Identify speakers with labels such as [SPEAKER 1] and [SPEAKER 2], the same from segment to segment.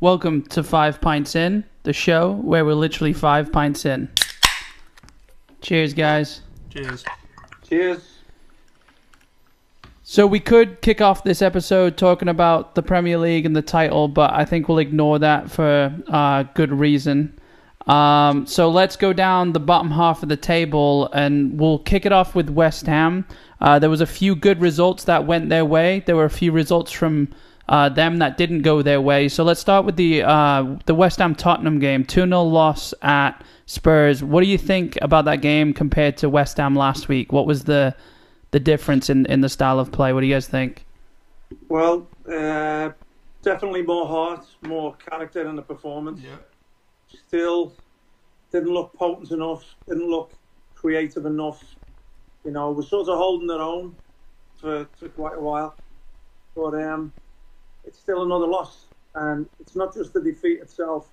[SPEAKER 1] Welcome to Five Pints In, the show where we're literally five pints in. Cheers, guys.
[SPEAKER 2] Cheers.
[SPEAKER 3] Cheers.
[SPEAKER 1] So we could kick off this episode talking about the Premier League and the title, but I think we'll ignore that for uh, good reason. Um, so let's go down the bottom half of the table, and we'll kick it off with West Ham. Uh, there was a few good results that went their way. There were a few results from uh, them that didn't go their way. So let's start with the uh, the West Ham Tottenham game, two 0 loss at Spurs. What do you think about that game compared to West Ham last week? What was the the difference in, in the style of play? What do you guys think?
[SPEAKER 3] Well, uh, definitely more heart, more character in the performance.
[SPEAKER 2] Yeah.
[SPEAKER 3] Still didn't look potent enough, didn't look creative enough. You know, we're sort of holding their own for, for quite a while. But um, it's still another loss. And it's not just the defeat itself,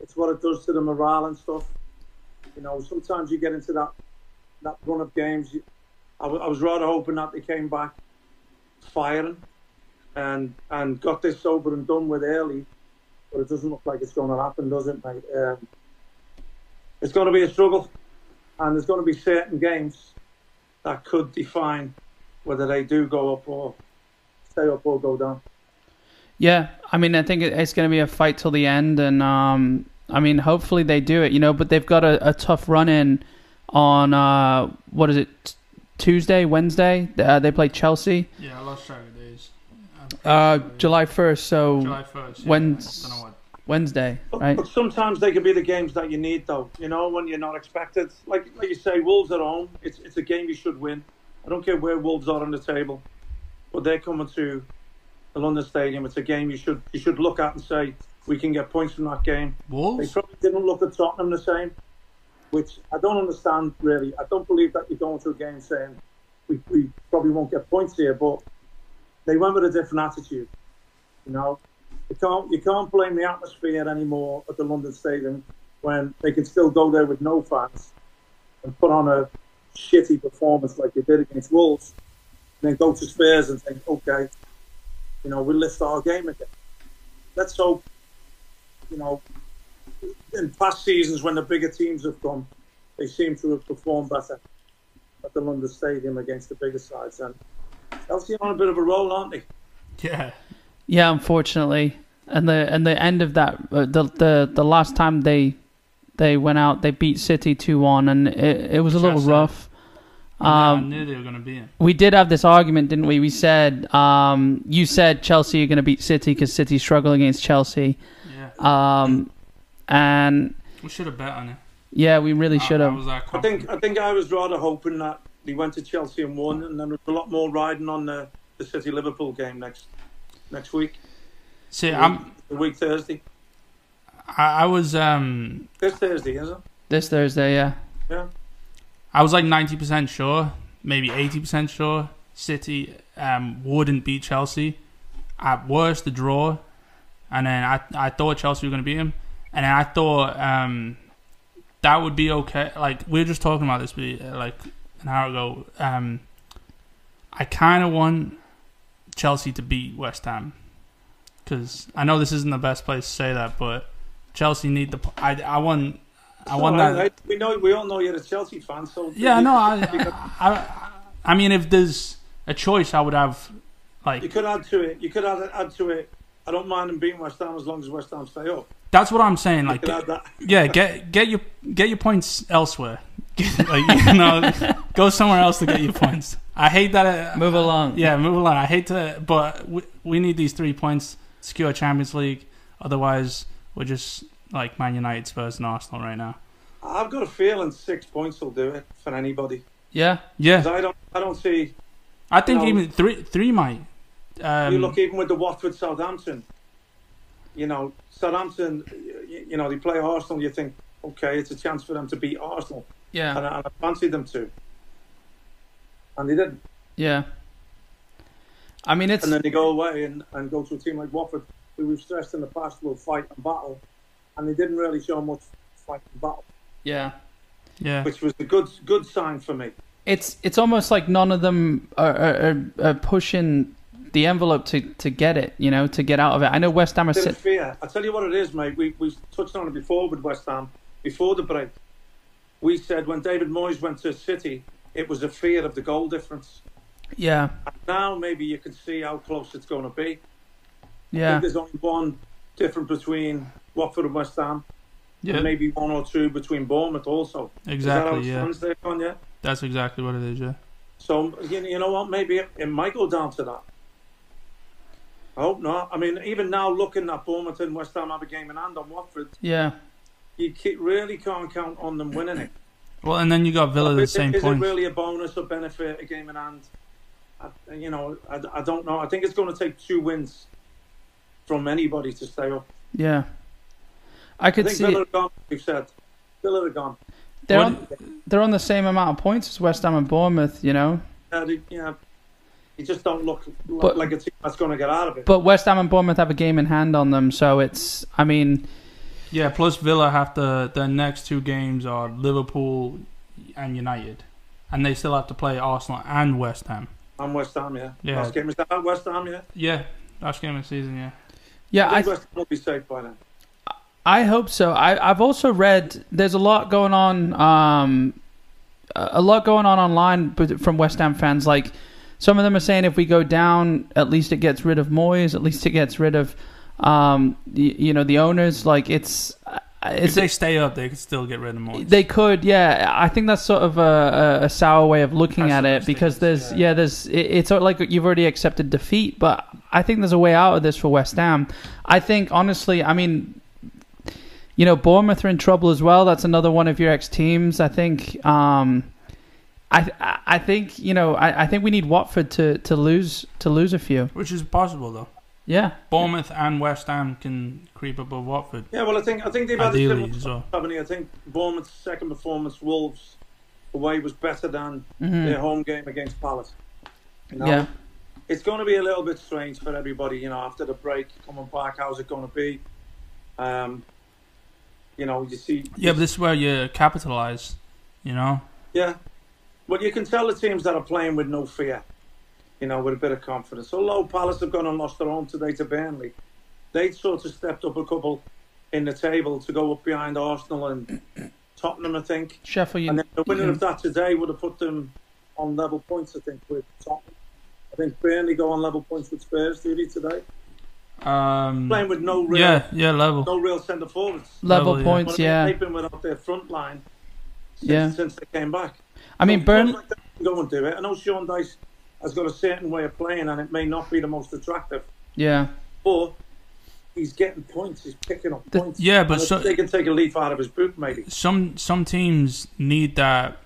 [SPEAKER 3] it's what it does to the morale and stuff. You know, sometimes you get into that, that run of games. You, I, w- I was rather hoping that they came back firing and and got this over and done with early, but it doesn't look like it's going to happen, does it, mate? Um, it's going to be a struggle, and there's going to be certain games that could define whether they do go up or stay up or go down.
[SPEAKER 1] Yeah, I mean, I think it- it's going to be a fight till the end, and um, I mean, hopefully they do it, you know. But they've got a, a tough run in on uh, what is it, t- Tuesday, Wednesday? Uh, they play Chelsea,
[SPEAKER 2] Yeah, I lost track of these. I'm pretty
[SPEAKER 1] uh,
[SPEAKER 2] sure-
[SPEAKER 1] July first, so
[SPEAKER 2] July 1st. Yeah,
[SPEAKER 1] when's-
[SPEAKER 2] I don't know what.
[SPEAKER 1] Wednesday,
[SPEAKER 3] But,
[SPEAKER 1] right?
[SPEAKER 3] but sometimes they can be the games that you need, though. You know, when you're not expected. Like like you say, Wolves at home. It's it's a game you should win. I don't care where Wolves are on the table, but they're coming to the London Stadium. It's a game you should you should look at and say we can get points from that game. They
[SPEAKER 2] Wolves?
[SPEAKER 3] probably didn't look at Tottenham the same, which I don't understand really. I don't believe that you're going to a game saying we, we probably won't get points here, but they went with a different attitude. You know, you can't you can't blame the atmosphere anymore at the London Stadium when they can still go there with no fans and put on a shitty performance like they did against Wolves, and then go to Spurs and think, okay, you know, we lift our game again. Let's hope, you know, in past seasons when the bigger teams have come, they seem to have performed better at the London Stadium against the bigger sides. And Chelsea are on a bit of a roll, aren't they?
[SPEAKER 2] Yeah.
[SPEAKER 1] Yeah, unfortunately, and the and the end of that, uh, the the the last time they they went out, they beat City two one, and it it was a little
[SPEAKER 2] Chelsea.
[SPEAKER 1] rough. Um,
[SPEAKER 2] I knew they were going to be in.
[SPEAKER 1] we did have this argument, didn't we? We said um, you said Chelsea are going to beat City because City struggle against Chelsea,
[SPEAKER 2] Yeah.
[SPEAKER 1] um, and
[SPEAKER 2] We should have bet on it.
[SPEAKER 1] yeah, we really
[SPEAKER 2] I-
[SPEAKER 1] should
[SPEAKER 2] I
[SPEAKER 1] have.
[SPEAKER 2] was that
[SPEAKER 3] I think I think I was rather hoping that they went to Chelsea and won, and then there was a lot more riding on the, the City Liverpool game next next week,
[SPEAKER 2] See, I'm,
[SPEAKER 3] the week Thursday.
[SPEAKER 2] I, I was um,
[SPEAKER 3] This Thursday, is it?
[SPEAKER 1] This Thursday, yeah.
[SPEAKER 3] Yeah.
[SPEAKER 2] I was like 90% sure, maybe 80% sure City um, wouldn't beat Chelsea. At worst, the draw. And then I, I thought Chelsea were going to beat him. And then I thought um, that would be okay. Like, we were just talking about this we- uh, like an hour ago. Um, I kind of want Chelsea to beat West Ham. Because I know this isn't the best place to say that, but Chelsea need the. p- I, I want. I want
[SPEAKER 3] All right,
[SPEAKER 2] that.
[SPEAKER 3] right. We know we all know you're a Chelsea fan, so
[SPEAKER 2] Yeah,
[SPEAKER 3] you,
[SPEAKER 2] no, I, I, I mean, if there's a choice, I would have,
[SPEAKER 3] You
[SPEAKER 2] like,
[SPEAKER 3] could add to it. You could add add to it. I don't mind them beating West Ham as long as West Ham stay up.
[SPEAKER 2] that's what I'm saying. Like,
[SPEAKER 3] You could add that.
[SPEAKER 2] yeah, get get your get your points elsewhere. like, you know, go somewhere else to get your points. I hate that. Uh,
[SPEAKER 1] Move along.
[SPEAKER 2] yeah, move along. I hate to, but we, we need these three points to secure Champions League. Otherwise, we're just like Man United, Spurs, and Arsenal right now.
[SPEAKER 3] I've got a feeling six points will do it for anybody.
[SPEAKER 1] yeah.
[SPEAKER 2] Yeah,
[SPEAKER 3] 'Cause I don't, I don't see.
[SPEAKER 2] I think
[SPEAKER 3] No.
[SPEAKER 2] even three three might. Um,
[SPEAKER 3] you look even with the Watford Southampton. You know, Southampton. You, you know, they play Arsenal. You think, okay, it's a chance for them to beat Arsenal,
[SPEAKER 1] Yeah.
[SPEAKER 3] and, I, and I fancy them to. And they didn't.
[SPEAKER 1] Yeah. I mean, it's
[SPEAKER 3] And then they go away and, and go to a team like Watford, who we've stressed in the past will fight and battle, and they didn't really show much fight and battle,
[SPEAKER 1] yeah.
[SPEAKER 2] yeah,
[SPEAKER 3] which was a good good sign for me.
[SPEAKER 1] It's it's almost like none of them are, are, are- are pushing the envelope to, to get it, you know, to get out of it. I know West Ham are
[SPEAKER 3] Bit
[SPEAKER 1] sit-
[SPEAKER 3] of fear. I tell you what it is, mate. We we touched on it before with West Ham before the break. We said when David Moyes went to City, it was a fear of the goal difference.
[SPEAKER 1] yeah,
[SPEAKER 3] Now maybe you can see how close it's going to be. I
[SPEAKER 1] yeah,
[SPEAKER 3] think there's only one difference between Watford and West Ham,
[SPEAKER 2] Yeah,
[SPEAKER 3] and maybe one or two between Bournemouth also. Is that how it
[SPEAKER 2] exactly. Yeah,
[SPEAKER 3] stands there, Konya?
[SPEAKER 2] that's exactly what it is. Yeah,
[SPEAKER 3] So you, you know what? Maybe it, it might go down to that. I hope not. I mean, even now looking at Bournemouth and West Ham have a game in hand on Watford,
[SPEAKER 1] yeah,
[SPEAKER 3] you ca- really can't count on them winning it.
[SPEAKER 2] well, and then you got Villa the
[SPEAKER 3] is, it-
[SPEAKER 2] same
[SPEAKER 3] is
[SPEAKER 2] point.
[SPEAKER 3] it really a bonus or benefit a game in hand? I, you know, I, I don't know. I think it's going to take two wins from anybody to stay up.
[SPEAKER 1] yeah. I
[SPEAKER 3] I
[SPEAKER 1] could
[SPEAKER 3] think
[SPEAKER 1] see
[SPEAKER 3] Villa are gone. We've said Villa are gone.
[SPEAKER 1] they're
[SPEAKER 2] What-
[SPEAKER 1] on, they're on the same amount of points as West Ham and Bournemouth, you know.
[SPEAKER 3] Uh, they- yeah, you just don't look like,
[SPEAKER 1] But-
[SPEAKER 3] like a team that's going to get out of it.
[SPEAKER 1] But West Ham and Bournemouth have a game in hand on them, so it's. I mean,
[SPEAKER 2] Yeah, plus Villa have to their next two games are Liverpool and United, and they still have to play Arsenal and West Ham.
[SPEAKER 3] And West Ham, yeah.
[SPEAKER 2] Yeah.
[SPEAKER 3] Last game is that at West Ham, yeah.
[SPEAKER 2] Yeah, last game of the season. Yeah,
[SPEAKER 1] yeah,
[SPEAKER 3] I
[SPEAKER 1] I
[SPEAKER 3] think West Ham will be safe by then.
[SPEAKER 1] I hope so. I, I've also read there's a lot going on, um, a a lot going on online but from West Ham fans. Like some of them are saying, if we go down, at least it gets rid of Moyes. At least it gets rid of, um, y- you know, the owners. Like it's, uh,
[SPEAKER 2] if
[SPEAKER 1] it's
[SPEAKER 2] they stay up, they could still get rid of more.
[SPEAKER 1] they could, yeah. I think that's sort of a, a, a sour way of looking
[SPEAKER 2] That's
[SPEAKER 1] at
[SPEAKER 2] the
[SPEAKER 1] it
[SPEAKER 2] best thing
[SPEAKER 1] because
[SPEAKER 2] is,
[SPEAKER 1] there's,
[SPEAKER 2] yeah.
[SPEAKER 1] yeah, there's. It, it's sort of like you've already accepted defeat, but I think there's a way out of this for West Ham. I think honestly, I mean, you know, Bournemouth are in trouble as well. That's another one of your ex teams. I think. Um, I I- I think you know I, I think we need Watford to, to lose to lose a few.
[SPEAKER 2] Which is possible though.
[SPEAKER 1] Yeah,
[SPEAKER 2] Bournemouth and West Ham can creep above Watford
[SPEAKER 3] Yeah, well, I think I think they've had a
[SPEAKER 2] ideally
[SPEAKER 3] similar
[SPEAKER 2] as well.
[SPEAKER 3] company. I think Bournemouth's second performance, Wolves away, was better than
[SPEAKER 1] Mhm.
[SPEAKER 3] their home game against Palace. You know?
[SPEAKER 1] yeah,
[SPEAKER 3] it's going to be a little bit strange for everybody, you know, after the break coming back. How's it going to be? Um, you know, you see,
[SPEAKER 2] Yeah, but this is where you capitalize. You know,
[SPEAKER 3] yeah. Well, you can tell the teams that are playing with no fear, you know, with a bit of confidence. Although Palace have gone and lost their home today to Burnley, they sort of stepped up a couple in the table to go up behind Arsenal and Tottenham, I think.
[SPEAKER 1] Sheffield.
[SPEAKER 3] And then the winner
[SPEAKER 1] yeah.
[SPEAKER 3] of that today would have put them on level points, I think, with Tottenham. I think Burnley go on level points with Spurs, do they, today?
[SPEAKER 2] um,
[SPEAKER 3] Playing with no real,
[SPEAKER 2] yeah, yeah, level.
[SPEAKER 3] no real centre forwards.
[SPEAKER 1] level
[SPEAKER 2] level, yeah.
[SPEAKER 1] points.
[SPEAKER 3] Well,
[SPEAKER 1] Yeah,
[SPEAKER 3] They've been without their front line since,
[SPEAKER 1] Yeah.
[SPEAKER 3] since they came back.
[SPEAKER 1] I mean
[SPEAKER 3] So
[SPEAKER 1] Burnley.
[SPEAKER 3] clubs like that can Go and do it. I know Sean Dice has got a certain way of playing, and it may not be the most attractive,
[SPEAKER 1] Yeah.
[SPEAKER 3] but he's getting points. He's picking up
[SPEAKER 1] The-
[SPEAKER 3] points.
[SPEAKER 2] Yeah, but
[SPEAKER 3] And
[SPEAKER 2] so,
[SPEAKER 3] they can take a leaf out of his boot, maybe.
[SPEAKER 2] some some teams need that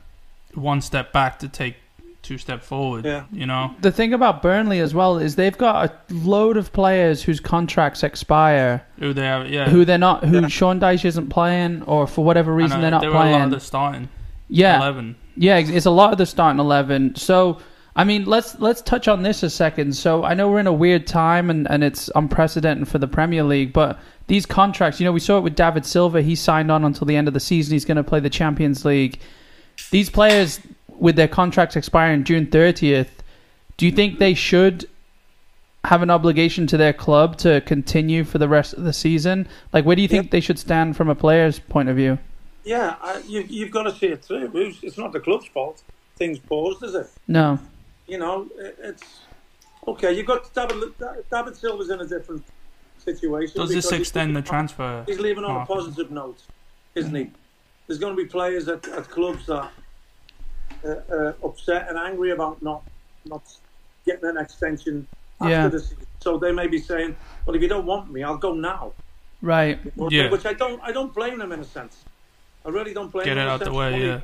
[SPEAKER 2] one step back to take two step forward.
[SPEAKER 3] Yeah.
[SPEAKER 2] You know.
[SPEAKER 1] The thing about Burnley as well is they've got a load of players whose contracts expire,
[SPEAKER 2] Who they have? Yeah.
[SPEAKER 1] who they're not, who
[SPEAKER 3] Yeah.
[SPEAKER 1] Sean Dyche isn't playing, or for whatever
[SPEAKER 2] I know,
[SPEAKER 1] reason they're not
[SPEAKER 2] there were a lot of
[SPEAKER 1] playing.
[SPEAKER 2] the starting
[SPEAKER 1] yeah,
[SPEAKER 2] eleven.
[SPEAKER 1] yeah, it's it's a lot of the starting eleven. So I mean, let's let's touch on this a second. So I know we're in a weird time and and it's unprecedented for the Premier League, but these contracts, you know, we saw it with David Silva. He signed on until the end of the season. He's going to play the Champions League. These players with their contracts expiring June thirtieth, do you think they should? Have an obligation to their club to continue for the rest of the season. Like, where do you think they should stand from a player's point of view?
[SPEAKER 3] Yeah, I, you, you've got to see it through. It's- It's not the club's fault. Things paused, is it?
[SPEAKER 1] No,
[SPEAKER 3] you know, it, it's okay. You've got David, David Silva's in a different situation.
[SPEAKER 2] Does this
[SPEAKER 3] because
[SPEAKER 2] extend the
[SPEAKER 3] he's-
[SPEAKER 2] transfer?
[SPEAKER 3] He's leaving on a
[SPEAKER 2] market?
[SPEAKER 3] positive note, isn't he? There's going to be players at, at clubs that are uh, upset and angry about not not getting an extension after
[SPEAKER 1] Yeah.
[SPEAKER 3] the season. So they may be saying, "Well, if you don't want me, I'll go now."
[SPEAKER 1] right?
[SPEAKER 2] Yeah.
[SPEAKER 3] Which I don't. I don't blame them in a sense. I really don't blame.
[SPEAKER 2] Get
[SPEAKER 3] them
[SPEAKER 2] it
[SPEAKER 3] in a
[SPEAKER 2] out the
[SPEAKER 3] sense.
[SPEAKER 2] way.
[SPEAKER 3] Only-
[SPEAKER 2] Yeah.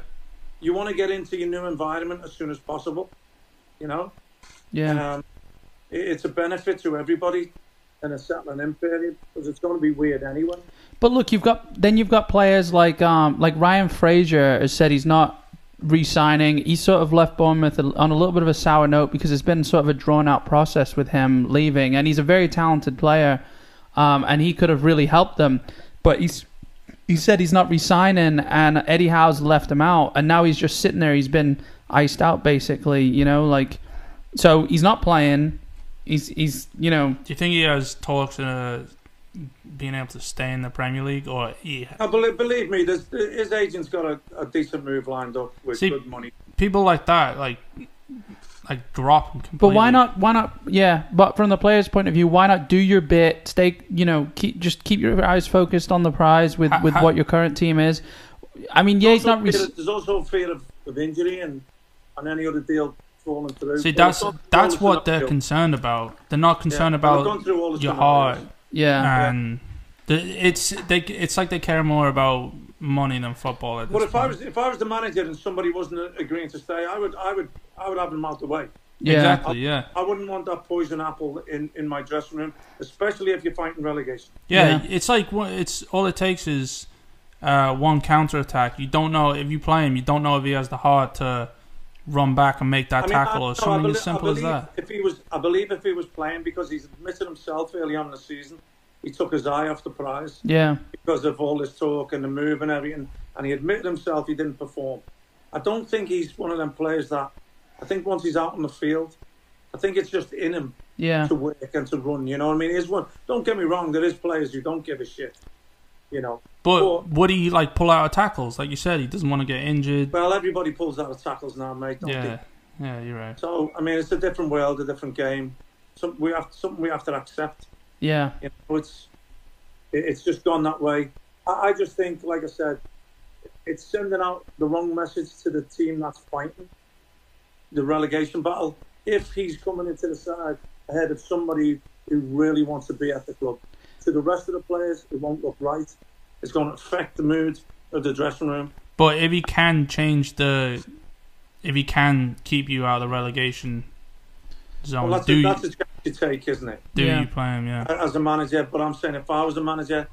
[SPEAKER 3] You want to get into your new environment as soon as possible. You know.
[SPEAKER 1] Yeah.
[SPEAKER 3] Um, it, it's a benefit to everybody in a settling in period because it's going to be weird anyway.
[SPEAKER 1] But look, you've got then you've got players like um like Ryan Fraser has said he's not re-signing. He sort of left Bournemouth on a little bit of a sour note because it's been sort of a drawn out process with him leaving, and he's a very talented player, um, and he could have really helped them, but he's. He said he's not re-signing, and Eddie Howe's left him out, and now he's just sitting there. He's been iced out, basically, you know. Like, so he's not playing. He's he's you know
[SPEAKER 2] Do you think he has talks uh, being able to stay in the Premier League, or he,
[SPEAKER 3] I believe, believe me, there's, his agent's got a, a decent move lined up with
[SPEAKER 2] See-
[SPEAKER 3] good money.
[SPEAKER 2] people like that like like drop him completely?
[SPEAKER 1] But why not? Why not? Yeah, but from the player's point of view, why not do your bit? Stay, you know, keep just keep your eyes focused on the prize with
[SPEAKER 2] Ha-
[SPEAKER 1] with
[SPEAKER 2] ha-
[SPEAKER 1] what your current team is. I mean, yeah, he's
[SPEAKER 3] Also
[SPEAKER 1] not.
[SPEAKER 3] fear-
[SPEAKER 1] Re-
[SPEAKER 3] there's also fear of, of injury and, and any other deal falling through.
[SPEAKER 2] See,
[SPEAKER 3] Well,
[SPEAKER 2] that's
[SPEAKER 3] they've gone through all
[SPEAKER 2] that's
[SPEAKER 3] the
[SPEAKER 2] what they're
[SPEAKER 3] scenario.
[SPEAKER 2] concerned about. They're not
[SPEAKER 3] Yeah,
[SPEAKER 2] concerned
[SPEAKER 3] well, they've gone
[SPEAKER 2] about
[SPEAKER 3] through all the
[SPEAKER 2] your
[SPEAKER 3] scenarios.
[SPEAKER 2] heart
[SPEAKER 1] yeah,
[SPEAKER 2] and the, it's they it's like they care more about money than football. At this
[SPEAKER 3] But if
[SPEAKER 2] point.
[SPEAKER 3] I was if I was the manager and somebody wasn't agreeing to stay, I would I would I would have them out the way.
[SPEAKER 1] yeah,
[SPEAKER 2] exactly, yeah.
[SPEAKER 3] I wouldn't want that poison apple in, in my dressing room, especially if you're fighting relegation.
[SPEAKER 2] Yeah, it's like what it's all it takes is uh, one counter attack. You don't know if you play him. You don't know if he has the heart to run back and make that tackle or
[SPEAKER 3] no,
[SPEAKER 2] something
[SPEAKER 3] belie-
[SPEAKER 2] as simple
[SPEAKER 3] I
[SPEAKER 2] as
[SPEAKER 3] believe
[SPEAKER 2] that.
[SPEAKER 3] If he was, I believe if he was playing because he's admitted himself early on in the season, he took his eye off the prize
[SPEAKER 1] yeah,
[SPEAKER 3] because of all this talk and the move and everything, and he admitted himself he didn't perform. I don't think he's one of them players that. I think once he's out on the field, I think it's just in him
[SPEAKER 1] yeah,
[SPEAKER 3] to work and to run. You know what I mean? Is one. Don't get me wrong. There is players who don't give a shit. You know.
[SPEAKER 2] But
[SPEAKER 3] Well-
[SPEAKER 2] would he like pull out of tackles? Like you said, he doesn't want to get injured.
[SPEAKER 3] Well, everybody pulls out of tackles now, mate. Don't
[SPEAKER 2] Yeah,
[SPEAKER 3] They?
[SPEAKER 2] yeah, you're right.
[SPEAKER 3] So I mean, it's a different world, a different game. Some, we have something we have to accept.
[SPEAKER 1] yeah,
[SPEAKER 3] You know, it's it, it's just gone that way. I, I just think, like I said, it's sending out the wrong message to the team that's fighting the relegation battle. If he's coming into the side ahead of somebody who really wants to be at the club, to the rest of the players, it won't look right. It's going to affect the mood of the dressing room.
[SPEAKER 2] But if he can change the, if he can keep you out of the relegation zone,
[SPEAKER 3] Well, that's,
[SPEAKER 2] do
[SPEAKER 3] a,
[SPEAKER 2] you
[SPEAKER 3] that's a chance you take, isn't it?
[SPEAKER 2] do
[SPEAKER 1] Yeah.
[SPEAKER 2] you play him? Yeah,
[SPEAKER 3] as a manager, but I'm saying if I was a manager,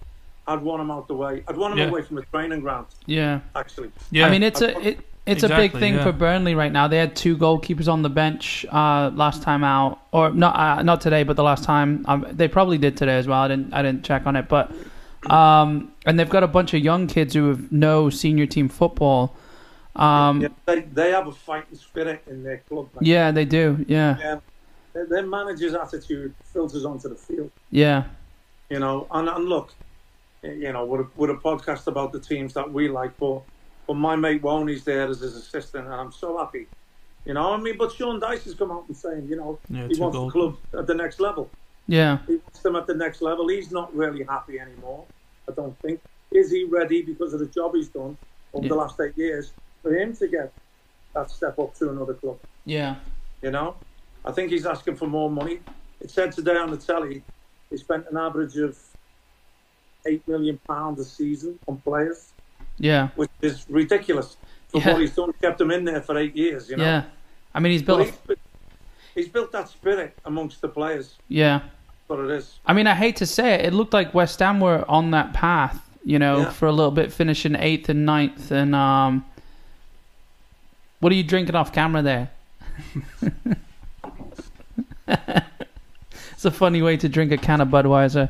[SPEAKER 3] I'd want him out the way. I'd want him
[SPEAKER 2] Yeah.
[SPEAKER 3] away from the training ground,
[SPEAKER 1] yeah.
[SPEAKER 3] actually.
[SPEAKER 2] yeah.
[SPEAKER 1] I mean, it's a it, it's a big
[SPEAKER 2] Exactly,
[SPEAKER 1] thing
[SPEAKER 2] yeah.
[SPEAKER 1] for Burnley right now. They had two goalkeepers on the bench uh, last time out, or not uh, not today, but the last time um, they probably did today as well. I didn't I didn't check on it, but um, and they've got a bunch of young kids who have no senior team football. Um,
[SPEAKER 3] Yeah, they, they have a fighting spirit in their club. mate.
[SPEAKER 1] Yeah, they do. Yeah,
[SPEAKER 3] Um, their, their manager's attitude filters onto the field,
[SPEAKER 1] yeah,
[SPEAKER 3] you know. And, and look, eh, you know, with a, with a podcast about the teams that we like, but, but my mate Woney's there as his assistant, and I'm so happy. You know, I mean, but Sean Dice has come out and saying, you know,
[SPEAKER 2] Yeah,
[SPEAKER 3] he
[SPEAKER 2] two
[SPEAKER 3] wants
[SPEAKER 2] goal-
[SPEAKER 3] the club at the next level.
[SPEAKER 1] yeah,
[SPEAKER 3] he wants them at the next level. He's not really happy anymore, I don't think. Is he ready because of the job he's done over the
[SPEAKER 1] Yeah.
[SPEAKER 3] last eight years for him to get that step up to another club?
[SPEAKER 1] yeah,
[SPEAKER 3] You know, I think he's asking for more money. It said today on the telly he spent an average of eight million pounds a season on players,
[SPEAKER 1] yeah,
[SPEAKER 3] which is ridiculous for
[SPEAKER 1] Yeah.
[SPEAKER 3] what he's done. Kept him in there for eight years, you know.
[SPEAKER 1] yeah. I mean, he's
[SPEAKER 3] But
[SPEAKER 1] built.
[SPEAKER 3] he's, he's built that spirit amongst the players.
[SPEAKER 1] Yeah.
[SPEAKER 3] What it is.
[SPEAKER 1] I mean, I hate to say it. It looked like West Ham were on that path, you know,
[SPEAKER 3] Yeah.
[SPEAKER 1] for a little bit, finishing eighth and ninth. And um, what are you drinking off camera there? it's a funny way to drink a can of Budweiser.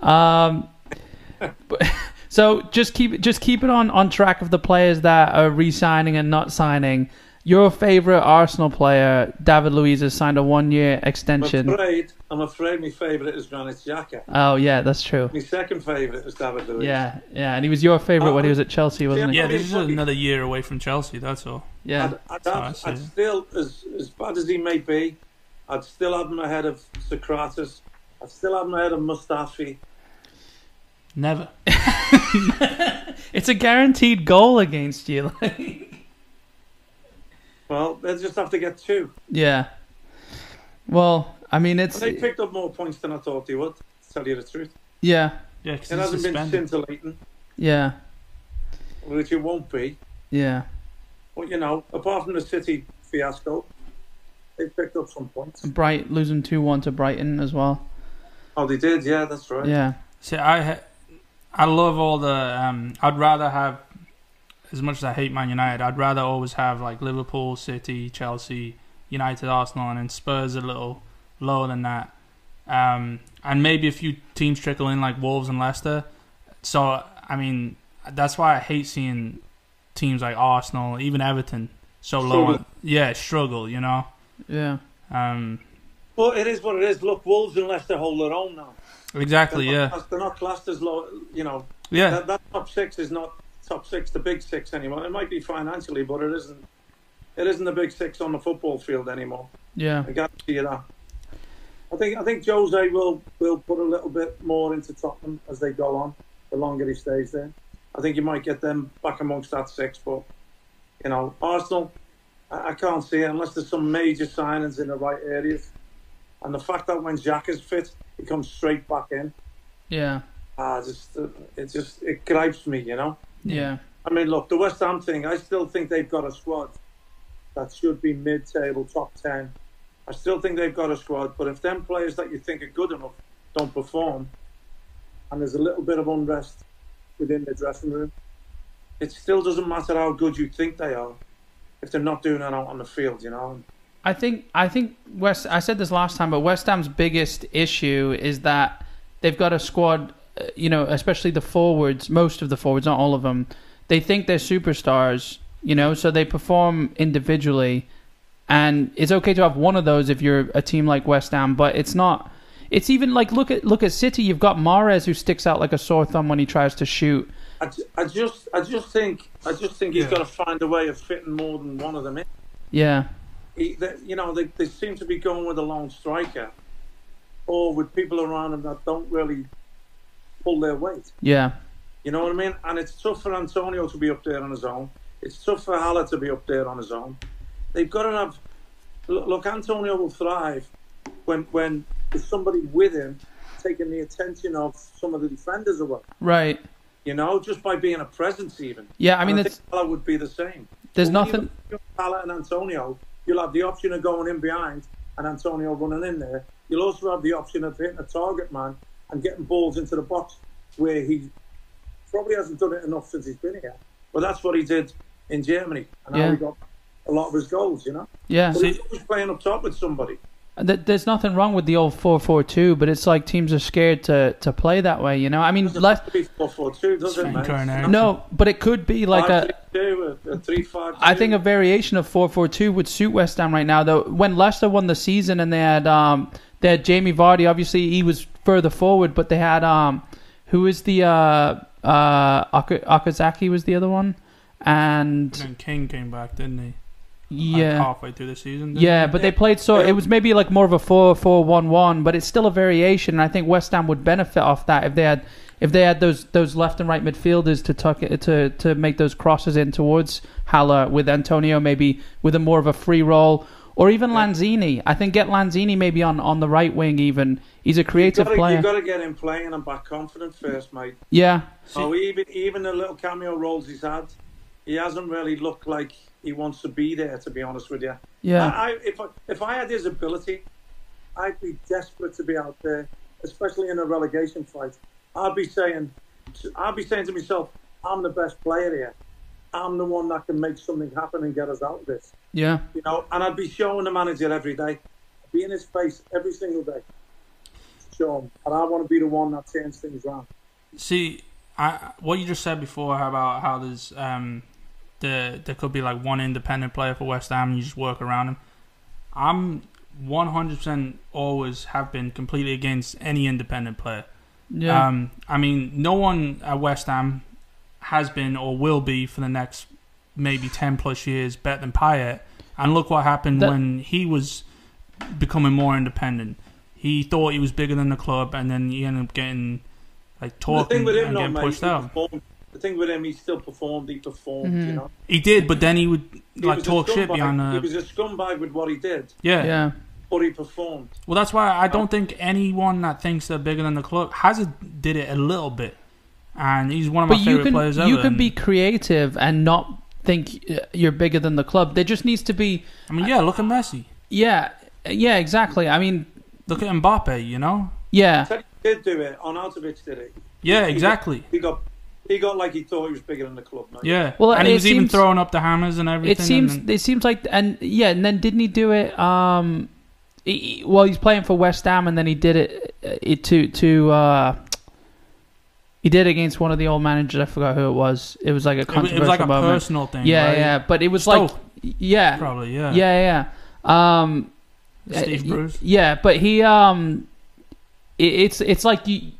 [SPEAKER 1] Um, but- so just keep just keep it on on track of the players that are re-signing and not signing. Your favorite Arsenal player, David Luiz, has signed a one-year
[SPEAKER 3] I'm
[SPEAKER 1] extension.
[SPEAKER 3] afraid, I'm afraid my favourite is Granit Xhaka.
[SPEAKER 1] Oh yeah, that's true.
[SPEAKER 3] My second favourite was David Lewis. Oh,
[SPEAKER 1] Yeah, yeah, and he was your favorite when he was at Chelsea, wasn't he?
[SPEAKER 2] yeah, this is another year away from Chelsea. That's all.
[SPEAKER 1] Yeah,
[SPEAKER 3] I'd, I'd,
[SPEAKER 2] Oh, I
[SPEAKER 3] have,
[SPEAKER 2] see.
[SPEAKER 3] I'd still, as, as bad as he may be, I'd still have him ahead of Socrates. I'd still have him ahead of Mustafi.
[SPEAKER 2] Never.
[SPEAKER 1] it's a guaranteed goal against you.
[SPEAKER 3] Well, they'll just have to get two.
[SPEAKER 1] yeah. Well, I mean,
[SPEAKER 3] And
[SPEAKER 1] it's
[SPEAKER 3] they picked up more points than I thought they would, to tell you the truth.
[SPEAKER 1] yeah,
[SPEAKER 2] Yeah, because
[SPEAKER 3] It
[SPEAKER 2] he's
[SPEAKER 3] hasn't been
[SPEAKER 2] suspended.
[SPEAKER 3] scintillating,
[SPEAKER 1] yeah,
[SPEAKER 3] which it won't be.
[SPEAKER 1] yeah,
[SPEAKER 3] But, you know, apart from the City fiasco, they picked up some points.
[SPEAKER 1] Bright losing two one to Brighton as well.
[SPEAKER 3] Oh, they did, yeah, that's right.
[SPEAKER 1] Yeah,
[SPEAKER 2] See, I, ha- I love all the. Um, I'd rather have, as much as I hate Man United, I'd rather always have like Liverpool, City, Chelsea, United, Arsenal, and then Spurs a little lower than that. Um, and maybe a few teams trickle in like Wolves and Leicester. So I mean, that's why I hate seeing teams like Arsenal, even Everton, so low.
[SPEAKER 3] Struggle.
[SPEAKER 2] On, yeah, struggle. You know.
[SPEAKER 1] yeah.
[SPEAKER 2] Um,
[SPEAKER 3] But it is what it is. Look, Wolves and Leicester hold their own now. They're
[SPEAKER 2] Exactly.
[SPEAKER 3] not
[SPEAKER 2] Yeah.
[SPEAKER 3] classed- They're not classed as low. You know,
[SPEAKER 2] Yeah.
[SPEAKER 3] that, that top six is not top six, the big six anymore. It might be financially, but it isn't. It isn't the big six on the football field anymore.
[SPEAKER 1] Yeah.
[SPEAKER 3] I guarantee you that. I think I think Jose will will put a little bit more into Tottenham as they go on. The longer he stays there, I think you might get them back amongst that six. But you know, Arsenal, I, I can't see it unless there's some major signings in the right areas. And the fact that when Jack is fit, he comes straight back in.
[SPEAKER 1] Yeah.
[SPEAKER 3] Ah, just uh, it just it gripes me, you know.
[SPEAKER 1] Yeah.
[SPEAKER 3] I mean, look, the West Ham thing, I still think they've got a squad that should be mid table, top 10. I still think they've got a squad, but if them players that you think are good enough don't perform, and there's a little bit of unrest within the dressing room, it still doesn't matter how good you think they are if they're not doing it out on the field, you know.
[SPEAKER 1] I think I think West. I said this last time, but West Ham's biggest issue is that they've got a squad. uh, You know, especially the forwards. Most of the forwards, not all of them. They think they're superstars. You know, so they perform individually, and it's okay to have one of those if you're a team like West Ham. But it's not. It's even like look at look at City. You've got Mares who sticks out like a sore thumb when he tries to shoot.
[SPEAKER 3] I, ju- I just, I just think, I just think he's
[SPEAKER 2] Yeah.
[SPEAKER 3] got to find a way of fitting more than one of them in.
[SPEAKER 1] Yeah,
[SPEAKER 3] he, they, you know, they, they seem to be going with a lone striker or with people around him that don't really pull their weight.
[SPEAKER 1] yeah,
[SPEAKER 3] You know what I mean? And it's tough for Antonio to be up there on his own. It's tough for Haller to be up there on his own. They've got to have. Look, look, Antonio will thrive when when there's somebody with him taking the attention of some of the defenders away.
[SPEAKER 1] right.
[SPEAKER 3] You know, just by being a presence, even.
[SPEAKER 1] Yeah, I mean,
[SPEAKER 3] And
[SPEAKER 1] that's,
[SPEAKER 3] think Haller would be the same.
[SPEAKER 1] there's
[SPEAKER 3] But when
[SPEAKER 1] nothing.
[SPEAKER 3] you've got Salah and Antonio, you'll have the option of going in behind and Antonio running in there. You'll also have the option of hitting a target man and getting balls into the box where he probably hasn't done it enough since he's been here. But that's what he did in Germany and
[SPEAKER 1] Yeah.
[SPEAKER 3] how he got a lot of his goals, you know.
[SPEAKER 1] Yeah,
[SPEAKER 3] But he's always playing up top with somebody.
[SPEAKER 1] Th- There's nothing wrong with the old four four two, but it's like teams are scared to, to play that way. You know, I mean,
[SPEAKER 3] It doesn't
[SPEAKER 1] less,
[SPEAKER 3] have to be 4-4-2, does it,
[SPEAKER 2] Sven
[SPEAKER 3] mate?
[SPEAKER 2] Cornell.
[SPEAKER 1] no, but it could be like a.
[SPEAKER 3] 5-3-2, a- a 3-5-2.
[SPEAKER 1] I think a variation of four four two would suit West Ham right now. Though when Leicester won the season and they had um they had Jamie Vardy, obviously he was further forward, but they had um who is the uh uh Ak- Akazaki was the other one,
[SPEAKER 2] And
[SPEAKER 1] and
[SPEAKER 2] then King came back, didn't he? Like
[SPEAKER 1] yeah.
[SPEAKER 2] halfway through the season. Didn't
[SPEAKER 1] Yeah, but they played so it was maybe like more of a four four one one, but it's still a variation. And I think West Ham would benefit off that if they had if they had those those left and right midfielders to tuck it, to to make those crosses in towards Haller with Antonio maybe with a more of a free role or even Lanzini. I think get Lanzini maybe on on the right wing even. He's a
[SPEAKER 3] You've
[SPEAKER 1] creative
[SPEAKER 3] gotta-
[SPEAKER 1] player.
[SPEAKER 3] You've got to get him playing and back confident first, mate.
[SPEAKER 1] yeah.
[SPEAKER 3] Oh, even even the little cameo roles he's had, he hasn't really looked like he wants to be there. To be honest with you,
[SPEAKER 1] Yeah.
[SPEAKER 3] I, I, if I, if I had his ability, I'd be desperate to be out there, especially in a relegation fight. I'd be saying, I'd be saying to myself, I'm the best player here. I'm the one that can make something happen and get us out of this.
[SPEAKER 1] Yeah.
[SPEAKER 3] You know, and I'd be showing the manager every day, I'd be in his face every single day, show him, and I want to be the one that turns things around.
[SPEAKER 2] See, I what you just said before about how there's um, the there could be like one independent player for West Ham, and you just work around him. I'm 100% always have been completely against any independent player.
[SPEAKER 1] Yeah.
[SPEAKER 2] Um, I mean, no one at West Ham has been or will be for the next maybe 10 plus years better than Payet. And look what happened
[SPEAKER 1] That-
[SPEAKER 2] when he was becoming more independent. He thought he was bigger than the club, and then he ended up getting like
[SPEAKER 3] the thing
[SPEAKER 2] talking
[SPEAKER 3] with him,
[SPEAKER 2] and
[SPEAKER 3] though,
[SPEAKER 2] getting
[SPEAKER 3] mate,
[SPEAKER 2] pushed
[SPEAKER 3] he
[SPEAKER 2] out.
[SPEAKER 3] performed. The thing with him, he still performed. He performed. You know,
[SPEAKER 2] He did, but then he would
[SPEAKER 3] he
[SPEAKER 2] like
[SPEAKER 3] was a
[SPEAKER 2] talk shit
[SPEAKER 3] scumbag.
[SPEAKER 2] behind
[SPEAKER 3] He
[SPEAKER 2] the
[SPEAKER 3] was a scumbag with what he did,
[SPEAKER 2] yeah.
[SPEAKER 1] yeah.
[SPEAKER 3] but he performed.
[SPEAKER 2] Well, that's why I don't think anyone that thinks they're bigger than the club Hazard did it a little bit, and he's one of my
[SPEAKER 1] but
[SPEAKER 2] favorite
[SPEAKER 1] you can
[SPEAKER 2] players ever.
[SPEAKER 1] you can
[SPEAKER 2] and-
[SPEAKER 1] be creative and not think uh, you're bigger than the club. There just needs to be
[SPEAKER 2] I mean, yeah, look at Messi.
[SPEAKER 1] Yeah, yeah, exactly. I mean,
[SPEAKER 2] Look at Mbappe, you know?
[SPEAKER 1] yeah,
[SPEAKER 3] Teddy did do it. Arnautovic did it.
[SPEAKER 2] Yeah, exactly.
[SPEAKER 3] He got, he got like he thought he was bigger than the club. Mate.
[SPEAKER 2] Yeah.
[SPEAKER 1] Well,
[SPEAKER 2] and he
[SPEAKER 1] it
[SPEAKER 2] was even
[SPEAKER 1] seems-
[SPEAKER 2] throwing up the hammers and everything.
[SPEAKER 1] it seems
[SPEAKER 2] and-
[SPEAKER 1] it seems like and yeah, and then didn't he do it? Um, he, he- well, he's playing for West Ham, and then he did it, it to to uh, he did against one of the old managers. I forgot who it was. It was like a
[SPEAKER 2] it, was-
[SPEAKER 1] controversial
[SPEAKER 2] it was like a
[SPEAKER 1] moment.
[SPEAKER 2] personal thing.
[SPEAKER 1] yeah,
[SPEAKER 2] right?
[SPEAKER 1] yeah, but it was
[SPEAKER 2] Stoke,
[SPEAKER 1] like yeah,
[SPEAKER 2] probably, yeah.
[SPEAKER 1] yeah, yeah. Um,
[SPEAKER 2] Steve
[SPEAKER 1] y-
[SPEAKER 2] Bruce.
[SPEAKER 1] Yeah, but he um, it, it's it's like you.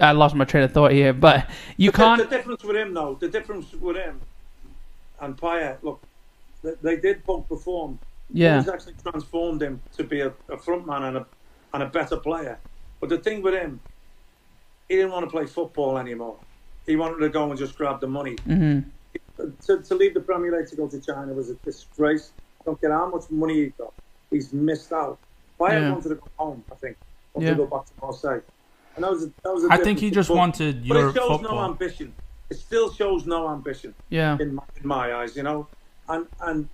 [SPEAKER 1] I lost my train of thought here, but you
[SPEAKER 3] The-
[SPEAKER 1] can't.
[SPEAKER 3] The, difference with him, though, the difference with him and Payet, look, they, they did both perform.
[SPEAKER 1] Yeah,
[SPEAKER 3] He's actually transformed him to be a, a front man and a, and a better player. But the thing with him, he didn't want to play football anymore. He wanted to go and just grab the money.
[SPEAKER 1] hmm
[SPEAKER 3] To, to leave the Premier League to go to China was a disgrace. Don't care how much money he got. He's missed out. Payet
[SPEAKER 1] Yeah.
[SPEAKER 3] wanted to go home, I think. Wanted
[SPEAKER 1] Yeah.
[SPEAKER 3] to go back to Marseille. And that was a, that was a
[SPEAKER 2] I think he
[SPEAKER 3] difference.
[SPEAKER 2] just
[SPEAKER 3] But-
[SPEAKER 2] wanted
[SPEAKER 3] but it
[SPEAKER 2] Europe
[SPEAKER 3] shows no
[SPEAKER 2] football.
[SPEAKER 3] ambition. It still shows no ambition
[SPEAKER 1] yeah,
[SPEAKER 3] in my, in my eyes, you know. And and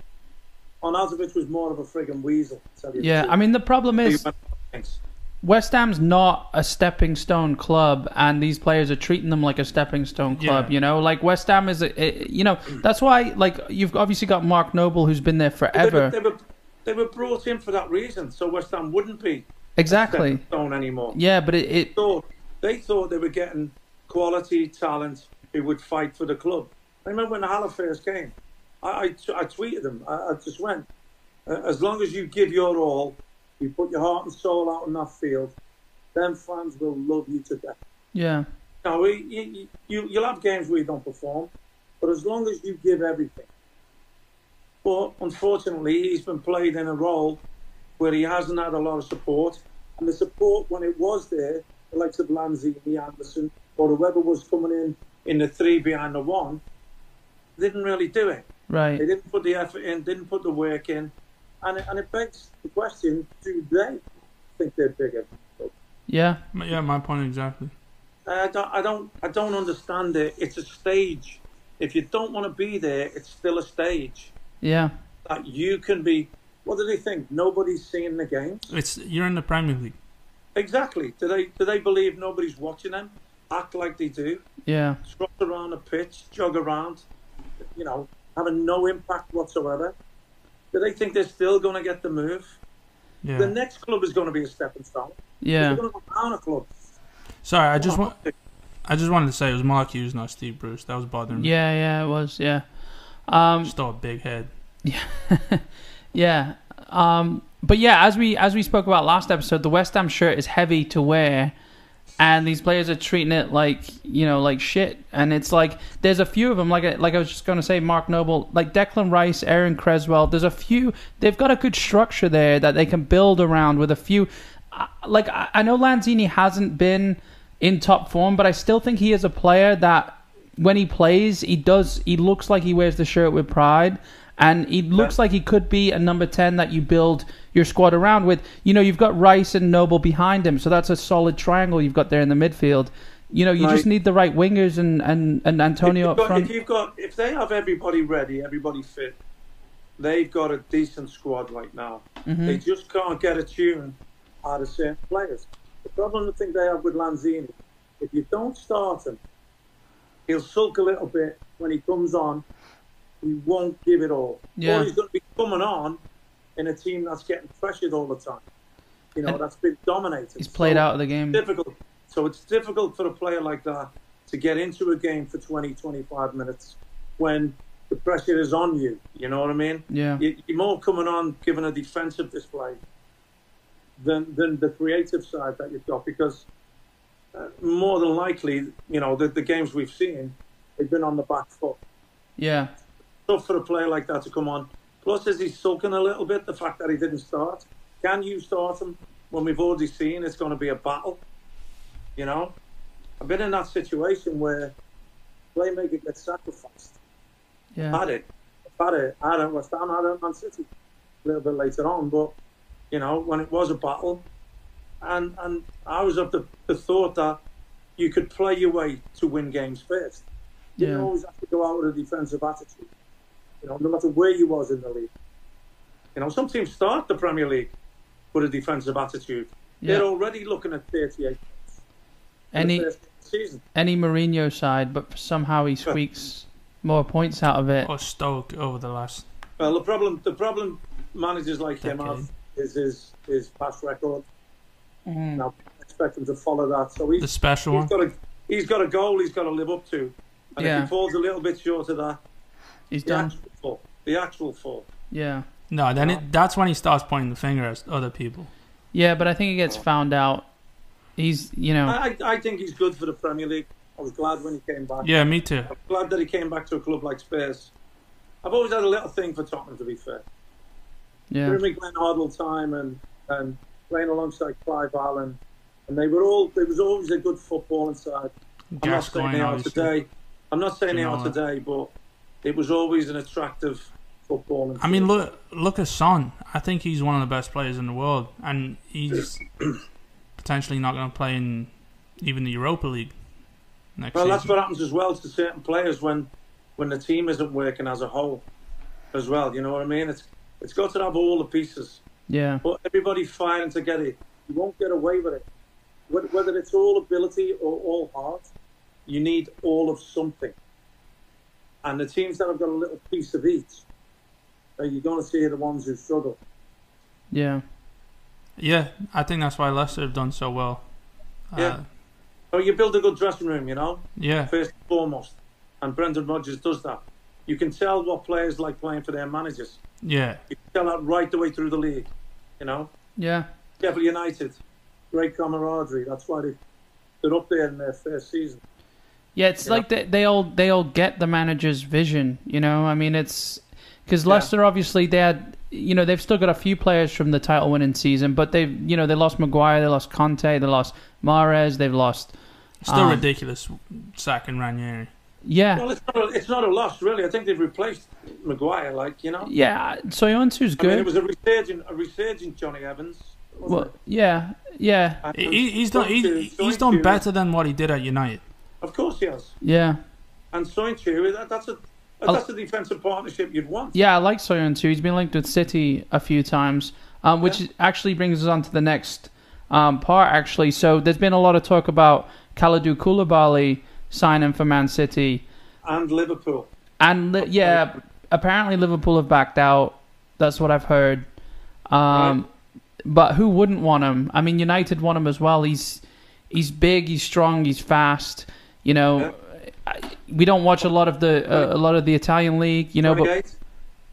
[SPEAKER 3] Arnautovic was more of a frigging weasel. to Tell you the
[SPEAKER 1] yeah.
[SPEAKER 3] truth.
[SPEAKER 1] I mean, the problem
[SPEAKER 3] He
[SPEAKER 1] is
[SPEAKER 3] went for things.
[SPEAKER 1] West Ham's not a stepping stone club, and these players are treating them like a stepping stone club.
[SPEAKER 2] Yeah.
[SPEAKER 1] You know, like West Ham is, a, a- you know, that's why. Like you've obviously got Mark Noble, who's been there
[SPEAKER 3] They, were,
[SPEAKER 1] forever.
[SPEAKER 3] they were they were brought in for that reason, so West Ham wouldn't be
[SPEAKER 1] Exactly.
[SPEAKER 3] stepping stone anymore.
[SPEAKER 1] Yeah, but it, it
[SPEAKER 3] Thought they thought they were getting quality talent who would fight for the club. I remember when Halifax came, I, I, t- I tweeted them. I, I just went, "Uh, as long as you give your all, you put your heart and soul out on that field, then fans will love you to death.
[SPEAKER 1] yeah,
[SPEAKER 3] Now, we, you, you, you'll have games where you don't perform, but as long as you give everything. But unfortunately, he's been played in a role where he hasn't had a lot of support. And the support, when it was there, the likes of Lanzini, Anderson, or whoever was coming in in the three behind the one, didn't really do it.
[SPEAKER 1] right.
[SPEAKER 3] They didn't put the effort in, didn't put the work in. And it, and it begs the question do they think they're bigger?
[SPEAKER 1] Yeah,
[SPEAKER 2] Yeah, my point exactly.
[SPEAKER 3] Uh, I don't, I don't, I don't understand it. It's a stage. If you don't want to be there, it's still a stage
[SPEAKER 1] yeah,
[SPEAKER 3] that you can be. What do they think? Nobody's seeing the games.
[SPEAKER 2] It's you're in the Premier League.
[SPEAKER 3] Exactly. Do they do they believe nobody's watching them? Act like they do.
[SPEAKER 1] yeah,
[SPEAKER 3] Trot around the pitch, jog around. You know, having no impact whatsoever. Do they think they're still going to get the move?
[SPEAKER 2] Yeah.
[SPEAKER 3] The next club is going to be a stepping stone.
[SPEAKER 1] yeah,
[SPEAKER 3] They're going to go down a club.
[SPEAKER 2] Sorry, I just want I just wanted to say it was Mark Hughes, not Steve Bruce. That was bothering me.
[SPEAKER 1] yeah, yeah. It was yeah. Um,
[SPEAKER 2] Just a big head.
[SPEAKER 1] Yeah. Um, but yeah, as we as we spoke about last episode, the West Ham shirt is heavy to wear, and these players are treating it like you know like shit. And it's like there's a few of them, like I- like I was just going to say, Mark Noble, like Declan Rice, Aaron Creswell. There's a few. They've got a good structure there that they can build around with a few. I- Like I I know Lanzini hasn't been in top form, but I still think he is a player that when he plays, he does. He looks like he wears the shirt with pride, and he looks like he could be a number ten that you build your squad around with. You know, you've got Rice and Noble behind him, so that's a solid triangle you've got there in the midfield. You know, you just
[SPEAKER 3] Right.
[SPEAKER 1] need the right wingers and and, and Antonio
[SPEAKER 3] if
[SPEAKER 1] up
[SPEAKER 3] you've, got,
[SPEAKER 1] front.
[SPEAKER 3] if you've got if they have everybody ready, everybody fit, they've got a decent squad right now.
[SPEAKER 1] Mm-hmm.
[SPEAKER 3] They just can't get a tune out of certain players. The problem I think they have with Lanzini, if you don't start him, he'll sulk a little bit when he comes on. He won't give it all.
[SPEAKER 1] Yeah.
[SPEAKER 3] Or he's going to be coming on in a team that's getting pressured all the time. You know,
[SPEAKER 1] And
[SPEAKER 3] that's been dominated.
[SPEAKER 1] He's played
[SPEAKER 3] So-
[SPEAKER 1] out of the game.
[SPEAKER 3] difficult. So it's difficult for a player like that to get into a game for 20, 25 minutes when the pressure is on you. You know what I mean?
[SPEAKER 1] Yeah,
[SPEAKER 3] You, you're more coming on giving a defensive display than, than the creative side that you've got because uh, more than likely, you know, the, the games we've seen, they've been on the back foot.
[SPEAKER 1] yeah,
[SPEAKER 3] Tough for a player like that to come on. Plus, is he sulking a little bit, the fact that he didn't start? Can you start him when we've already seen it's going to be a battle? You know, I've been in that situation where playmaker gets sacrificed.
[SPEAKER 1] yeah,
[SPEAKER 3] Had it, I've had it, had it at West Ham, had it at Man City a little bit later on. But you know, when it was a battle, and and I was of the, the thought that you could play your way to win games first. You
[SPEAKER 1] yeah.
[SPEAKER 3] always have to go out with a defensive attitude. You know, no matter where you was in the league. You know, some teams start the Premier League with a defensive attitude.
[SPEAKER 1] yeah.
[SPEAKER 3] They're already looking at 38 in
[SPEAKER 1] Any
[SPEAKER 3] the first season.
[SPEAKER 1] any Mourinho side, but somehow he squeaks more points out of it.
[SPEAKER 2] Or Stoke over the last.
[SPEAKER 3] Well, the problem, the problem managers like him
[SPEAKER 2] Decade.
[SPEAKER 3] have is his his past record.
[SPEAKER 1] Mhm.
[SPEAKER 3] Now expect him to follow that. So he's
[SPEAKER 2] The special
[SPEAKER 3] he's
[SPEAKER 2] one.
[SPEAKER 3] got a he's got a goal he's got to live up to. And if
[SPEAKER 1] Yeah.
[SPEAKER 3] he falls a little bit short of that,
[SPEAKER 1] He's
[SPEAKER 3] the
[SPEAKER 1] done.
[SPEAKER 3] actual fall, the actual fall.
[SPEAKER 1] Yeah,
[SPEAKER 2] No, then
[SPEAKER 3] No.
[SPEAKER 2] It, that's when he starts pointing the finger at other people.
[SPEAKER 1] Yeah, but I think he gets found out. He's, you know,
[SPEAKER 3] I, I I think he's good for the Premier League. I was glad when he came back.
[SPEAKER 2] Yeah, me too.
[SPEAKER 3] I'm glad that he came back to a club like Spurs. I've always had a little thing for Tottenham, to be fair.
[SPEAKER 1] yeah,
[SPEAKER 3] During my Glenn Hoddle time and, and playing alongside Clive Allen, and they were all there was always a good football inside. I'm not saying
[SPEAKER 2] Gascoigne,
[SPEAKER 3] they are
[SPEAKER 2] obviously.
[SPEAKER 3] today. I'm not saying they are
[SPEAKER 2] Ginola.
[SPEAKER 3] today, but it was always an attractive football.
[SPEAKER 2] I mean, look, look at Son. I think he's one of the best players in the world, and he's potentially not going to play in even the Europa League next
[SPEAKER 3] Well, that's
[SPEAKER 2] season.
[SPEAKER 3] what happens as well to certain players when when the team isn't working as a whole, as well. You know what I mean? It's it's got to have all the pieces,
[SPEAKER 1] yeah,
[SPEAKER 3] but everybody fighting to get it. You won't get away with it, Wh- whether it's all ability or all heart. You need all of something, and the teams that have got a little piece of each, are you going to see the ones who struggle?
[SPEAKER 1] yeah,
[SPEAKER 2] yeah, I think that's why Leicester have done so well.
[SPEAKER 3] Yeah.
[SPEAKER 2] Uh,
[SPEAKER 3] So you build a good dressing room, you know.
[SPEAKER 2] yeah,
[SPEAKER 3] first and foremost. And Brendan Rodgers does that. You can tell what players like playing for their managers.
[SPEAKER 2] yeah.
[SPEAKER 3] You can tell that right the way through the league. You know,
[SPEAKER 1] yeah,
[SPEAKER 3] Devil United, great camaraderie. That's why they, they're up there in their first season.
[SPEAKER 1] yeah. It's
[SPEAKER 3] Yeah.
[SPEAKER 1] like they, they all they all get the manager's vision. You know, I mean, it's because
[SPEAKER 3] Yeah.
[SPEAKER 1] Leicester obviously they had, you know, they've still got a few players from the title winning season, but they've, you know, they lost Maguire, they lost Conte, they lost Mares, they've lost,
[SPEAKER 2] Still
[SPEAKER 1] Um,
[SPEAKER 2] ridiculous sacking Ranieri.
[SPEAKER 1] yeah,
[SPEAKER 3] Well, it's not, a, it's not a loss, really. I think they've replaced Maguire, like, you know.
[SPEAKER 1] yeah. Soyuncu's
[SPEAKER 3] I mean, it
[SPEAKER 1] good.
[SPEAKER 3] was a resurgent, a resurgent Johnny Evans. wasn't
[SPEAKER 1] Well, yeah, yeah,
[SPEAKER 3] it? And-
[SPEAKER 2] He, he's done. He,
[SPEAKER 3] Soincu-
[SPEAKER 2] he's done
[SPEAKER 3] Soincu-
[SPEAKER 2] better than what he did at United.
[SPEAKER 3] Of course he has.
[SPEAKER 1] yeah.
[SPEAKER 3] And Sointu, that, that's a
[SPEAKER 2] Oh.
[SPEAKER 3] that's a defensive partnership you'd want.
[SPEAKER 1] Yeah, I like Soyun too. He's been linked with City a few times, um, which
[SPEAKER 3] Yeah.
[SPEAKER 1] actually brings us on to the next um, part. Actually, so there's been a lot of talk about Kalidou Koulibaly signing for Man City,
[SPEAKER 3] And Liverpool.
[SPEAKER 1] and li- yeah, apparently Liverpool have backed out. That's what I've heard. Um, But who wouldn't want him? I mean, United want him as well. He's he's big, he's strong, he's fast. You know,
[SPEAKER 3] Yeah.
[SPEAKER 1] I, we don't watch a lot of the uh, a lot of the Italian league. You know, but
[SPEAKER 3] 28.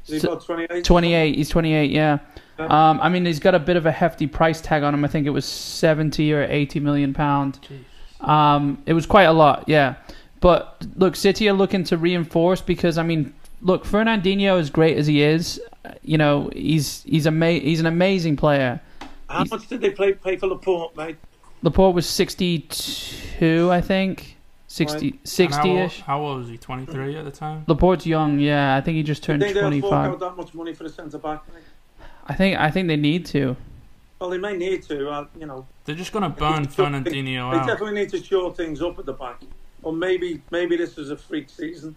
[SPEAKER 3] Has he got 28?
[SPEAKER 1] 28. He's 28. Yeah.
[SPEAKER 3] Yeah.
[SPEAKER 1] Um, I mean, he's got a bit of a hefty price tag on him. I think it was 70 or 80 million pound. Um, it was quite a lot. Yeah. But look, City are looking to reinforce because I mean, look, Fernandinho as great as he is, uh, you know, he's he's ama- he's an amazing player.
[SPEAKER 3] How much did they play, pay for Laporte, mate?
[SPEAKER 1] Laporte was 62, I think, 60
[SPEAKER 2] And how
[SPEAKER 1] 60
[SPEAKER 2] old-
[SPEAKER 1] ish.
[SPEAKER 2] How old was he? Twenty three at the time.
[SPEAKER 1] Laporte's young, yeah. I think he just
[SPEAKER 3] Do you
[SPEAKER 1] turned
[SPEAKER 3] think they'll
[SPEAKER 1] 25.
[SPEAKER 3] fork out that much money for a centre back? mate?
[SPEAKER 1] I think I think they need to.
[SPEAKER 3] Well, they may need to. Uh, you know,
[SPEAKER 2] They're just gonna burn
[SPEAKER 3] They- they-
[SPEAKER 2] Fernandinho
[SPEAKER 3] they
[SPEAKER 2] out.
[SPEAKER 3] definitely need to shore things up at the back. Or maybe, maybe this is a freak season.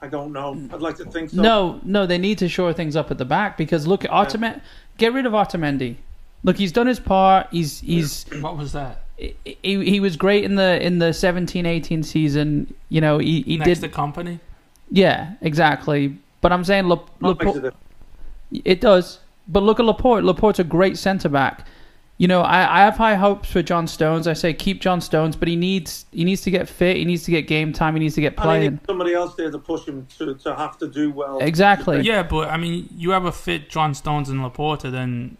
[SPEAKER 3] I don't know. I'd like to think so.
[SPEAKER 1] No, no, they need to shore things up at the back because look at Otamendi. Get rid of Otamendi. Look, he's done his part. He's he's
[SPEAKER 2] What was that?
[SPEAKER 1] he, he he was great in the in the 17-18 season. You know, he, he
[SPEAKER 2] Next
[SPEAKER 1] did
[SPEAKER 2] to company.
[SPEAKER 1] Yeah, exactly. But I'm saying Lap-
[SPEAKER 3] Not makes a
[SPEAKER 1] Laporte,
[SPEAKER 3] difference.
[SPEAKER 1] it does. But look at Laporte. Laporte's a great centre back. You know, I, I have high hopes for John Stones. I say keep John Stones, but he needs he needs to get fit. He needs to get game time. He needs to get
[SPEAKER 3] And they
[SPEAKER 1] playing.
[SPEAKER 3] need somebody else there to push him to, to have to do well.
[SPEAKER 1] Exactly.
[SPEAKER 2] Yeah, but I mean, you have a fit John Stones and Laporta, then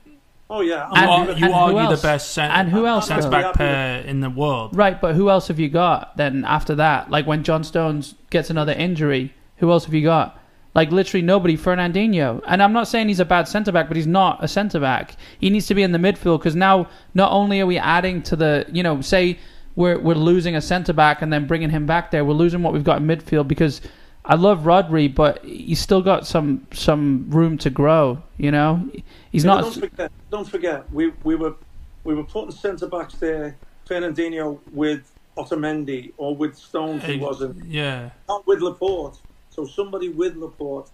[SPEAKER 3] Oh yeah,
[SPEAKER 2] you,
[SPEAKER 1] And-
[SPEAKER 3] I'm-
[SPEAKER 2] are, you
[SPEAKER 1] who
[SPEAKER 2] argue
[SPEAKER 1] else?
[SPEAKER 2] the best cent-
[SPEAKER 1] And who else,
[SPEAKER 2] centre
[SPEAKER 1] though?
[SPEAKER 2] back pair in the world.
[SPEAKER 1] Right, but who else have you got then after that? Like when John Stones gets another injury, who else have you got? Like literally nobody. Fernandinho, and I'm not saying he's a bad centre back, but he's not a centre back. He needs to be in the midfield because now not only are we adding to the, you know, say we're we're losing a centre back and then bringing him back there, we're losing what we've got in midfield because I love Rodri, but he's still got some some room to grow. You know, he's
[SPEAKER 3] Yeah,
[SPEAKER 1] not.
[SPEAKER 3] but Don't forget, don't forget, we we were we were putting centre backs there, Fernandinho with Otamendi or with Stones. He
[SPEAKER 2] Ex-
[SPEAKER 3] wasn't
[SPEAKER 2] Yeah,
[SPEAKER 3] not with Laporte. So somebody with Laporte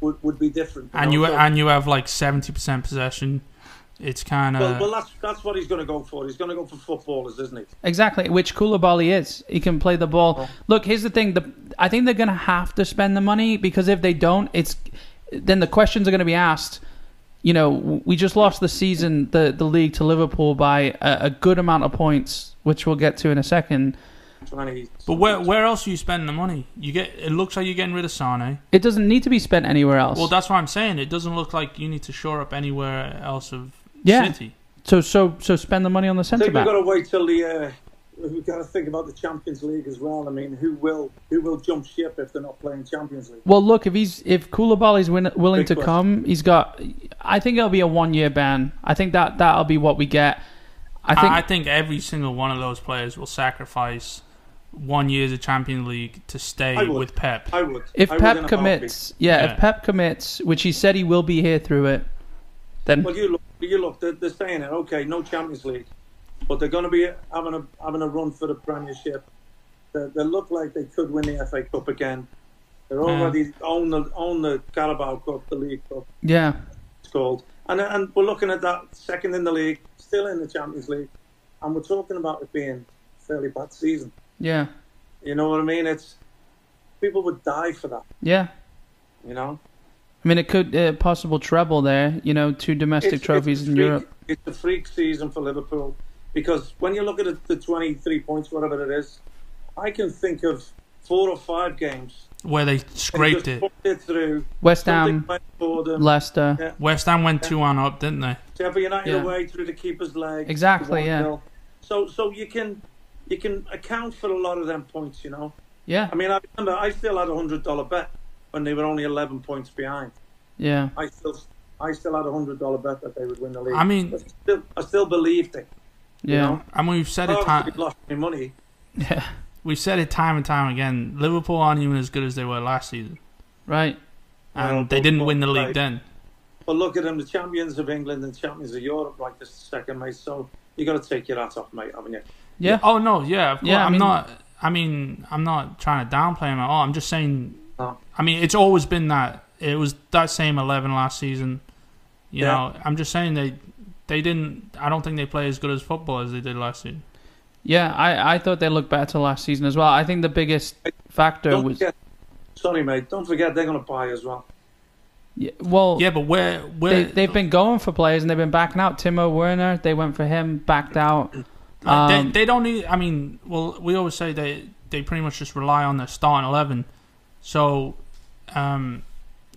[SPEAKER 3] would would be different.
[SPEAKER 2] and you
[SPEAKER 3] know? So-
[SPEAKER 2] and you have like seventy percent possession. It's kind
[SPEAKER 3] well,
[SPEAKER 2] of
[SPEAKER 3] well, that's that's what he's going to go for. He's going to go for footballers, isn't he?
[SPEAKER 1] Exactly, which Koulibaly is. He can play the ball. Look, here's the thing. The, I think they're going to have to spend the money because if they don't, it's then the questions are going to be asked. You know, w- we just lost the season, the, the league to Liverpool by a, a good amount of points, which we'll get to in a second.
[SPEAKER 3] twenty.
[SPEAKER 2] But where where else are you spending the money? You get it looks like you're getting rid of Sane.
[SPEAKER 1] It doesn't need to be spent anywhere else.
[SPEAKER 2] Well, that's what I'm saying. It doesn't look like you need to shore up anywhere else of
[SPEAKER 1] Yeah.
[SPEAKER 2] City.
[SPEAKER 1] so so so spend the money on the
[SPEAKER 3] I
[SPEAKER 1] centre
[SPEAKER 3] think we've
[SPEAKER 1] back.
[SPEAKER 3] got to wait till the. Uh, we've got to think about the Champions League as well. I mean, who will who will jump ship if they're not playing Champions League?
[SPEAKER 1] Well, look, if he's if Koulibaly's win, willing
[SPEAKER 3] Big
[SPEAKER 1] to
[SPEAKER 3] question.
[SPEAKER 1] come, he's got. I think it'll be a one year ban. I think that that'll be what we get. I
[SPEAKER 2] I
[SPEAKER 1] think
[SPEAKER 2] I think every single one of those players will sacrifice one year's of Champions League to
[SPEAKER 3] I
[SPEAKER 2] stay
[SPEAKER 3] would.
[SPEAKER 2] with Pep.
[SPEAKER 3] I would.
[SPEAKER 1] if
[SPEAKER 3] I would in
[SPEAKER 1] Pep
[SPEAKER 3] a
[SPEAKER 1] commits, yeah,
[SPEAKER 2] Yeah.
[SPEAKER 1] if Pep commits, which he said he will be here through it, then
[SPEAKER 3] heartbeat. Well, you look. You look. They're, they're saying it. Okay, no Champions League, but they're going to be having a having a run for the Premiership. They, they look like they could win the FA Cup again. They're already own the own the Carabao Cup, the League Cup.
[SPEAKER 1] yeah,
[SPEAKER 3] it's called. And and we're looking at that second in the league, still in the Champions League, and we're talking about it being a fairly bad season.
[SPEAKER 1] yeah,
[SPEAKER 3] You know what I mean? It's people would die for that.
[SPEAKER 1] yeah.
[SPEAKER 3] You know,
[SPEAKER 1] I mean, it could uh, possible treble there. You know, two domestic
[SPEAKER 3] It's-
[SPEAKER 1] trophies
[SPEAKER 3] it's a
[SPEAKER 1] in
[SPEAKER 3] freak-
[SPEAKER 1] Europe.
[SPEAKER 3] It's a freak season for Liverpool because when you look at it, the twenty-three points, whatever it is, I can think of four or five games
[SPEAKER 2] Where they
[SPEAKER 3] they
[SPEAKER 2] scraped
[SPEAKER 3] just
[SPEAKER 2] it.
[SPEAKER 3] put it through.
[SPEAKER 1] West
[SPEAKER 3] Something
[SPEAKER 1] Ham,
[SPEAKER 3] went for them.
[SPEAKER 1] Leicester.
[SPEAKER 3] Yeah.
[SPEAKER 2] West Ham went 2 1 up, didn't they?
[SPEAKER 3] Sheffield United
[SPEAKER 1] Yeah.
[SPEAKER 3] away through the keeper's leg.
[SPEAKER 1] Exactly,
[SPEAKER 3] One
[SPEAKER 1] yeah.
[SPEAKER 3] nil. So so you can you can account for a lot of them points, you know.
[SPEAKER 1] Yeah,
[SPEAKER 3] I mean, I remember I still had a hundred dollar bet when they were only eleven points behind.
[SPEAKER 1] yeah,
[SPEAKER 3] I still I still had a hundred dollar bet that they would win the league.
[SPEAKER 2] I mean,
[SPEAKER 3] I still, I still believed it.
[SPEAKER 1] yeah,
[SPEAKER 3] know?
[SPEAKER 2] and we've said it
[SPEAKER 3] I
[SPEAKER 2] time,
[SPEAKER 3] lost my money.
[SPEAKER 1] yeah.
[SPEAKER 2] we've said it time and time again. Liverpool aren't even as good as they were last season,
[SPEAKER 1] Right.
[SPEAKER 2] and
[SPEAKER 3] Well,
[SPEAKER 2] they didn't
[SPEAKER 3] well,
[SPEAKER 2] win the league
[SPEAKER 3] right.
[SPEAKER 2] then.
[SPEAKER 3] But look at them, the champions of England and champions of Europe, right this second, mate. So you got to take your hat off, mate, haven't you?
[SPEAKER 1] Yeah.
[SPEAKER 2] Oh no, yeah, of course.
[SPEAKER 1] Yeah, I
[SPEAKER 2] I'm
[SPEAKER 1] mean-
[SPEAKER 2] not. I mean, I'm not trying to downplay him at all. I'm just saying.
[SPEAKER 3] No.
[SPEAKER 2] I mean, it's always been that. It was that same eleven last season. You
[SPEAKER 3] Yeah.
[SPEAKER 2] know, I'm just saying they they didn't. I don't think they play as good as football as they did last season.
[SPEAKER 1] Yeah, I, I thought they looked better last season as well. I think the biggest factor
[SPEAKER 3] Don't
[SPEAKER 1] was
[SPEAKER 3] forget, sorry, mate. Don't forget they're going to buy as well.
[SPEAKER 1] yeah, well,
[SPEAKER 2] Yeah, but where where
[SPEAKER 1] they, they've been going for players and they've been backing out. Timo Werner, they went for him, backed out.
[SPEAKER 2] like,
[SPEAKER 1] um,
[SPEAKER 2] they, they don't need. I mean, well, we always say they they pretty much just rely on their starting eleven. So, um,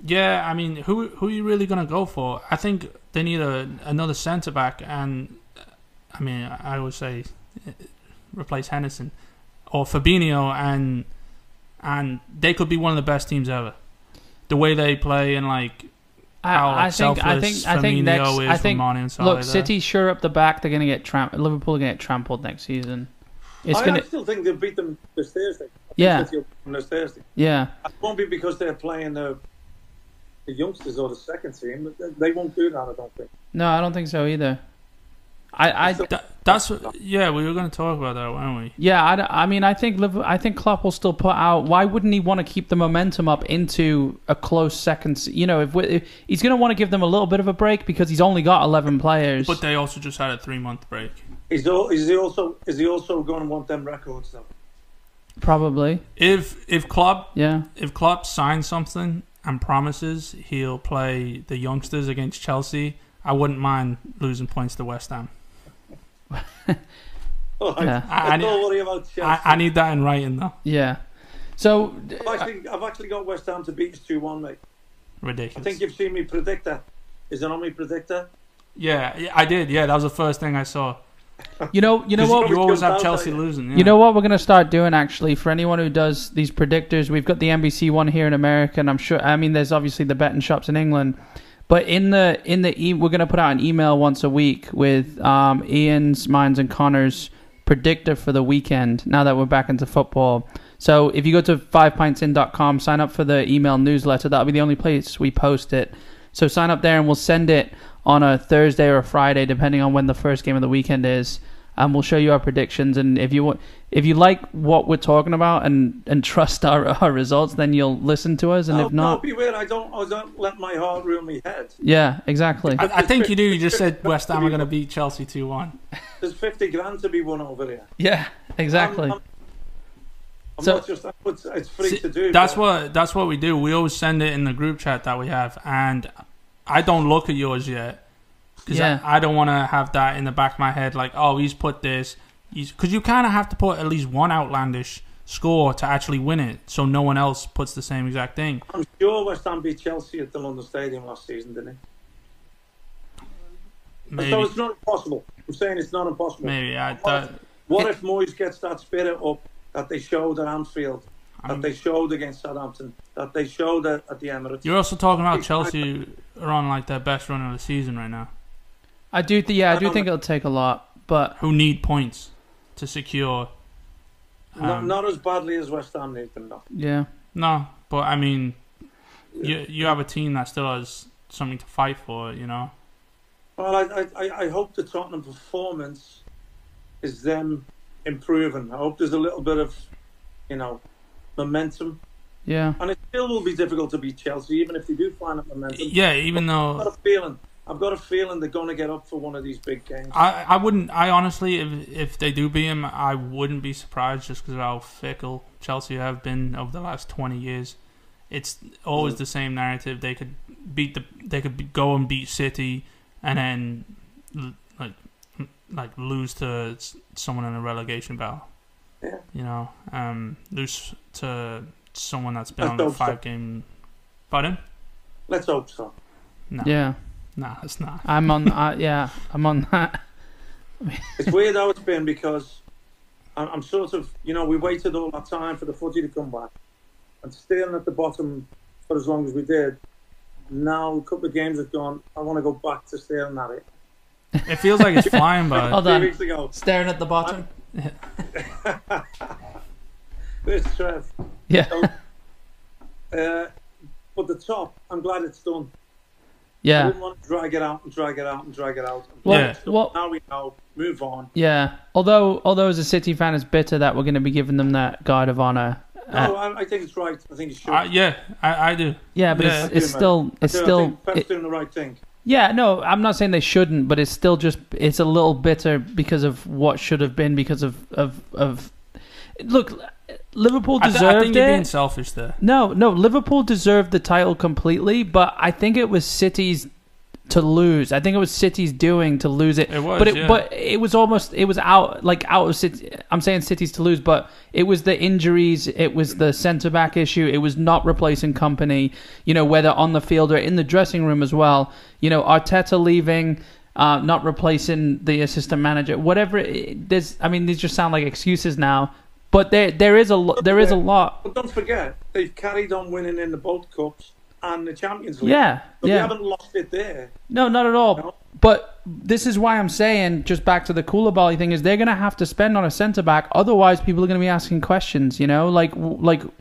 [SPEAKER 2] yeah, I mean, who who are you really gonna go for? I think they need a another centre back, and I mean, I always say eh, replace Henderson or Fabinho, and and they could be one of the best teams ever. The way they play and like how like,
[SPEAKER 1] I, I think I
[SPEAKER 2] selfless
[SPEAKER 1] think I think
[SPEAKER 2] Firmino
[SPEAKER 1] next
[SPEAKER 2] is
[SPEAKER 1] I think
[SPEAKER 2] with Mane and Salah
[SPEAKER 1] look
[SPEAKER 2] there.
[SPEAKER 1] City sure up the back they're gonna get trampled. Liverpool are gonna get trampled next season. It's
[SPEAKER 3] I,
[SPEAKER 1] gonna
[SPEAKER 3] I still think they'll beat them this Thursday. I think
[SPEAKER 1] Yeah.
[SPEAKER 3] City will beat them this Thursday.
[SPEAKER 1] yeah
[SPEAKER 3] It won't be because they're playing the the youngsters or the second team. They- They won't do that, I don't think.
[SPEAKER 1] no I don't think so either. I, I
[SPEAKER 2] Tha- that's what- yeah, we were gonna talk about that, weren't we?
[SPEAKER 1] Yeah, I, d- I mean, I think Liv- I think Klopp will still put out. Why wouldn't he want to keep the momentum up into a close second? se- You know, if, we, if he's going to want to give them a little bit of a break because he's only got eleven players.
[SPEAKER 2] But they also just had a three month break.
[SPEAKER 3] Is, al- is he also is he also going to want them records though?
[SPEAKER 1] probably,
[SPEAKER 2] If if Klopp
[SPEAKER 1] yeah,
[SPEAKER 2] if Klopp signs something and promises he'll play the youngsters against Chelsea, I wouldn't mind losing points to West Ham.
[SPEAKER 3] All right.
[SPEAKER 1] Yeah.
[SPEAKER 2] I- I-
[SPEAKER 3] don't worry about Chelsea.
[SPEAKER 2] I, I need that in writing though.
[SPEAKER 1] yeah. So d-
[SPEAKER 3] I've, actually, I've actually got West Ham to beat us two one, mate. I
[SPEAKER 2] Ridiculous.
[SPEAKER 3] think you've seen me predict that. Is it on me predictor?
[SPEAKER 2] yeah, yeah, I did. Yeah, that was the first thing I saw.
[SPEAKER 1] you know, you know
[SPEAKER 2] 'Cause
[SPEAKER 1] what?
[SPEAKER 2] You always have
[SPEAKER 3] Comes down to
[SPEAKER 2] Chelsea
[SPEAKER 3] it.
[SPEAKER 2] losing. Yeah.
[SPEAKER 1] You know what we're going to start doing actually for anyone who does these predictors. We've got the NBC one here in America, and I'm sure. I mean, there's obviously the betting shops in England, but in the in the e- we're going to put out an email once a week with um, Ian's, mine's, and Connor's predictor for the weekend. Now that we're back into football, so if you go to fivepintsin.com, sign up for the email newsletter. That'll be the only place we post it. So sign up there, and we'll send it on a Thursday or a Friday, depending on when the first game of the weekend is. And we'll show you our predictions. And if you want, if you like what we're talking about and and trust our, our results, then you'll listen to us. And
[SPEAKER 3] No,
[SPEAKER 1] if not,
[SPEAKER 3] no, beware! I don't. I don't let my heart rule me head.
[SPEAKER 1] yeah, exactly.
[SPEAKER 2] I, I think you do. You just said West Ham are going to beat Chelsea two one.
[SPEAKER 3] There's fifty grand to be won over here.
[SPEAKER 1] Yeah, exactly.
[SPEAKER 3] I'm, I'm
[SPEAKER 1] So-
[SPEAKER 3] not just. It's, it's free
[SPEAKER 2] See,
[SPEAKER 3] to do.
[SPEAKER 2] That's
[SPEAKER 3] but-
[SPEAKER 2] what that's what we do. We always send it in the group chat that we have, and I don't look at yours yet because
[SPEAKER 1] Yeah.
[SPEAKER 2] I, I don't want to have that in the back of my head. Like, oh, he's put this. because you kind of have to put at least one outlandish score to actually win it, so no one else puts the same exact thing.
[SPEAKER 3] I'm sure West Ham beat Chelsea at the London Stadium last season, didn't it? So
[SPEAKER 2] Maybe,
[SPEAKER 3] it's not impossible. I'm saying it's not impossible.
[SPEAKER 2] maybe I, that,
[SPEAKER 3] What if Moyes gets that spirit up that they showed at Anfield,
[SPEAKER 2] I
[SPEAKER 3] that
[SPEAKER 2] mean-
[SPEAKER 3] they showed against Southampton, that they showed at, at the Emirates?
[SPEAKER 2] You're also talking about Chelsea are on like their best run of the season right now,
[SPEAKER 1] I do. Th- yeah, I do
[SPEAKER 3] Um,
[SPEAKER 1] think it'll take a lot, but
[SPEAKER 2] who need points to secure.
[SPEAKER 3] not,
[SPEAKER 2] um,
[SPEAKER 3] not as badly as West Ham need them, though.
[SPEAKER 1] yeah,
[SPEAKER 2] No, but I mean, you you have a team that still has something to fight for, you know.
[SPEAKER 3] Well, I, I- I, I hope the Tottenham performance is them improving. I hope there's a little bit of, you know, momentum.
[SPEAKER 1] yeah.
[SPEAKER 3] And it still will be difficult to beat Chelsea, even if they do find that momentum.
[SPEAKER 2] Yeah, even
[SPEAKER 3] I've got
[SPEAKER 2] though
[SPEAKER 3] a feeling. I've got a feeling they're going to get up for one of these big games.
[SPEAKER 2] I I wouldn't I honestly if if they do beat him I wouldn't be surprised just because of how fickle Chelsea have been over the last twenty years. It's always the same narrative. They could beat the they could be, go and beat City and then l- like like lose to s- someone in a relegation battle.
[SPEAKER 3] Yeah.
[SPEAKER 2] You know, um, lose to someone that's
[SPEAKER 3] I
[SPEAKER 2] been on a
[SPEAKER 3] hope so.
[SPEAKER 2] five game. Pardon?
[SPEAKER 3] Let's hope so.
[SPEAKER 2] No,
[SPEAKER 1] Yeah,
[SPEAKER 2] nah, it's not.
[SPEAKER 1] I'm on. Uh, yeah, I'm on that.
[SPEAKER 3] It's weird how it's been because I'm, I'm sort of, you know, we waited all that time for the footy to come back and staying at the bottom for as long as we did. Now a couple of games have gone. I want to go back to staring at it.
[SPEAKER 2] It feels like it's flying, but
[SPEAKER 1] Hold
[SPEAKER 3] Three
[SPEAKER 1] on.
[SPEAKER 3] weeks ago,
[SPEAKER 1] Staring at the bottom.
[SPEAKER 3] this Trev.
[SPEAKER 1] Yeah,
[SPEAKER 3] Uh, but the top, I'm glad it's done. I
[SPEAKER 1] yeah.
[SPEAKER 3] didn't want to drag it out and drag it out and drag it out.
[SPEAKER 1] Well,
[SPEAKER 2] Yeah.
[SPEAKER 1] What?
[SPEAKER 3] Now we know. Move on.
[SPEAKER 1] Yeah. Although, although as a City fan, it's bitter that we're going to be giving them that guard of honor. Uh,
[SPEAKER 3] No, I, I think it's right. I think it should.
[SPEAKER 2] I, yeah, I, I do.
[SPEAKER 1] yeah, but
[SPEAKER 2] Yeah.
[SPEAKER 1] it's, it's still, it's
[SPEAKER 3] So I
[SPEAKER 1] still,
[SPEAKER 3] think Pep's
[SPEAKER 1] it-
[SPEAKER 3] doing the right thing.
[SPEAKER 1] yeah. No, I'm not saying they shouldn't, but it's still just, it's a little bitter because of what should have been because of of of. Look, Liverpool
[SPEAKER 2] I,
[SPEAKER 1] deserved
[SPEAKER 2] th- I think you're
[SPEAKER 1] it.
[SPEAKER 2] being selfish there.
[SPEAKER 1] No, no, Liverpool deserved the title completely, but I think it was City's to lose. I think it was City's doing to lose it.
[SPEAKER 2] It was,
[SPEAKER 1] but it,
[SPEAKER 2] yeah.
[SPEAKER 1] but it was almost it was out like out of City. I'm saying City's to lose, but it was the injuries, it was the centre back issue, it was not replacing company. You know, whether on the field or in the dressing room as well. You know, Arteta leaving. Uh, not replacing the assistant manager, whatever. It, there's, I mean, these just sound like excuses now, but there, there is a, lo- there is a lot.
[SPEAKER 3] But don't forget, they've carried on winning in the both cups and the Champions League.
[SPEAKER 1] Yeah,
[SPEAKER 3] But
[SPEAKER 1] yeah.
[SPEAKER 3] we haven't lost it there.
[SPEAKER 1] No, not at all.
[SPEAKER 3] No?
[SPEAKER 1] But this is why I'm saying, just back to the Koulibaly thing, is they're going to have to spend on a centre back. Otherwise, people are going to be asking questions. You know, like w- like y-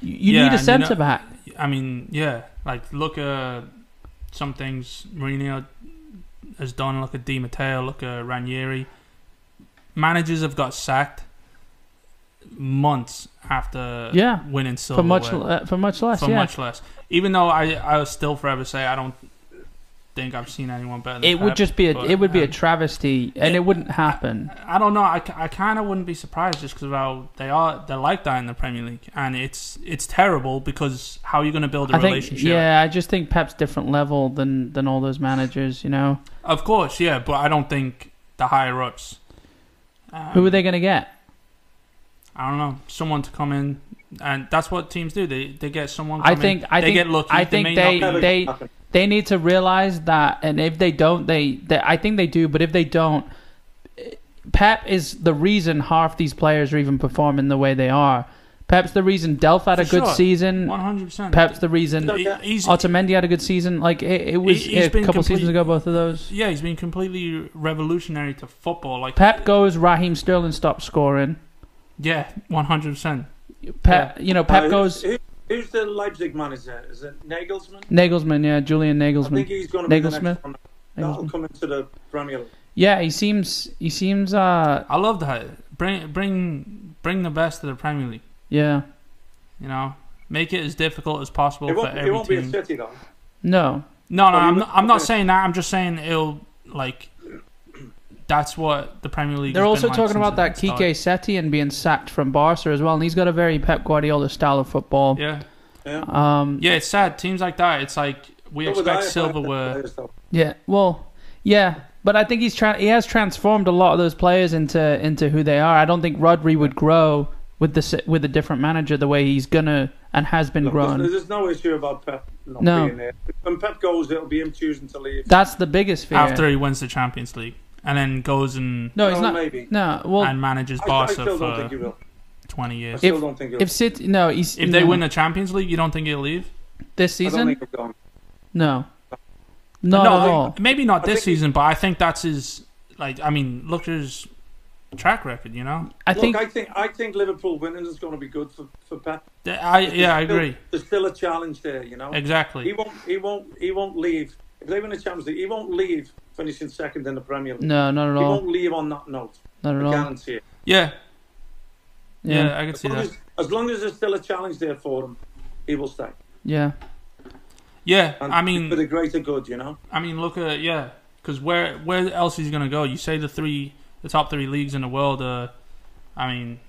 [SPEAKER 1] you
[SPEAKER 2] Yeah,
[SPEAKER 1] need a
[SPEAKER 2] and you know-
[SPEAKER 1] centre back.
[SPEAKER 2] I mean, yeah. Like, look at some things Mourinho has done. Look at Di Matteo. Look at Ranieri. Managers have got sacked months after
[SPEAKER 1] Yeah,
[SPEAKER 2] winning
[SPEAKER 1] For
[SPEAKER 2] silverware
[SPEAKER 1] much le- for much less.
[SPEAKER 2] for
[SPEAKER 1] yeah,
[SPEAKER 2] much less. Even though I, I will still forever say I don't think I've seen anyone better. Than
[SPEAKER 1] it would
[SPEAKER 2] Pep,
[SPEAKER 1] just be a
[SPEAKER 2] but,
[SPEAKER 1] it would be a
[SPEAKER 2] um,
[SPEAKER 1] travesty, and
[SPEAKER 2] yeah,
[SPEAKER 1] it wouldn't happen.
[SPEAKER 2] I don't know. I, kind of wouldn't be surprised just because how they are they're like that in the Premier League, and it's it's terrible because how are you going to build a
[SPEAKER 1] I think.
[SPEAKER 2] relationship?
[SPEAKER 1] Yeah, I just think Pep's different level than than all those managers. You know,
[SPEAKER 2] Of course, yeah, but I don't think the higher ups. Um,
[SPEAKER 1] who are they going to get?
[SPEAKER 2] I don't know. Someone to come in, and that's what teams do. They they get someone.
[SPEAKER 1] I
[SPEAKER 2] come in,
[SPEAKER 1] think- I
[SPEAKER 2] they
[SPEAKER 1] think-
[SPEAKER 2] get lucky.
[SPEAKER 1] I
[SPEAKER 2] they
[SPEAKER 1] think
[SPEAKER 2] may not
[SPEAKER 1] They-
[SPEAKER 3] Never
[SPEAKER 2] be-
[SPEAKER 1] they-
[SPEAKER 3] happened.
[SPEAKER 1] they need to realize that and if they don't they, they i think they do but if they don't pep is the reason half these players are even performing the way they are pep's the reason delph had a
[SPEAKER 2] For
[SPEAKER 1] good
[SPEAKER 2] sure.
[SPEAKER 1] season
[SPEAKER 2] 100%.
[SPEAKER 1] pep's the reason
[SPEAKER 3] No, yeah.
[SPEAKER 2] He's,
[SPEAKER 1] Otamendi had a good season like it, it was
[SPEAKER 2] He- he's
[SPEAKER 1] a
[SPEAKER 2] been
[SPEAKER 1] couple
[SPEAKER 2] complete-
[SPEAKER 1] seasons ago both of those
[SPEAKER 2] yeah, he's been completely revolutionary to football. Like
[SPEAKER 1] pep goes raheem sterling stops scoring
[SPEAKER 2] yeah, 100%.
[SPEAKER 1] pep you know pep
[SPEAKER 3] Uh,
[SPEAKER 1] goes
[SPEAKER 3] Who, who's the Leipzig manager? Is it Nagelsmann?
[SPEAKER 1] nagelsmann yeah julian
[SPEAKER 3] I think
[SPEAKER 1] nagelsmann,
[SPEAKER 3] he's going to be the
[SPEAKER 1] Nagelsmann?
[SPEAKER 3] next one. That'll
[SPEAKER 1] Nagelsmann.
[SPEAKER 3] come into the Premier League.
[SPEAKER 1] yeah he seems he seems uh
[SPEAKER 2] I love that. Bring bring bring the best to the Premier League.
[SPEAKER 1] yeah
[SPEAKER 2] You know, make it as difficult as possible
[SPEAKER 3] It
[SPEAKER 2] for
[SPEAKER 3] won't,
[SPEAKER 2] every
[SPEAKER 3] it won't be
[SPEAKER 2] team.
[SPEAKER 3] a City, though.
[SPEAKER 1] no
[SPEAKER 2] No, no,
[SPEAKER 3] Oh, you
[SPEAKER 2] I'm
[SPEAKER 3] would-
[SPEAKER 2] not, I'm not
[SPEAKER 3] okay.
[SPEAKER 2] saying that. I'm just saying it'll like. That's what the Premier League.
[SPEAKER 1] They're
[SPEAKER 2] has
[SPEAKER 1] also
[SPEAKER 2] been like
[SPEAKER 1] talking
[SPEAKER 2] since
[SPEAKER 1] about that
[SPEAKER 2] it started.
[SPEAKER 1] Kike Setien being sacked from Barca as well, and he's got a very Pep Guardiola style of football.
[SPEAKER 2] Yeah,
[SPEAKER 3] Yeah.
[SPEAKER 1] Um, yeah.
[SPEAKER 2] yeah. It's sad. Teams like that. It's like we
[SPEAKER 3] So would
[SPEAKER 2] expect
[SPEAKER 3] I if I had the
[SPEAKER 2] silverware.
[SPEAKER 3] players, though.
[SPEAKER 1] well, yeah, But I think he's tra- he has transformed a lot of those players into into who they are. I don't think Rodri would grow with the s- with a different manager the way he's gonna and has been
[SPEAKER 3] Look,
[SPEAKER 1] growing.
[SPEAKER 3] there's, there's no issue about Pep not
[SPEAKER 1] No.
[SPEAKER 3] being there. When Pep goes, it'll be him choosing to leave.
[SPEAKER 1] That's the biggest fear.
[SPEAKER 2] after he wins the Champions League and then goes and
[SPEAKER 1] no, it's not.
[SPEAKER 3] Well, Oh, Maybe.
[SPEAKER 1] No, well,
[SPEAKER 2] and manages
[SPEAKER 3] I, I
[SPEAKER 2] Barca
[SPEAKER 3] still don't
[SPEAKER 2] for
[SPEAKER 3] think he will.
[SPEAKER 2] twenty
[SPEAKER 3] I
[SPEAKER 2] years.
[SPEAKER 3] still don't think he'll.
[SPEAKER 1] if City, no, he's,
[SPEAKER 2] If they
[SPEAKER 1] no.
[SPEAKER 2] win the Champions League, you don't think he'll leave?
[SPEAKER 1] this
[SPEAKER 3] I don't
[SPEAKER 1] season,
[SPEAKER 3] think he'll go.
[SPEAKER 1] no, not
[SPEAKER 2] no,
[SPEAKER 1] at all.
[SPEAKER 2] maybe not
[SPEAKER 3] I
[SPEAKER 2] this
[SPEAKER 3] think he-
[SPEAKER 2] season, but I think that's his. Like, I mean, look at his track record. You know,
[SPEAKER 1] I
[SPEAKER 3] Look,
[SPEAKER 1] think
[SPEAKER 3] I think I think Liverpool winning is going to be good for for Pep.
[SPEAKER 2] Th- I yeah, I
[SPEAKER 3] There's still-
[SPEAKER 2] agree
[SPEAKER 3] There's still a challenge there, you know. He
[SPEAKER 2] exactly.
[SPEAKER 3] won't. He won't. He won't leave. If they win the Champions League, he won't leave finishing second in the Premier League.
[SPEAKER 1] no, not at
[SPEAKER 3] He
[SPEAKER 1] all,
[SPEAKER 3] won't leave on that note.
[SPEAKER 1] not
[SPEAKER 3] I
[SPEAKER 1] at all.
[SPEAKER 3] guarantee it.
[SPEAKER 2] Yeah, yeah,
[SPEAKER 1] Yeah,
[SPEAKER 2] I could
[SPEAKER 3] As
[SPEAKER 2] see
[SPEAKER 3] long
[SPEAKER 2] that.
[SPEAKER 3] as, as long as there's still a challenge there for him, he will stay.
[SPEAKER 1] yeah,
[SPEAKER 2] Yeah,
[SPEAKER 3] And
[SPEAKER 2] I
[SPEAKER 3] for
[SPEAKER 2] mean,
[SPEAKER 3] the greater good, you know.
[SPEAKER 2] I mean, look at yeah, because where where else is he gonna go? You say the three, the top three leagues in the world are, I mean,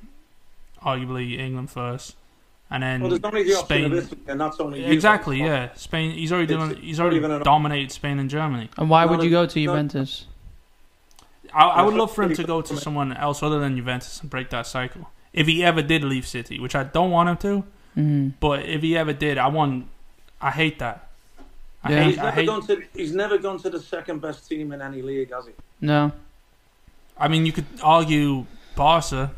[SPEAKER 2] arguably England first, and then
[SPEAKER 3] Well, there's only the option
[SPEAKER 2] Spain.
[SPEAKER 3] of this, and that's only you.
[SPEAKER 2] Exactly, yeah. Spain. He's already
[SPEAKER 3] It's-
[SPEAKER 2] doing,
[SPEAKER 3] it's
[SPEAKER 2] he's already
[SPEAKER 3] not even an-
[SPEAKER 2] dominated Spain and Germany.
[SPEAKER 1] And why would
[SPEAKER 3] Not
[SPEAKER 1] you
[SPEAKER 3] a-
[SPEAKER 1] go to
[SPEAKER 3] not-
[SPEAKER 1] Juventus?
[SPEAKER 2] I, I would
[SPEAKER 3] Yeah.
[SPEAKER 2] love for him to go to someone else other than Juventus and break that cycle. If he ever did leave City, which I don't want him to,
[SPEAKER 1] Mhm.
[SPEAKER 2] but if he ever did, I want. I hate that. I
[SPEAKER 1] Yeah.
[SPEAKER 2] hate.
[SPEAKER 3] He's
[SPEAKER 2] I,
[SPEAKER 3] never,
[SPEAKER 2] hate
[SPEAKER 3] gone to, he's never gone to the second best team in any league, has he?
[SPEAKER 1] No,
[SPEAKER 2] I mean, you could argue Barca.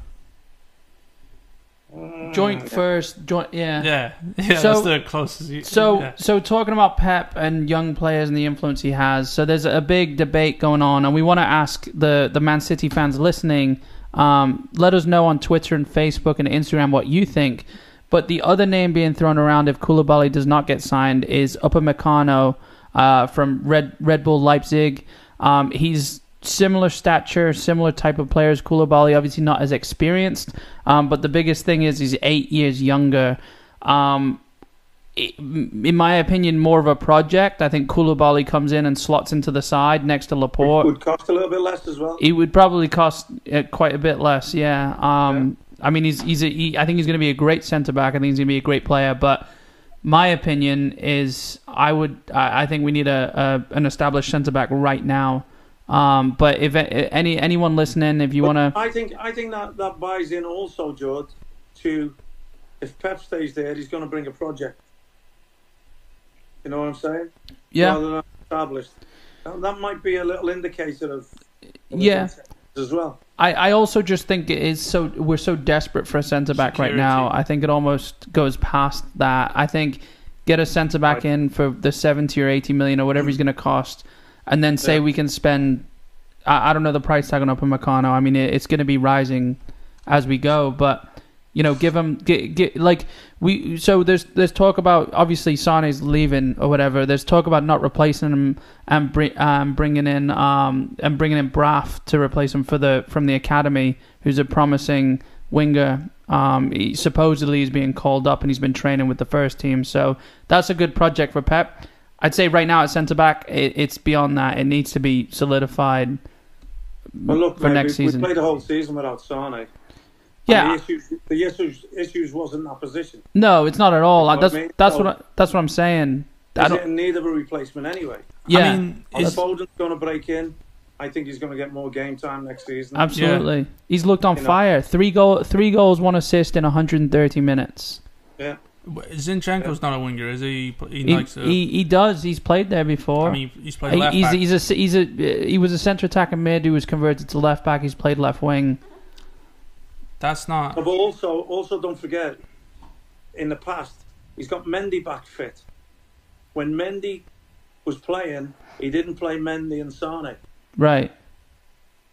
[SPEAKER 3] Mm.
[SPEAKER 1] joint first, joint, yeah.
[SPEAKER 2] Yeah, yeah.
[SPEAKER 1] So-
[SPEAKER 2] that's the closest. You,
[SPEAKER 1] So,
[SPEAKER 2] yeah.
[SPEAKER 1] so talking about Pep and young players and the influence he has. So there's a big debate going on, and we want to ask the the Man City fans listening. Um, let us know on Twitter and Facebook and Instagram what you think. But the other name being thrown around if Koulibaly does not get signed is Upper Meccano uh, from Red Red Bull Leipzig. Um, he's similar stature, similar type of player as Koulibaly, obviously not as experienced. Um, but the biggest thing is he's eight years younger. Um, it- in my opinion, more of a project. I think Koulibaly comes in and slots into the side next to Laporte.
[SPEAKER 3] Would cost a little bit less as well.
[SPEAKER 1] It would probably cost uh, quite a bit less. Yeah. Um. I mean, he's he's a, he, I think he's going to be a great centre back. I think he's going to be a great player. But my opinion is, I would I, I think we need a, a an established centre back right now. Um. But if a- any anyone listening, if you
[SPEAKER 3] But
[SPEAKER 1] want to,
[SPEAKER 3] I think I think that that buys in also, George, to if Pep stays there, he's going to bring a project. You know what I'm saying?
[SPEAKER 1] yeah,
[SPEAKER 3] Rather than established. Now, that might be a little indicator of.
[SPEAKER 1] Yeah.
[SPEAKER 3] As well.
[SPEAKER 1] I, I also just think it is so we're so desperate for a centre back right
[SPEAKER 2] Security.
[SPEAKER 1] now. I think it almost goes past that. I think get a centre back
[SPEAKER 3] Right. Mm-hmm.
[SPEAKER 1] in for the seventy or eighty million or whatever he's going to cost, and then say
[SPEAKER 3] Yeah.
[SPEAKER 1] we can spend. I, I don't know the price tag on Upper Meccano. I mean, it, it's going to be rising as we go, but you know, give him get, get like we. So there's there's talk about obviously Sane's leaving or whatever. There's talk about not replacing him and bring, um, bringing in um, and bringing in Braff to replace him for the from the academy, who's a promising winger. Um, he supposedly is being called up and he's been training with the first team, so that's a good project for Pep. I'd say right now at centre back, it, it's beyond that. It needs to be solidified
[SPEAKER 3] Well, look,
[SPEAKER 1] for
[SPEAKER 3] mate,
[SPEAKER 1] next
[SPEAKER 3] we,
[SPEAKER 1] season.
[SPEAKER 3] we played the whole season without Sane. And
[SPEAKER 1] yeah,
[SPEAKER 3] The issues, the issues, issues wasn't that position.
[SPEAKER 1] no, it's not at all.
[SPEAKER 3] You know
[SPEAKER 1] Like,
[SPEAKER 3] what I
[SPEAKER 1] that's
[SPEAKER 3] mean?
[SPEAKER 1] that's
[SPEAKER 3] So-
[SPEAKER 1] what I, that's what I'm saying. I
[SPEAKER 3] Is it
[SPEAKER 1] don't,
[SPEAKER 3] in need of a replacement anyway?
[SPEAKER 1] yeah,
[SPEAKER 2] I mean,
[SPEAKER 3] Is
[SPEAKER 2] it's,
[SPEAKER 3] Foden's going to break in? I think he's going to get more game time next season.
[SPEAKER 1] absolutely. He's looked on
[SPEAKER 3] You know.
[SPEAKER 1] fire. Three goal, three goals, one assist in 130 minutes.
[SPEAKER 2] Zinchenko's not a winger, is he? He, pl- he,
[SPEAKER 1] He,
[SPEAKER 2] likes to.
[SPEAKER 1] he, he does. He's played there before.
[SPEAKER 2] I mean, he's played
[SPEAKER 1] He-
[SPEAKER 2] left
[SPEAKER 1] he's,
[SPEAKER 2] back.
[SPEAKER 1] he's a he's a he was a centre attacking mid who was converted to left back. He's played left wing.
[SPEAKER 2] That's not.
[SPEAKER 3] But also, also don't forget, in the past, he's got Mendy back fit. When Mendy was playing, he didn't play Mendy and Sane
[SPEAKER 1] Right.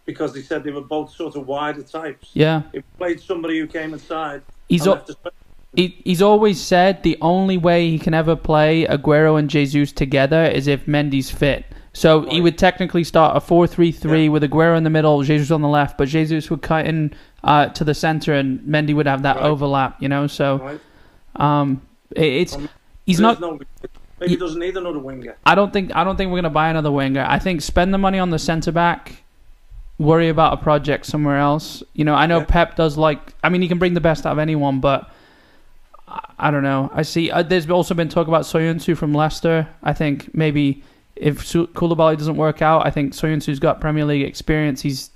[SPEAKER 3] because they said they were both sort of wider types.
[SPEAKER 1] Yeah.
[SPEAKER 3] He played somebody who came inside.
[SPEAKER 1] He's
[SPEAKER 2] Oh,
[SPEAKER 3] and
[SPEAKER 1] al-
[SPEAKER 3] left the space.
[SPEAKER 1] he, he's always said the only way he can ever play Aguero and Jesus together is if Mendy's fit. So he
[SPEAKER 3] Right.
[SPEAKER 1] would technically start a 4-3-3
[SPEAKER 3] Yeah.
[SPEAKER 1] with Aguero in the middle, Jesus on the left, but Jesus would cut in uh, to the center and Mendy would have that
[SPEAKER 3] Right.
[SPEAKER 1] overlap, you know? So
[SPEAKER 3] right?
[SPEAKER 1] um, it, it's
[SPEAKER 3] Um,
[SPEAKER 1] he's
[SPEAKER 3] There's
[SPEAKER 1] not
[SPEAKER 3] No, maybe he doesn't need another winger.
[SPEAKER 1] I don't think I don't think we're gonna buy another winger. I think spend the money on the centre back, worry about a project somewhere else. You know, I know
[SPEAKER 3] Yeah.
[SPEAKER 1] Pep does like. I mean, he can bring the best out of anyone, but I, I don't know. I see. Uh, there's also been talk about Soyuncu from Leicester. I think maybe if Su- Koulibaly doesn't work out, I think Soyuncu's got Premier League experience. He's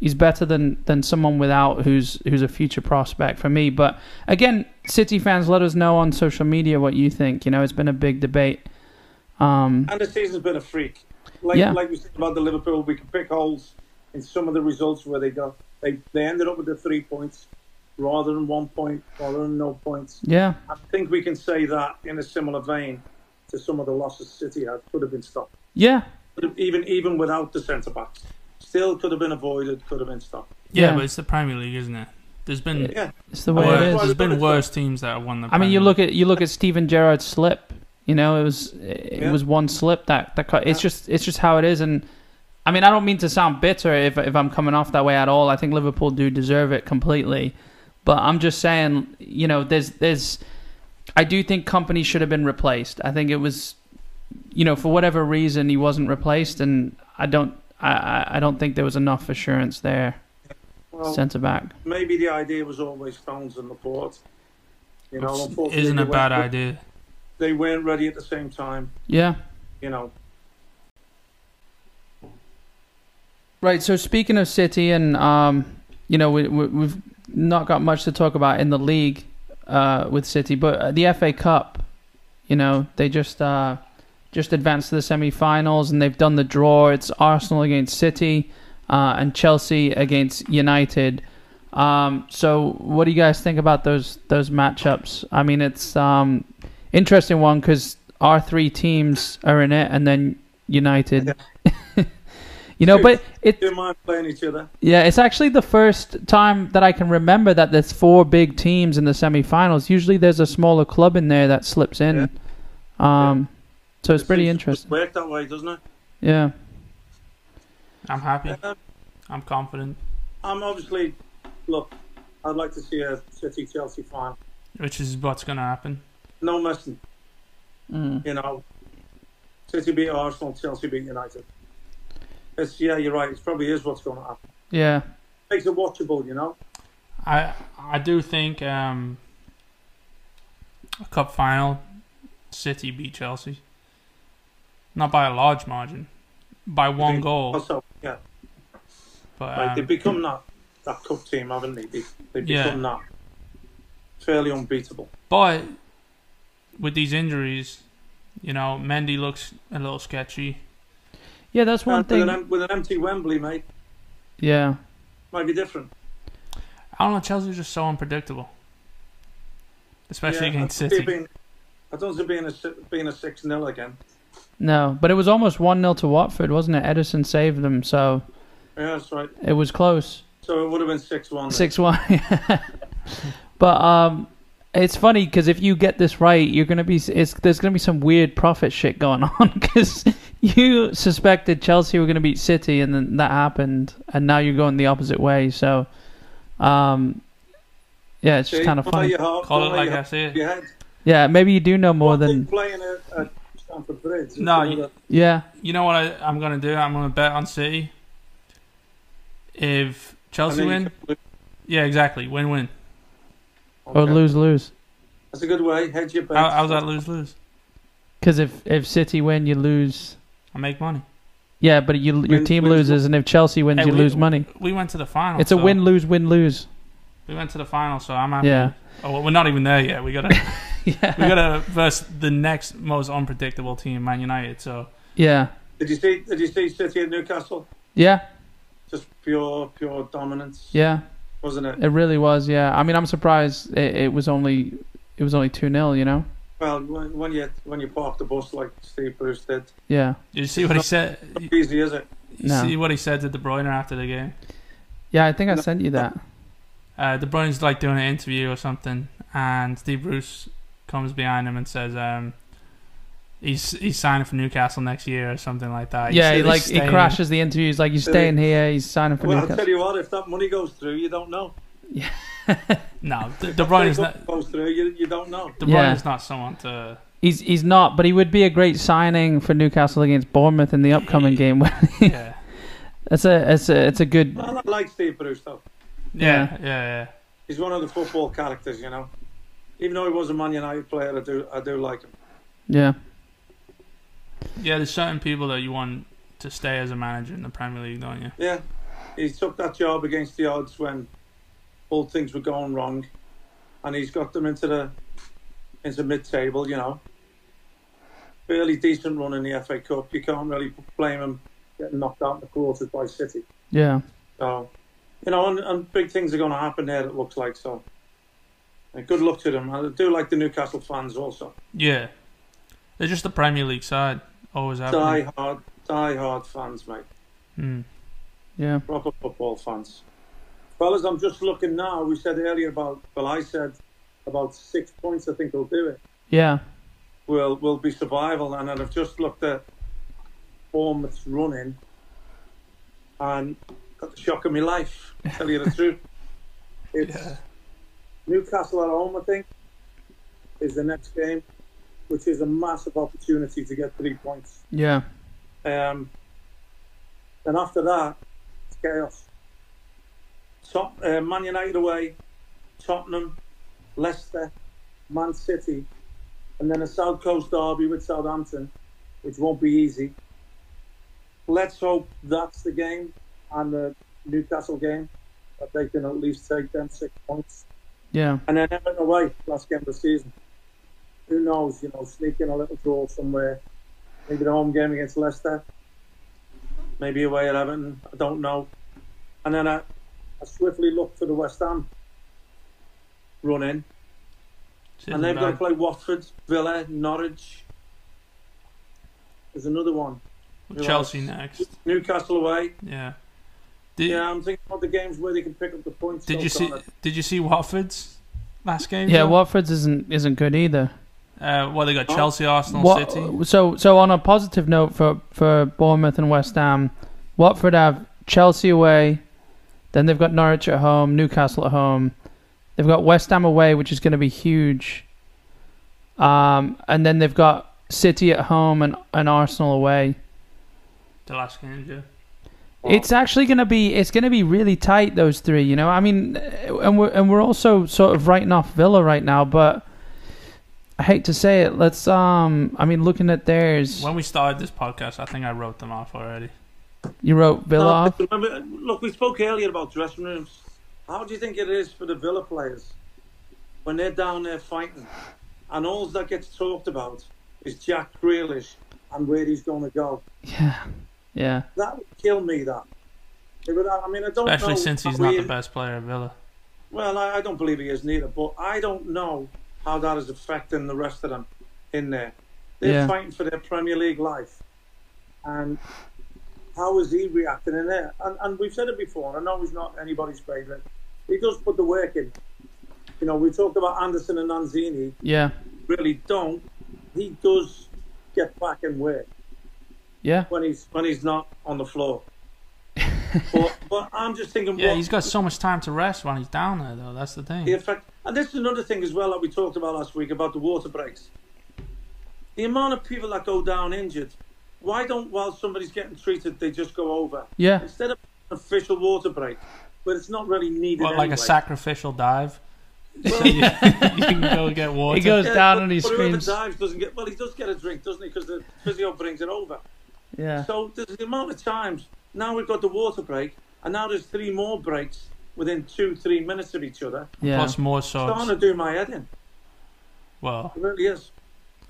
[SPEAKER 1] he's better than than someone without who's who's a future prospect for me. But again, City fans, let us know on social media what you think. You know, it's been a big debate. Um,
[SPEAKER 3] And the season's been a freak. Like
[SPEAKER 1] Yeah.
[SPEAKER 3] like we said about the Liverpool, we can pick holes in some of the results where they got they they ended up with the three points rather than one point, rather than no points.
[SPEAKER 1] yeah,
[SPEAKER 3] I think we can say that in a similar vein to some of the losses City had could have been stopped.
[SPEAKER 1] yeah,
[SPEAKER 3] Could have- Even even without the centre backs. Still could have been avoided, could have been stopped.
[SPEAKER 2] Yeah,
[SPEAKER 1] Yeah.
[SPEAKER 2] but it's the Premier League, isn't it? There's been
[SPEAKER 3] Yeah.
[SPEAKER 1] it's the way
[SPEAKER 2] wor-
[SPEAKER 1] it
[SPEAKER 3] Well,
[SPEAKER 1] is.
[SPEAKER 2] there's been worse teams that have won the.
[SPEAKER 1] I mean,
[SPEAKER 2] Premier
[SPEAKER 1] you
[SPEAKER 2] League.
[SPEAKER 1] look at you look at Steven Gerrard's slip. You know, it was it
[SPEAKER 3] Yeah.
[SPEAKER 1] was one slip that that cut. It's
[SPEAKER 3] Yeah.
[SPEAKER 1] just it's just how it is. And I mean, I don't mean to sound bitter if if I'm coming off that way at all. I think Liverpool do deserve it completely. But I'm just saying, you know, there's there's I do think company should have been replaced. I think it was, you know, for whatever reason he wasn't replaced, and I don't I- I I don't think there was enough assurance there
[SPEAKER 3] Well,
[SPEAKER 1] centre back.
[SPEAKER 3] maybe the idea was always Stones and Laporte. You know,
[SPEAKER 2] Which
[SPEAKER 3] unfortunately,
[SPEAKER 2] isn't a
[SPEAKER 3] they
[SPEAKER 2] bad
[SPEAKER 3] weren't-
[SPEAKER 2] idea.
[SPEAKER 3] They weren't ready at the same time.
[SPEAKER 1] Yeah.
[SPEAKER 3] You know,
[SPEAKER 1] Right. So speaking of City, and um, you know, we, we, we've not got much to talk about in the league uh, with City, but uh, the FA Cup, you know, they just uh, just advanced to the semi-finals, and they've done the draw. It's Arsenal against City, uh, and Chelsea against United. Um, so, what do you guys think about those those matchups? I mean, it's um, interesting one because our three teams are in it, and then United. you know, but it
[SPEAKER 3] didn't mind playing each other.
[SPEAKER 1] yeah, it's actually the first time that I can remember that there's four big teams in the semifinals. Usually, there's a smaller club in there that slips in. Um, so it's
[SPEAKER 3] It
[SPEAKER 1] pretty
[SPEAKER 3] seems to just
[SPEAKER 1] interesting.
[SPEAKER 3] Work that way, doesn't it?
[SPEAKER 1] Yeah,
[SPEAKER 2] I'm happy.
[SPEAKER 3] Um,
[SPEAKER 2] I'm confident,
[SPEAKER 3] I'm obviously, look, I'd like to see a City Chelsea final.
[SPEAKER 2] which is what's going to happen.
[SPEAKER 3] No messing,
[SPEAKER 1] mm.
[SPEAKER 3] you know. City beat Arsenal, Chelsea beat United. It's yeah, you're right. It probably is what's going to happen.
[SPEAKER 1] yeah,
[SPEAKER 3] Makes it watchable, you know.
[SPEAKER 2] I I do think um, a cup final, City beat Chelsea, not by a large margin, by one goal.
[SPEAKER 3] Also, yeah,
[SPEAKER 2] But
[SPEAKER 3] like, they've
[SPEAKER 2] um,
[SPEAKER 3] become that that cup team, haven't they? They they
[SPEAKER 2] Yeah.
[SPEAKER 3] become that fairly unbeatable.
[SPEAKER 2] but with these injuries, you know, Mendy looks a little sketchy.
[SPEAKER 1] yeah. That's one
[SPEAKER 3] And Uh, with, an,
[SPEAKER 1] thing.
[SPEAKER 3] em- with an empty Wembley, mate,
[SPEAKER 1] Yeah,
[SPEAKER 3] might be different.
[SPEAKER 2] I don't know. Chelsea's just so unpredictable, especially
[SPEAKER 3] Yeah,
[SPEAKER 2] against
[SPEAKER 3] I don't see
[SPEAKER 2] City.
[SPEAKER 3] it being- I don't see it being a si- being a six 0 again.
[SPEAKER 1] no, but it was almost one 0 to Watford, wasn't it? Edison saved them, so
[SPEAKER 3] Yeah, that's right.
[SPEAKER 1] it was close.
[SPEAKER 3] So it would have been six one.
[SPEAKER 1] Six one. but um, it's funny because if you get this right, you're gonna be it's there's gonna be some weird profit shit going on because you suspected Chelsea were gonna beat City and then that happened, and now you're going the opposite way. So, um, yeah, it's just kind of funny.
[SPEAKER 3] Your heart,
[SPEAKER 2] Call
[SPEAKER 3] don't
[SPEAKER 2] it
[SPEAKER 3] let
[SPEAKER 2] like
[SPEAKER 3] your
[SPEAKER 2] I see it.
[SPEAKER 3] your head.
[SPEAKER 1] Yeah, maybe you do know more
[SPEAKER 3] One thing
[SPEAKER 1] than
[SPEAKER 3] playing at, at Stamford Bridge. is
[SPEAKER 2] No,
[SPEAKER 3] another-
[SPEAKER 1] yeah,
[SPEAKER 2] You know what I, I'm going to do? I'm going to bet on City. If Chelsea
[SPEAKER 3] and then
[SPEAKER 2] win,
[SPEAKER 3] you can
[SPEAKER 2] yeah, exactly, win win.
[SPEAKER 3] lose.
[SPEAKER 1] or
[SPEAKER 3] Okay.
[SPEAKER 1] lose lose.
[SPEAKER 3] That's a good way. Hedge your bets.
[SPEAKER 2] How, how's that lose lose?
[SPEAKER 1] Because if if City win, you lose.
[SPEAKER 2] I make money.
[SPEAKER 1] Yeah, but you, your
[SPEAKER 3] Win-
[SPEAKER 1] team
[SPEAKER 3] wins-
[SPEAKER 1] loses, and if Chelsea wins,
[SPEAKER 2] Hey,
[SPEAKER 1] you
[SPEAKER 2] we-
[SPEAKER 1] lose money.
[SPEAKER 2] We went to the final.
[SPEAKER 1] It's a
[SPEAKER 2] so-
[SPEAKER 1] win lose win lose.
[SPEAKER 2] We went to the final, so I'm happy.
[SPEAKER 1] Yeah,
[SPEAKER 2] Oh, well, we're not even there yet. We got to
[SPEAKER 1] yeah,
[SPEAKER 2] we got to verse the next most unpredictable team, Man United. So
[SPEAKER 1] yeah,
[SPEAKER 3] Did you see? Did you see City at Newcastle?
[SPEAKER 1] yeah,
[SPEAKER 3] Just pure, pure dominance,
[SPEAKER 1] yeah.
[SPEAKER 3] wasn't it?
[SPEAKER 1] It really was, yeah. I mean, I'm surprised it, it was only it was only two 0 You know,
[SPEAKER 3] Well, when, when you when you park the bus like Steve Bruce did,
[SPEAKER 1] yeah,
[SPEAKER 2] did you see what he said? You
[SPEAKER 3] easy is it?
[SPEAKER 2] you
[SPEAKER 1] No.
[SPEAKER 2] see what he said to De Bruyne after the game?
[SPEAKER 1] yeah. I think I sent you that.
[SPEAKER 2] Uh, De Bruyne's like doing an interview or something, and Steve Bruce comes behind him and says, um, "He's he's signing for Newcastle next year or something like that." You
[SPEAKER 1] yeah,
[SPEAKER 2] see
[SPEAKER 1] he,
[SPEAKER 2] this
[SPEAKER 1] like he
[SPEAKER 2] staying-
[SPEAKER 1] crashes the interview. He's like, "He's staying here. He's signing for
[SPEAKER 3] Well, I'll tell
[SPEAKER 1] Newcastle."
[SPEAKER 3] you what. If that money goes through, you don't know.
[SPEAKER 2] No, De, De Bruyne's
[SPEAKER 3] If
[SPEAKER 2] not.
[SPEAKER 3] it goes through, you, you don't know.
[SPEAKER 2] De
[SPEAKER 1] Yeah.
[SPEAKER 2] Bruyne's not someone to.
[SPEAKER 1] He's he's not, but he would be a great signing for Newcastle against Bournemouth in the upcoming game.
[SPEAKER 2] Yeah,
[SPEAKER 1] it's a it's a it's a good.
[SPEAKER 3] Well, I like Steve Bruce though.
[SPEAKER 2] yeah, yeah. yeah.
[SPEAKER 3] He's one of the football characters, you know. Even though he was a Man United player, I do I do like him.
[SPEAKER 1] Yeah.
[SPEAKER 2] Yeah, there's certain people that you want to stay as a manager in the Premier League, don't you?
[SPEAKER 3] Yeah, he took that job against the odds when all things were going wrong, and he's got them into the into mid-table. You know, fairly decent run in the FA Cup. You can't really blame him getting knocked out in the quarters by City.
[SPEAKER 1] Yeah.
[SPEAKER 3] So, you know, and, and big things are going to happen there. It looks like so. And good luck to them. I do like the Newcastle fans also.
[SPEAKER 2] Yeah. They're just the Premier League side. Always have. been.
[SPEAKER 3] Die hard, die hard fans, mate.
[SPEAKER 2] Mm.
[SPEAKER 1] Yeah.
[SPEAKER 3] proper football fans. Fellas, I'm just looking now. We said earlier about, well, I said about six points. I think we'll do it.
[SPEAKER 1] Yeah.
[SPEAKER 3] Will will be survival, and I've just looked at Bournemouth's running, and got the shock of my life. Tell you the truth, it's
[SPEAKER 2] Yeah.
[SPEAKER 3] Newcastle at home. I think is the next game, which is a massive opportunity to get three points.
[SPEAKER 1] Yeah.
[SPEAKER 3] Um, then after that, it's chaos. Top, uh, Man United away, Tottenham, Leicester, Man City, and then a South Coast derby with Southampton, which won't be easy. Let's hope that's the game and the Newcastle game that they can at least take them six points.
[SPEAKER 1] Yeah.
[SPEAKER 3] And then Everton away, last game of the season. Who knows, you know, sneaking a little draw somewhere. Maybe the home game against Leicester. Maybe away at Everton. I don't know. And then I, I swiftly looked for the West Ham run in.
[SPEAKER 2] Sitting
[SPEAKER 3] and they've got to
[SPEAKER 2] back.
[SPEAKER 3] play Watford, Villa, Norwich. There's another one.
[SPEAKER 2] Chelsea next.
[SPEAKER 3] Newcastle away.
[SPEAKER 2] Yeah. Did,
[SPEAKER 3] Yeah, I'm thinking about the games where they can pick up the points.
[SPEAKER 2] did
[SPEAKER 3] so
[SPEAKER 2] you see
[SPEAKER 3] far.
[SPEAKER 2] Did you see Watford's last game?
[SPEAKER 1] Yeah.
[SPEAKER 2] Joe?
[SPEAKER 1] Watford's isn't isn't good either.
[SPEAKER 2] Uh, well, they got
[SPEAKER 3] Oh.
[SPEAKER 2] Chelsea, Arsenal,
[SPEAKER 1] What,
[SPEAKER 2] City.
[SPEAKER 1] so so on a positive note for for Bournemouth and West Ham, Watford have Chelsea away, then they've got Norwich at home, Newcastle at home, they've got West Ham away, which is going to be huge, um, and then they've got City at home and and Arsenal away.
[SPEAKER 2] The last game, yeah.
[SPEAKER 1] It's actually going to be it's going to be really tight those three, you know. I mean, uh, and we're and we're also sort of writing off Villa right now, but I hate to say it. Let's um, I mean, looking at theirs,
[SPEAKER 2] When we started this podcast, I think I wrote them off already.
[SPEAKER 1] you wrote Villa. off.
[SPEAKER 3] No, remember, look, we spoke earlier about dressing rooms. How do you think it is for the Villa players when they're down there fighting, and all that gets talked about is Jack Grealish and where he's going to go?
[SPEAKER 1] Yeah, yeah,
[SPEAKER 3] That would kill me. That. It would, I mean, Oh, I don't
[SPEAKER 2] Especially
[SPEAKER 3] know
[SPEAKER 2] since
[SPEAKER 3] how
[SPEAKER 2] he's not
[SPEAKER 3] he
[SPEAKER 2] the
[SPEAKER 3] is-
[SPEAKER 2] best player at Villa.
[SPEAKER 3] Well, I, I don't believe he is neither, but I don't know how that is affecting the rest of them in there. They're
[SPEAKER 1] Yeah.
[SPEAKER 3] fighting for their Premier League life. And how is he reacting in there? And, and we've said it before, and I know he's not anybody's favourite. He does put the work in. You know, we talked about Anderson and Nanzini,
[SPEAKER 1] yeah,
[SPEAKER 3] really don't. He does get back and work
[SPEAKER 1] yeah,
[SPEAKER 3] when he's when he's not on the floor. but, but I'm just thinking,
[SPEAKER 2] Yeah,
[SPEAKER 3] what-
[SPEAKER 2] he's got so much time to rest when he's down there, though. That's the thing.
[SPEAKER 3] the effect. And this is another thing as well that we talked about last week about the water breaks. The amount of people that go down injured, why don't while somebody's getting treated they just go over
[SPEAKER 1] yeah,
[SPEAKER 3] instead of an official water break, where it's not really needed.
[SPEAKER 2] What, like
[SPEAKER 3] anyway.
[SPEAKER 2] a sacrificial dive?
[SPEAKER 3] Well,
[SPEAKER 2] you can go get water.
[SPEAKER 1] He goes
[SPEAKER 3] yeah,
[SPEAKER 1] down
[SPEAKER 3] but-
[SPEAKER 1] and he
[SPEAKER 3] but whoever
[SPEAKER 1] screams.
[SPEAKER 3] dives doesn't get. Well, he does get a drink, doesn't he? Because the physio brings it over.
[SPEAKER 1] Yeah,
[SPEAKER 3] So there's the amount of times now we've got the water break, and now there's three more breaks within two, three minutes of each other.
[SPEAKER 1] yeah,
[SPEAKER 2] Plus more
[SPEAKER 3] Starting
[SPEAKER 2] swords.
[SPEAKER 3] to do my head in.
[SPEAKER 2] Well,
[SPEAKER 3] It really is.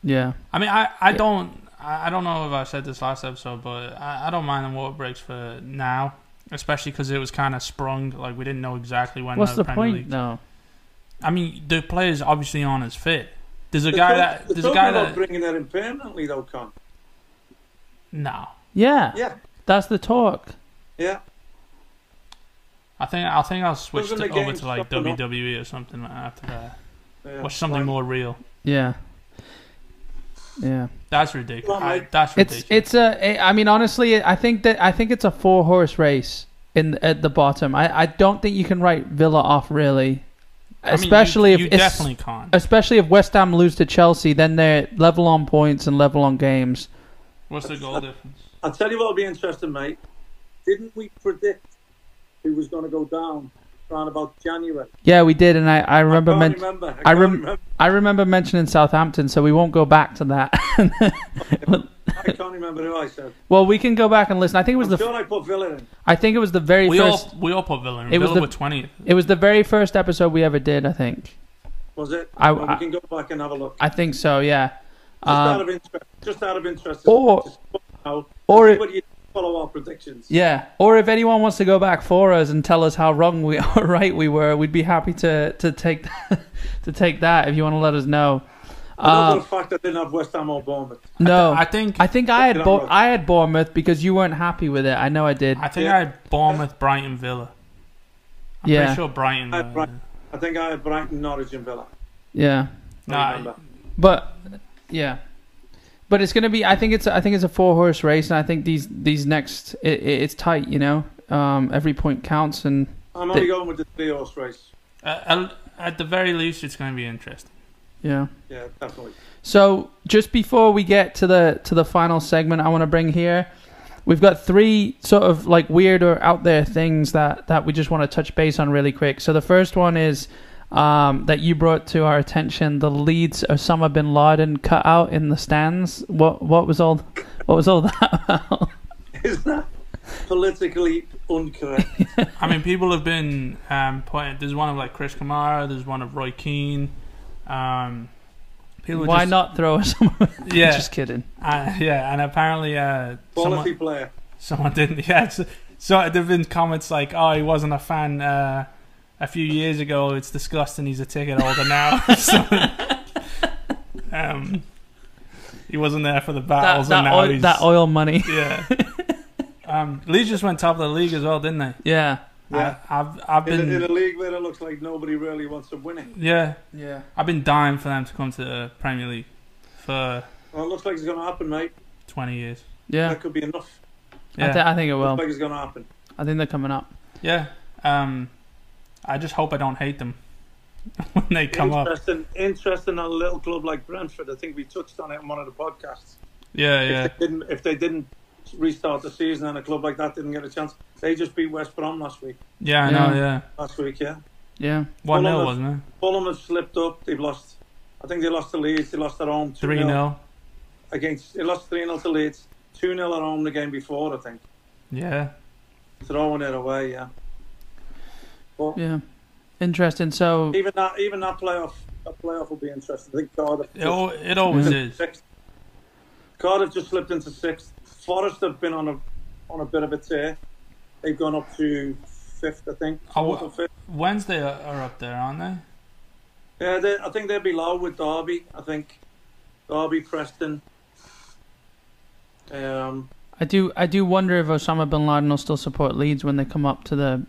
[SPEAKER 1] yeah,
[SPEAKER 2] I mean, I, I don't I I don't know if I said this last episode, but I, I don't mind the water breaks for now, especially because it was kind of sprung. Like we didn't know exactly when.
[SPEAKER 1] What's the
[SPEAKER 2] Premier
[SPEAKER 1] point
[SPEAKER 2] League-
[SPEAKER 1] now?
[SPEAKER 2] I mean, the players obviously aren't as fit. There's a
[SPEAKER 3] The
[SPEAKER 2] guy
[SPEAKER 3] talk-
[SPEAKER 2] that
[SPEAKER 3] the
[SPEAKER 2] there's a
[SPEAKER 3] talk
[SPEAKER 2] guy
[SPEAKER 3] about
[SPEAKER 2] that
[SPEAKER 3] bringing that in permanently though, Con.
[SPEAKER 2] no.
[SPEAKER 1] Yeah,
[SPEAKER 3] Yeah,
[SPEAKER 1] that's the talk.
[SPEAKER 3] yeah.
[SPEAKER 2] I think I think I'll switch
[SPEAKER 3] Wasn't
[SPEAKER 2] to,
[SPEAKER 3] the
[SPEAKER 2] over
[SPEAKER 3] game
[SPEAKER 2] to like
[SPEAKER 3] stopping up?
[SPEAKER 2] WWE or something after that. uh,
[SPEAKER 3] yeah.
[SPEAKER 2] Watch something more real.
[SPEAKER 1] Yeah, yeah.
[SPEAKER 2] That's ridiculous.
[SPEAKER 3] Come on,
[SPEAKER 2] I-
[SPEAKER 3] mate.
[SPEAKER 2] that's
[SPEAKER 1] It's
[SPEAKER 2] ridiculous.
[SPEAKER 1] it's a. I mean, honestly, I think that I think it's a four horse race in at the bottom. I I don't think you can write Villa off really,
[SPEAKER 2] I mean, you-
[SPEAKER 1] especially
[SPEAKER 2] you,
[SPEAKER 1] if it's-
[SPEAKER 2] definitely can't.
[SPEAKER 1] especially if West Ham lose to Chelsea, then they're level on points and level on games.
[SPEAKER 2] What's the goal difference?
[SPEAKER 3] I'll tell you what'll be interesting, mate. Didn't we predict who was going to go down around about January?
[SPEAKER 1] Yeah, we did, and I I remember.
[SPEAKER 3] I
[SPEAKER 1] men-
[SPEAKER 3] can't remember. I,
[SPEAKER 1] I
[SPEAKER 3] can't
[SPEAKER 1] rem-
[SPEAKER 3] remember.
[SPEAKER 1] I remember mentioning Southampton, so we won't go back to that.
[SPEAKER 3] I can't remember who I said.
[SPEAKER 1] Well, we can go back and listen. I think it was
[SPEAKER 3] I'm
[SPEAKER 1] the.
[SPEAKER 3] sure I put Villa in.
[SPEAKER 1] I think it was the very
[SPEAKER 2] We
[SPEAKER 1] first.
[SPEAKER 2] all we all put Villa in.
[SPEAKER 1] It was
[SPEAKER 2] Villa
[SPEAKER 1] the-
[SPEAKER 2] were twentieth.
[SPEAKER 1] It was the very first episode we ever did. I think.
[SPEAKER 3] Was it?
[SPEAKER 1] I-
[SPEAKER 3] Well,
[SPEAKER 1] I-
[SPEAKER 3] we can go back and have a look.
[SPEAKER 1] I think so. Yeah.
[SPEAKER 3] Just out
[SPEAKER 1] Um,
[SPEAKER 3] of interest. Just out of interest.
[SPEAKER 1] or-
[SPEAKER 3] just out.
[SPEAKER 1] or it-
[SPEAKER 3] what you follow our predictions.
[SPEAKER 1] yeah. Or if anyone wants to go back for us and tell us how wrong we or right we were, we'd be happy to to take to take that if you want to let us know.
[SPEAKER 3] I know
[SPEAKER 1] Um,
[SPEAKER 3] for a fact I didn't have West Ham or Bournemouth.
[SPEAKER 1] no,
[SPEAKER 2] I think
[SPEAKER 1] I think I had
[SPEAKER 3] I'm
[SPEAKER 1] Bour-
[SPEAKER 3] wrong.
[SPEAKER 1] I had Bournemouth because you weren't happy with it. I know I did.
[SPEAKER 2] I think
[SPEAKER 3] Yeah.
[SPEAKER 2] I had Bournemouth, Brighton, Villa. I'm
[SPEAKER 1] Yeah.
[SPEAKER 2] pretty sure Brighton. uh,
[SPEAKER 3] I had
[SPEAKER 2] were-
[SPEAKER 3] Brighton. I think I had Brighton, Norwich, and Villa.
[SPEAKER 1] yeah,
[SPEAKER 3] I
[SPEAKER 2] Nah,
[SPEAKER 3] remember.
[SPEAKER 1] but yeah, but it's gonna be. I think it's. I think it's a four horse race, and I think these these next. It, it, it's tight, you know. Um, every point counts, and
[SPEAKER 3] I'm only
[SPEAKER 1] the-
[SPEAKER 3] going with the three horse race.
[SPEAKER 2] Uh, at the very least, it's going to be interesting.
[SPEAKER 1] yeah.
[SPEAKER 3] Yeah, definitely.
[SPEAKER 1] So just before we get to the to the final segment, I want to bring here. We've got three sort of like weird or out there things that that we just want to touch base on really quick. So the first one is um, that you brought to our attention the Leeds Osama bin Laden cutout in the stands. What what was all what was all that about?
[SPEAKER 3] Is that politically incorrect?
[SPEAKER 2] I mean, people have been um, pointing. There's one of like Chris Kamara. There's one of Roy Keane. Um, people are
[SPEAKER 1] Why
[SPEAKER 2] just,
[SPEAKER 1] not throw Osama?
[SPEAKER 2] Yeah,
[SPEAKER 1] just kidding.
[SPEAKER 2] uh, yeah, and apparently uh,
[SPEAKER 3] Quality
[SPEAKER 2] someone,
[SPEAKER 3] player.
[SPEAKER 2] someone didn't. Yeah, so, so there've been comments like, "Oh, he wasn't a fan uh, a few years ago. It's disgusting. He's a ticket holder now." so, um, he wasn't there for the
[SPEAKER 1] That
[SPEAKER 2] battles,
[SPEAKER 1] that
[SPEAKER 2] and now
[SPEAKER 1] oil,
[SPEAKER 2] he's
[SPEAKER 1] that oil money.
[SPEAKER 2] yeah. um, Leeds just went top of the league as well, didn't they?
[SPEAKER 1] Yeah.
[SPEAKER 3] Yeah.
[SPEAKER 2] I, I've I've
[SPEAKER 3] In,
[SPEAKER 2] been
[SPEAKER 3] a- in a league where it looks like nobody really wants to win it.
[SPEAKER 2] yeah
[SPEAKER 1] Yeah.
[SPEAKER 2] I've been dying for them to come to the Premier League for
[SPEAKER 3] Well, it looks like it's going to happen, mate.
[SPEAKER 2] twenty years.
[SPEAKER 1] Yeah.
[SPEAKER 3] That could be enough.
[SPEAKER 1] I,
[SPEAKER 2] Yeah,
[SPEAKER 1] th- I think it
[SPEAKER 3] looks
[SPEAKER 1] will.
[SPEAKER 3] like it's going to happen.
[SPEAKER 1] I think they're coming up.
[SPEAKER 2] yeah. Um, I just hope I don't hate them when they come up.
[SPEAKER 3] interesting, interesting. A little club like Brentford. I think we touched on it in one of the podcasts.
[SPEAKER 2] Yeah, yeah.
[SPEAKER 3] If they didn't, if they didn't restart the season and a club like that didn't get a chance, they just beat West Brom last week.
[SPEAKER 2] Yeah, I
[SPEAKER 1] Yeah.
[SPEAKER 2] know, yeah.
[SPEAKER 3] Last week, yeah.
[SPEAKER 1] Yeah.
[SPEAKER 2] One
[SPEAKER 3] Fulham
[SPEAKER 2] nil
[SPEAKER 3] have-
[SPEAKER 2] wasn't it?
[SPEAKER 3] Fulham have slipped up. They've lost. I think they lost to Leeds. They lost at home two
[SPEAKER 2] Three
[SPEAKER 3] 0
[SPEAKER 2] nil.
[SPEAKER 3] against. They lost three 0 to Leeds. Two 0 at home the game before. I think
[SPEAKER 2] Yeah.
[SPEAKER 3] throwing it away. Yeah. But
[SPEAKER 1] Yeah. Interesting. So
[SPEAKER 3] even that, even that playoff, that playoff will be interesting. I think Cardiff.
[SPEAKER 2] It al- it always
[SPEAKER 1] Yeah.
[SPEAKER 2] is.
[SPEAKER 3] sixth. Cardiff just slipped into sixth. Forest have been on a on a bit of a tear. They've gone up to fifth, I think.
[SPEAKER 2] Oh,
[SPEAKER 3] Fourth or fifth.
[SPEAKER 2] Wednesday are- are up there, aren't they?
[SPEAKER 3] Yeah, they, I think they're below with Derby. I think Derby, Preston. Um,
[SPEAKER 1] I do I do wonder if Osama bin Laden will still support Leeds when they come up to the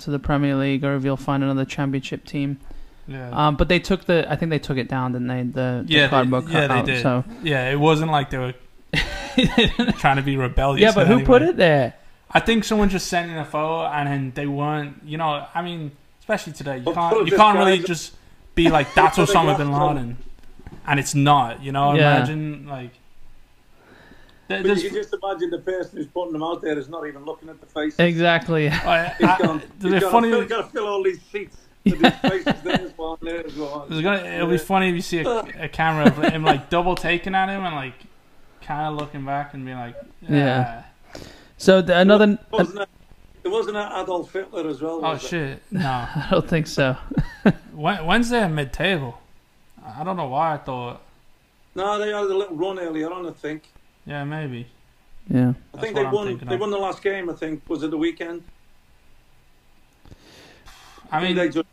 [SPEAKER 1] to the Premier League or if he'll find another championship team.
[SPEAKER 2] Yeah.
[SPEAKER 1] Um, but they took the I think they took it down, didn't they? The, the
[SPEAKER 2] yeah,
[SPEAKER 1] cardboard
[SPEAKER 2] they, yeah, they
[SPEAKER 1] cutout,
[SPEAKER 2] did.
[SPEAKER 1] So
[SPEAKER 2] Yeah, it wasn't like they were trying to be rebellious.
[SPEAKER 1] Yeah, but
[SPEAKER 2] in
[SPEAKER 1] who
[SPEAKER 2] any
[SPEAKER 1] put
[SPEAKER 2] way.
[SPEAKER 1] it there?
[SPEAKER 2] I think someone just sent in a photo and then they weren't. You know, I mean, especially today, you
[SPEAKER 3] Well,
[SPEAKER 2] can't
[SPEAKER 3] photos
[SPEAKER 2] you can't
[SPEAKER 3] just
[SPEAKER 2] really
[SPEAKER 3] guys-
[SPEAKER 2] just be like that's
[SPEAKER 3] Photos
[SPEAKER 2] Osama bin
[SPEAKER 3] just guys-
[SPEAKER 2] Laden, and it's not. You know,
[SPEAKER 1] Yeah.
[SPEAKER 2] imagine like. there-
[SPEAKER 3] but
[SPEAKER 2] There's,
[SPEAKER 3] you can just imagine the person who's putting them out there is not even looking at the faces.
[SPEAKER 1] Exactly.
[SPEAKER 2] I-
[SPEAKER 3] He's
[SPEAKER 2] I-
[SPEAKER 3] gone.
[SPEAKER 2] there's
[SPEAKER 3] He's
[SPEAKER 2] a
[SPEAKER 3] gone,
[SPEAKER 2] funny.
[SPEAKER 3] I've got to fill all these seats. with these faces. There's one. There's one.
[SPEAKER 2] there's gonna- it'll be funny if you see a, a camera of him like double taking at him and like kind of looking back and being like,
[SPEAKER 1] Yeah.
[SPEAKER 2] yeah,
[SPEAKER 1] So the, another
[SPEAKER 3] There wasn't, a, there wasn't an Adolf Hitler as well.
[SPEAKER 2] oh
[SPEAKER 3] was there?
[SPEAKER 2] shit, no.
[SPEAKER 1] I don't think so.
[SPEAKER 2] When, Wednesday at mid table. I I don't know why I thought.
[SPEAKER 3] No, they had a little run earlier on, I think.
[SPEAKER 2] Yeah, maybe.
[SPEAKER 1] Yeah.
[SPEAKER 3] I
[SPEAKER 2] That's
[SPEAKER 3] think
[SPEAKER 2] what
[SPEAKER 3] they
[SPEAKER 2] I'm
[SPEAKER 3] won.
[SPEAKER 2] thinking
[SPEAKER 3] They
[SPEAKER 2] of.
[SPEAKER 3] won the last game. I think was it the weekend?
[SPEAKER 2] I mean,
[SPEAKER 3] they just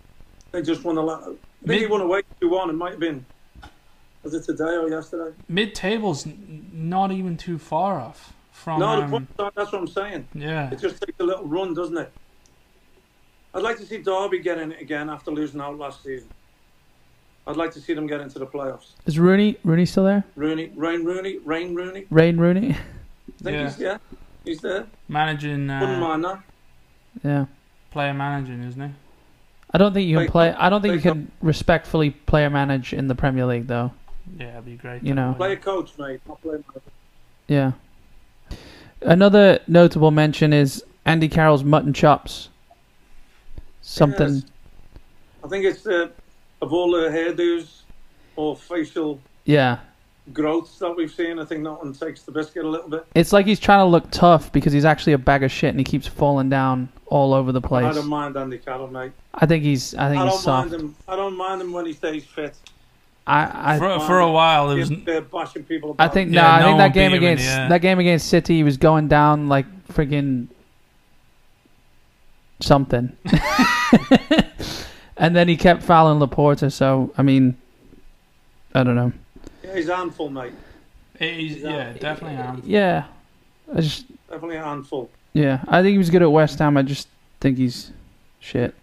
[SPEAKER 3] they just won the last. I think
[SPEAKER 2] Mid-
[SPEAKER 3] they won away two one. It might have been was it today or yesterday?
[SPEAKER 2] mid table's n- not even too far off from.
[SPEAKER 3] no, the
[SPEAKER 2] um,
[SPEAKER 3] point, that's what I'm saying.
[SPEAKER 2] yeah,
[SPEAKER 3] It just takes a little run, doesn't it? I'd like to see Derby get in it again after losing out last season. I'd like to see them get into the playoffs.
[SPEAKER 1] Is Rooney Rooney still there?
[SPEAKER 3] Rooney, Rain Rooney, Rain Rooney.
[SPEAKER 1] Rain Rooney?
[SPEAKER 3] I think
[SPEAKER 2] Yeah.
[SPEAKER 3] he's yeah, he's there.
[SPEAKER 2] managing
[SPEAKER 3] Wouldn't
[SPEAKER 2] uh,
[SPEAKER 3] mind that.
[SPEAKER 1] Yeah.
[SPEAKER 2] player managing, isn't he?
[SPEAKER 1] I don't think you can
[SPEAKER 3] Like-
[SPEAKER 1] play I don't think you
[SPEAKER 3] like-
[SPEAKER 1] can respectfully player manage in the Premier League though.
[SPEAKER 2] Yeah, it'd be great.
[SPEAKER 1] You know.
[SPEAKER 3] Play a coach, mate. Not play. manager.
[SPEAKER 1] Yeah. Another notable mention is Andy Carroll's mutton chops. Something.
[SPEAKER 3] Yes. I think it's uh, of all the hairdos or facial
[SPEAKER 1] Yeah.
[SPEAKER 3] growth that we've seen. I think that one takes the biscuit a little bit.
[SPEAKER 1] It's like he's trying to look tough because he's actually a bag of shit and he keeps falling down all over the
[SPEAKER 3] I
[SPEAKER 1] place.
[SPEAKER 3] don't mind Andy Carroll, mate.
[SPEAKER 1] I think he's. I think
[SPEAKER 3] I,
[SPEAKER 1] he's
[SPEAKER 3] don't
[SPEAKER 1] soft.
[SPEAKER 3] mind him. I don't mind him when he stays fit.
[SPEAKER 1] I. I
[SPEAKER 2] for, for a while, there was
[SPEAKER 3] They're, they're bashing people.
[SPEAKER 1] I
[SPEAKER 3] About.
[SPEAKER 1] think
[SPEAKER 2] Yeah,
[SPEAKER 1] no, I
[SPEAKER 2] no
[SPEAKER 1] think
[SPEAKER 2] one
[SPEAKER 1] that
[SPEAKER 2] beat
[SPEAKER 1] game
[SPEAKER 2] him in the
[SPEAKER 1] against
[SPEAKER 2] air.
[SPEAKER 1] that game against City, he was going down like freaking something, and then he kept fouling Laporta. So I mean, I don't know.
[SPEAKER 3] Yeah, he's a handful, mate.
[SPEAKER 2] he's, yeah, definitely. am.
[SPEAKER 1] Yeah, I just
[SPEAKER 3] Definitely a handful.
[SPEAKER 1] yeah, I think he was good at West Ham. I just think he's shit.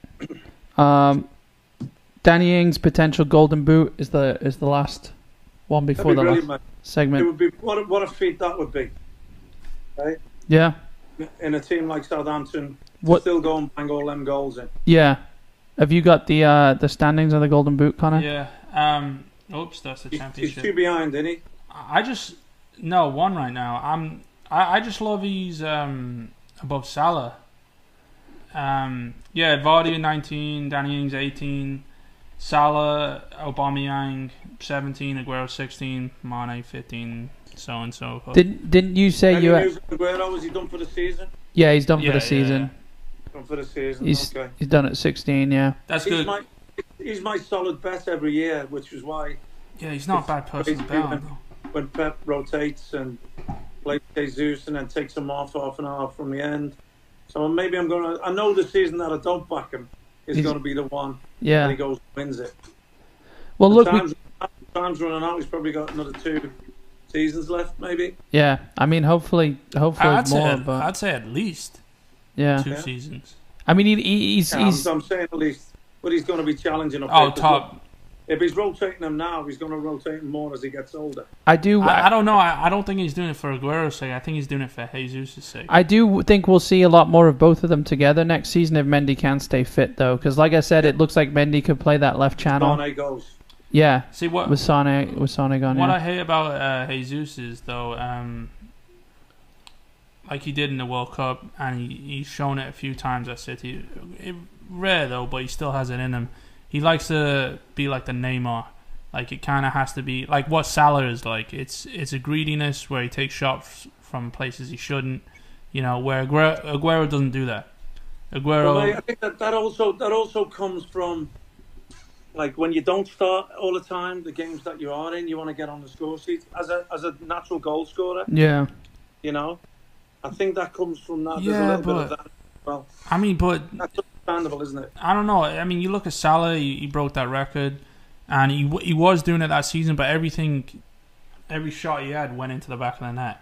[SPEAKER 1] Um, Danny Ings' potential golden boot is the is the last one before
[SPEAKER 3] That'd be
[SPEAKER 1] the
[SPEAKER 3] brilliant,
[SPEAKER 1] last
[SPEAKER 3] mate. It
[SPEAKER 1] segment.
[SPEAKER 3] would be what a, what a feat that would be
[SPEAKER 1] Yeah,
[SPEAKER 3] in a team like Southampton.
[SPEAKER 1] What-
[SPEAKER 3] What? Still go and bang all them goals in.
[SPEAKER 1] yeah. Have you got the uh, the standings of the golden boot, Connor?
[SPEAKER 2] Yeah. Um. Oops, that's the
[SPEAKER 3] He's, he's
[SPEAKER 2] championship.
[SPEAKER 3] two behind, isn't he?
[SPEAKER 2] I just no one right now. I'm I, I just love he's um above Salah. Um yeah, Vardy nineteen, Danny Ings eighteen, Salah, Aubameyang seventeen, Aguero sixteen, Mane fifteen, so on and so forth.
[SPEAKER 1] Didn't didn't you say
[SPEAKER 3] Any
[SPEAKER 1] you?
[SPEAKER 3] news on Aguero? Is he done for the season?
[SPEAKER 1] yeah, he's done
[SPEAKER 2] Yeah,
[SPEAKER 1] for the
[SPEAKER 2] yeah,
[SPEAKER 1] season.
[SPEAKER 3] Done for the season.
[SPEAKER 1] He's
[SPEAKER 3] okay.
[SPEAKER 1] he's done at sixteen. Yeah,
[SPEAKER 2] yeah. That's
[SPEAKER 3] He's
[SPEAKER 2] good.
[SPEAKER 3] my, he's my solid bet every year, which is why
[SPEAKER 2] yeah, he's not a bad person to
[SPEAKER 3] He's-
[SPEAKER 2] bet on. though.
[SPEAKER 3] when Pep rotates and plays Jesus and then takes him off half an hour from the end. So maybe I'm going to. I know the season that I don't back him is
[SPEAKER 1] He's-
[SPEAKER 3] going to be the one that
[SPEAKER 1] yeah.
[SPEAKER 3] he goes and wins it.
[SPEAKER 1] Well, look, we,
[SPEAKER 3] time's, time's running out. He's probably got another two seasons left, maybe.
[SPEAKER 1] yeah. I mean, hopefully, hopefully
[SPEAKER 2] I'd say
[SPEAKER 1] more,
[SPEAKER 2] at,
[SPEAKER 1] but
[SPEAKER 2] I'd say at least
[SPEAKER 1] yeah.
[SPEAKER 2] two
[SPEAKER 3] Yeah.
[SPEAKER 2] seasons.
[SPEAKER 1] I mean, he, he, he's
[SPEAKER 3] Yeah, I'm,
[SPEAKER 1] he's
[SPEAKER 3] I'm saying at least, but he's going to be challenging. up
[SPEAKER 2] Oh,
[SPEAKER 3] there.
[SPEAKER 2] top.
[SPEAKER 3] If he's rotating him now, he's going to rotate him more as he gets older.
[SPEAKER 1] I do
[SPEAKER 2] I, I
[SPEAKER 1] I,
[SPEAKER 2] don't know. I, I don't think he's doing it for Aguero's sake. I think he's doing it for Jesus' sake.
[SPEAKER 1] do think we'll see a lot more of both of them together next season if Mendy can stay fit though, because like I said, it looks like Mendy could play that left channel.
[SPEAKER 3] Mane goes.
[SPEAKER 1] Yeah,
[SPEAKER 2] See what
[SPEAKER 1] with Sonic with Sonic on.
[SPEAKER 2] What
[SPEAKER 1] Yeah.
[SPEAKER 2] I hate about uh, Jesus is though, um, like he did in the World Cup, and he, he's shown it a few times at City. It, rare though, but he still has it in him. He likes to be like the Neymar. Like it kind of has to be like what Salah is like. It's it's a greediness where he takes shots from places he shouldn't. You know where Aguero, Aguero doesn't do that. Aguero,
[SPEAKER 3] Well, I, I think that, that also that also comes from like when you don't start all the time, the games that you are in, you want to get on the score sheet as a as a natural goal scorer.
[SPEAKER 1] yeah,
[SPEAKER 3] You know, I think that comes from that. There's a
[SPEAKER 2] Yeah,
[SPEAKER 3] little bit of
[SPEAKER 2] but-
[SPEAKER 3] that. Well,
[SPEAKER 2] I mean, but
[SPEAKER 3] that's understandable, isn't it?
[SPEAKER 2] I don't know. I mean, you look at Salah; he, he broke that record, and he w- he was doing it that season. But everything, every shot he had went into the back of the net.